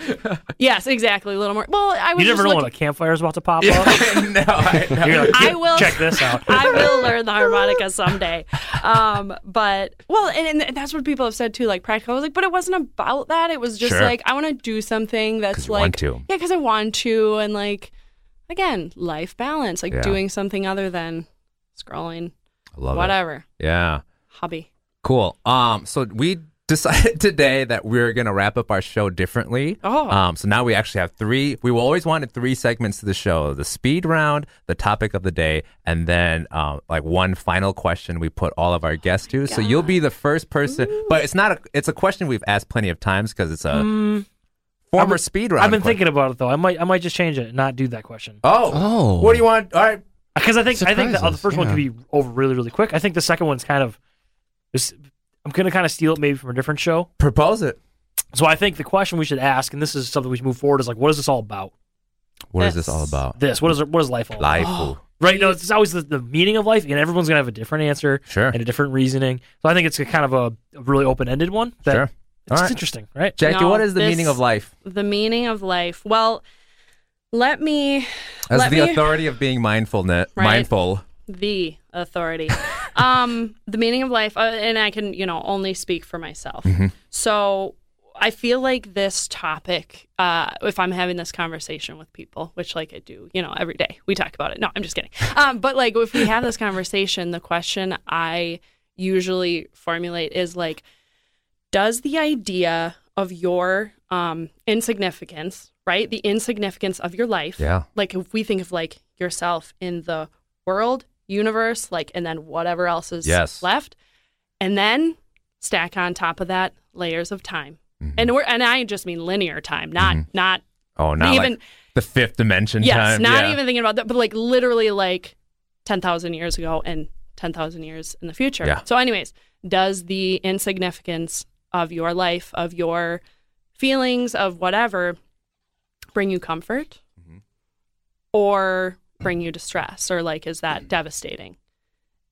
Speaker 4: yeah, yes, exactly. A little more. Well, I was
Speaker 1: You never
Speaker 4: just
Speaker 1: know when
Speaker 4: looking,
Speaker 1: a campfire is about to pop up.
Speaker 2: no, I,
Speaker 1: You're like,
Speaker 4: I will-
Speaker 1: check this out.
Speaker 4: I will learn the harmonica someday. um, but well, and, and that's what people have said too. Like practical, I was like, but it wasn't about that. It was just
Speaker 2: Sure.
Speaker 4: like I want to do something
Speaker 2: 'Cause
Speaker 4: that's
Speaker 2: you want
Speaker 4: like
Speaker 2: to.
Speaker 4: yeah, because I want to, and like again, life balance, like
Speaker 2: Yeah.
Speaker 4: doing something other than scrolling,
Speaker 2: I love it.
Speaker 4: whatever
Speaker 2: Yeah.
Speaker 4: hobby.
Speaker 2: Cool. Um, so we decided today that we're gonna wrap up our show differently.
Speaker 4: Oh.
Speaker 2: Um, so now we actually have three. We always wanted three segments to the show: the speed round, the topic of the day, and then um, like one final question we put all
Speaker 1: Oh
Speaker 2: of our guests to. So you'll be the first person, but it's not a. It's a question we've asked plenty of times because it's a
Speaker 4: Mm.
Speaker 2: former speed round.
Speaker 1: Mm. I've been
Speaker 2: question.
Speaker 1: thinking about it though. I might I might just change it and not do that question
Speaker 2: Oh,
Speaker 3: Oh.
Speaker 2: what do you want? All right,
Speaker 1: because I think I think the, oh, the
Speaker 3: Surprises,
Speaker 1: first one
Speaker 3: yeah.
Speaker 1: could be over really really quick. I think the second one's kind of is- I'm gonna kind of steal it maybe from a different show.
Speaker 2: propose it.
Speaker 1: So I think the question we should ask, and this is something we should move forward, is like, what is this all about?
Speaker 2: What is this
Speaker 4: Yes.
Speaker 2: all about?
Speaker 1: This what is it- what is life all about?
Speaker 2: Life.
Speaker 1: Right? No, it's always the, the meaning of life, and everyone's gonna have a different answer
Speaker 2: Sure.
Speaker 1: and a different reasoning. So I think it's a kind of a, a really open ended one. That
Speaker 2: Sure.
Speaker 1: It's
Speaker 2: All
Speaker 1: just
Speaker 2: right.
Speaker 1: interesting, right?
Speaker 2: Jackie,
Speaker 4: No,
Speaker 2: what is the
Speaker 4: this-
Speaker 2: meaning of life?
Speaker 4: The meaning of life. Well, let me
Speaker 2: As
Speaker 4: Let
Speaker 2: the
Speaker 4: me-
Speaker 2: authority of being mindfulness,
Speaker 4: Right.
Speaker 2: mindful.
Speaker 4: the authority. um, the meaning of life, uh, and I can, you know, only speak for myself. So I feel like this topic, uh, if I'm having this conversation with people, which like I do, you know, every day we talk about it. No, I'm just kidding. Um, but like if we have this conversation, the question I usually formulate is like, does the idea of your um, insignificance, right? The insignificance of your life,
Speaker 2: Yeah.
Speaker 4: like if we think of like yourself in the world, universe, like, and then whatever else is
Speaker 2: Yes.
Speaker 4: left, and then stack on top of that layers of time,
Speaker 2: Mm-hmm.
Speaker 4: and we're and I just mean linear time, not not
Speaker 2: Oh, not
Speaker 4: even
Speaker 2: like the fifth dimension
Speaker 4: yes,
Speaker 2: time.
Speaker 4: not
Speaker 2: yeah.
Speaker 4: even thinking about that, but like literally like ten thousand years ago and ten thousand years in the future.
Speaker 2: Yeah.
Speaker 4: So, anyways, does the insignificance of your life, of your feelings, of whatever, bring you comfort,
Speaker 2: Mm-hmm.
Speaker 4: or bring you distress, or like is
Speaker 2: Mm-hmm.
Speaker 4: that devastating?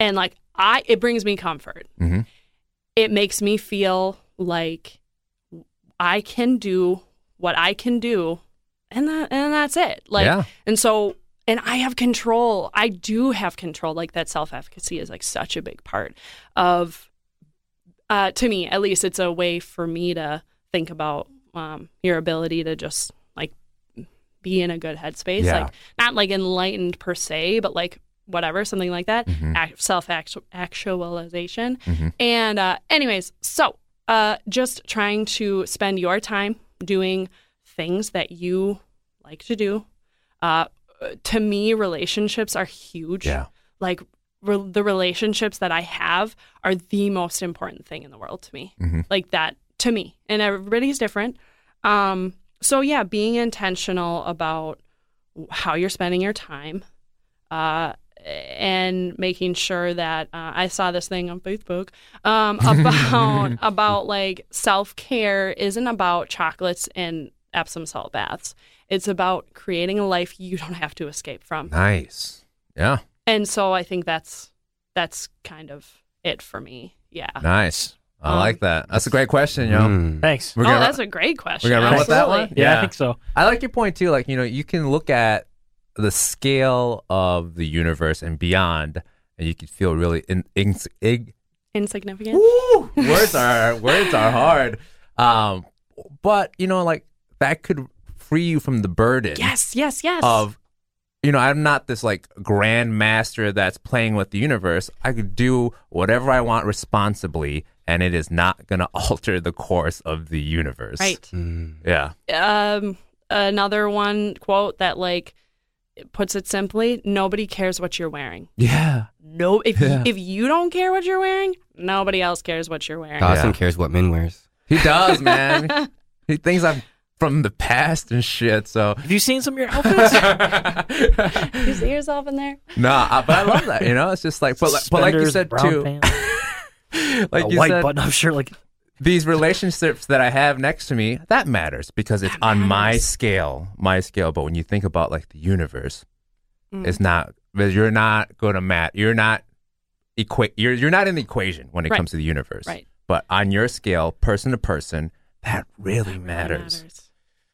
Speaker 4: And like I, it brings me comfort.
Speaker 2: Mhm.
Speaker 4: It makes me feel like I can do what I can do, and that and that's it. Like,
Speaker 2: Yeah.
Speaker 4: and so, and I have control. I do have control. Like that self efficacy is like such a big part of, uh, to me at least, it's a way for me to think about um, your ability to just like be in a good headspace,
Speaker 2: Yeah.
Speaker 4: like not like enlightened per se, but like whatever, something like that,
Speaker 2: Mm-hmm.
Speaker 4: self actualization. And uh, anyways, so uh, just trying to spend your time doing things that you like to do. Uh, to me, relationships are huge.
Speaker 2: Yeah.
Speaker 4: Like re- the relationships that I have are the most important thing in the world to me. Like that to me, and everybody's different. Um, so yeah, being intentional about how you're spending your time uh, and making sure that uh, I saw this thing on Facebook um, about about like self care isn't about chocolates and Epsom salt baths. It's about creating a life you don't have to escape from.
Speaker 2: Nice. Yeah.
Speaker 4: And so I think that's that's kind of it for me. Yeah.
Speaker 2: Nice. I
Speaker 4: Ah. Um,
Speaker 2: like that. That's a great question, yo.
Speaker 3: Mm.
Speaker 1: Thanks.
Speaker 2: We're
Speaker 4: oh,
Speaker 2: gonna,
Speaker 4: that's a great question.
Speaker 2: we're gonna run with that
Speaker 4: Absolutely.
Speaker 2: one.
Speaker 1: Yeah, I think so.
Speaker 2: I like your point too. Like you know, you can look at the scale of the universe and beyond, and you can feel really in, in, ig-
Speaker 4: Insignificant.
Speaker 2: Woo! words are words are hard. Um, but you know, like that could free you from the burden.
Speaker 4: Yes, yes, yes.
Speaker 2: of you know i'm not this like grand master that's playing with the universe i could do whatever i want responsibly and it is not going to alter the course of the universe
Speaker 4: right.
Speaker 3: Mm.
Speaker 2: yeah
Speaker 4: um, another one quote that like puts it simply: nobody cares what you're wearing.
Speaker 2: yeah
Speaker 4: No, if
Speaker 2: Yeah.
Speaker 4: if you don't care what you're wearing, nobody else cares what you're wearing.
Speaker 3: Dawson
Speaker 2: Yeah.
Speaker 3: cares what men wears.
Speaker 2: he does man he thinks i'm from the past and shit so
Speaker 1: Have you seen some of your outfits?
Speaker 4: you see yourself in there?
Speaker 2: nah I- but i love that you know it's just like but, like- but like you
Speaker 1: Suspenders,
Speaker 2: said
Speaker 1: brown
Speaker 2: too
Speaker 1: pants,
Speaker 2: like
Speaker 1: a
Speaker 2: you
Speaker 1: white
Speaker 2: said
Speaker 1: button-up shirt. Like
Speaker 2: these relationships that I have next to me, that matters because it's on my scale, my scale. But when you think about like the universe,
Speaker 4: Mm.
Speaker 2: it's not. You're not gonna mat. You're not equate. You're you're not in the equation when it
Speaker 4: Right.
Speaker 2: comes to the universe.
Speaker 4: Right.
Speaker 2: But on your scale, person to person, that really matters.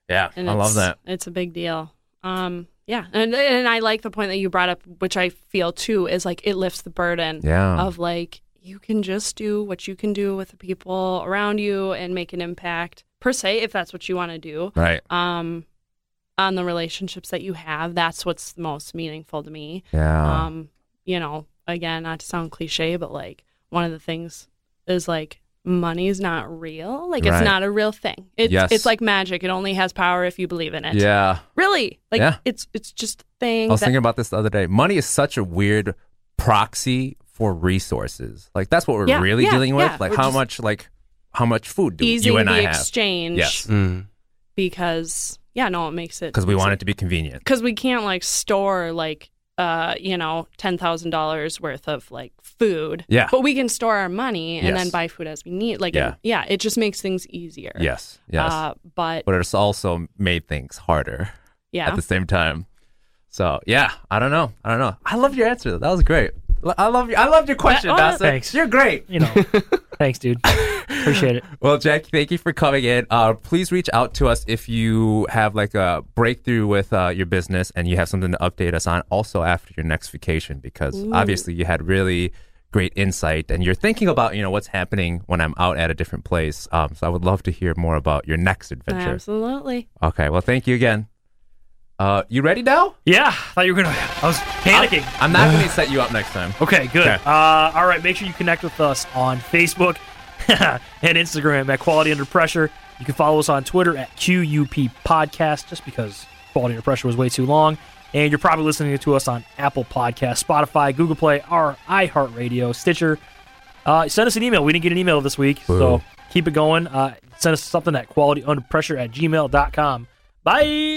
Speaker 2: Yeah,
Speaker 4: And
Speaker 2: I
Speaker 4: it's-
Speaker 2: love that.
Speaker 4: It's a big deal. Um, yeah, and and I like the point that you brought up, which I feel too is like it lifts the burden
Speaker 2: Yeah.
Speaker 4: of like you can just do what you can do with the people around you and make an impact per se if that's what you want to do
Speaker 2: Right.
Speaker 4: um on the relationships that you have that's what's the most meaningful to me
Speaker 2: Yeah.
Speaker 4: um you know again not to sound cliche but like one of the things is like money's not real like
Speaker 2: Right.
Speaker 4: it's not a real thing it's,
Speaker 2: Yes.
Speaker 4: it's like magic it only has power if you believe in it
Speaker 2: yeah.
Speaker 4: really like
Speaker 2: Yeah.
Speaker 4: it's it's just a thing
Speaker 2: I was
Speaker 4: that-
Speaker 2: thinking about this the other day. Money is such a weird proxy for resources. Like that's what we're
Speaker 4: Yeah,
Speaker 2: really
Speaker 4: yeah,
Speaker 2: dealing with.
Speaker 4: yeah.
Speaker 2: Like
Speaker 4: We're
Speaker 2: how
Speaker 4: just-
Speaker 2: much like how much food do
Speaker 4: easing
Speaker 2: you and
Speaker 4: the
Speaker 2: I have?
Speaker 4: exchange
Speaker 2: Yes.
Speaker 3: Mm.
Speaker 4: because yeah no it makes it
Speaker 2: Because we want it to be convenient.
Speaker 4: because we can't like store like uh you know ten thousand dollars worth of like food
Speaker 2: Yeah.
Speaker 4: but we can store our money and
Speaker 2: Yes.
Speaker 4: then buy food as we need like
Speaker 2: Yeah.
Speaker 4: yeah it just makes things easier
Speaker 2: Yes. Yes.
Speaker 4: uh, but
Speaker 2: but it's also made things harder
Speaker 4: yeah
Speaker 2: at the same time. So yeah, I don't know. I don't know. I loved your answer. though. That was great. L- I love your I loved your question,
Speaker 4: oh,
Speaker 2: Dawson.
Speaker 1: thanks.
Speaker 2: You're great.
Speaker 1: You know, thanks, dude. Appreciate it.
Speaker 2: Well, Jack, thank you for coming in. Uh, please reach out to us if you have like a breakthrough with uh, your business and you have something to update us on. Also, after your next vacation, because obviously you had really great insight and you're thinking about you know what's happening when I'm out at a different place. Um, so I would love to hear more about your next adventure.
Speaker 4: absolutely
Speaker 2: Okay. Well, thank you again. Uh, you ready now?
Speaker 1: Yeah, I thought you were gonna. I was panicking.
Speaker 2: I'm not going to set you up next time.
Speaker 1: Okay, good.
Speaker 2: Okay.
Speaker 1: Uh, all right, make sure you connect with us on Facebook and Instagram at Quality Under Pressure. You can follow us on Twitter at QUP Podcast, just because Quality Under Pressure was way too long. And you're probably listening to us on Apple Podcast, Spotify, Google Play, our iHeartRadio, Stitcher. Uh, send us an email. We didn't get an email this week, so keep it going. Uh, send us something at qualityunderpressure at gmail.com. Bye.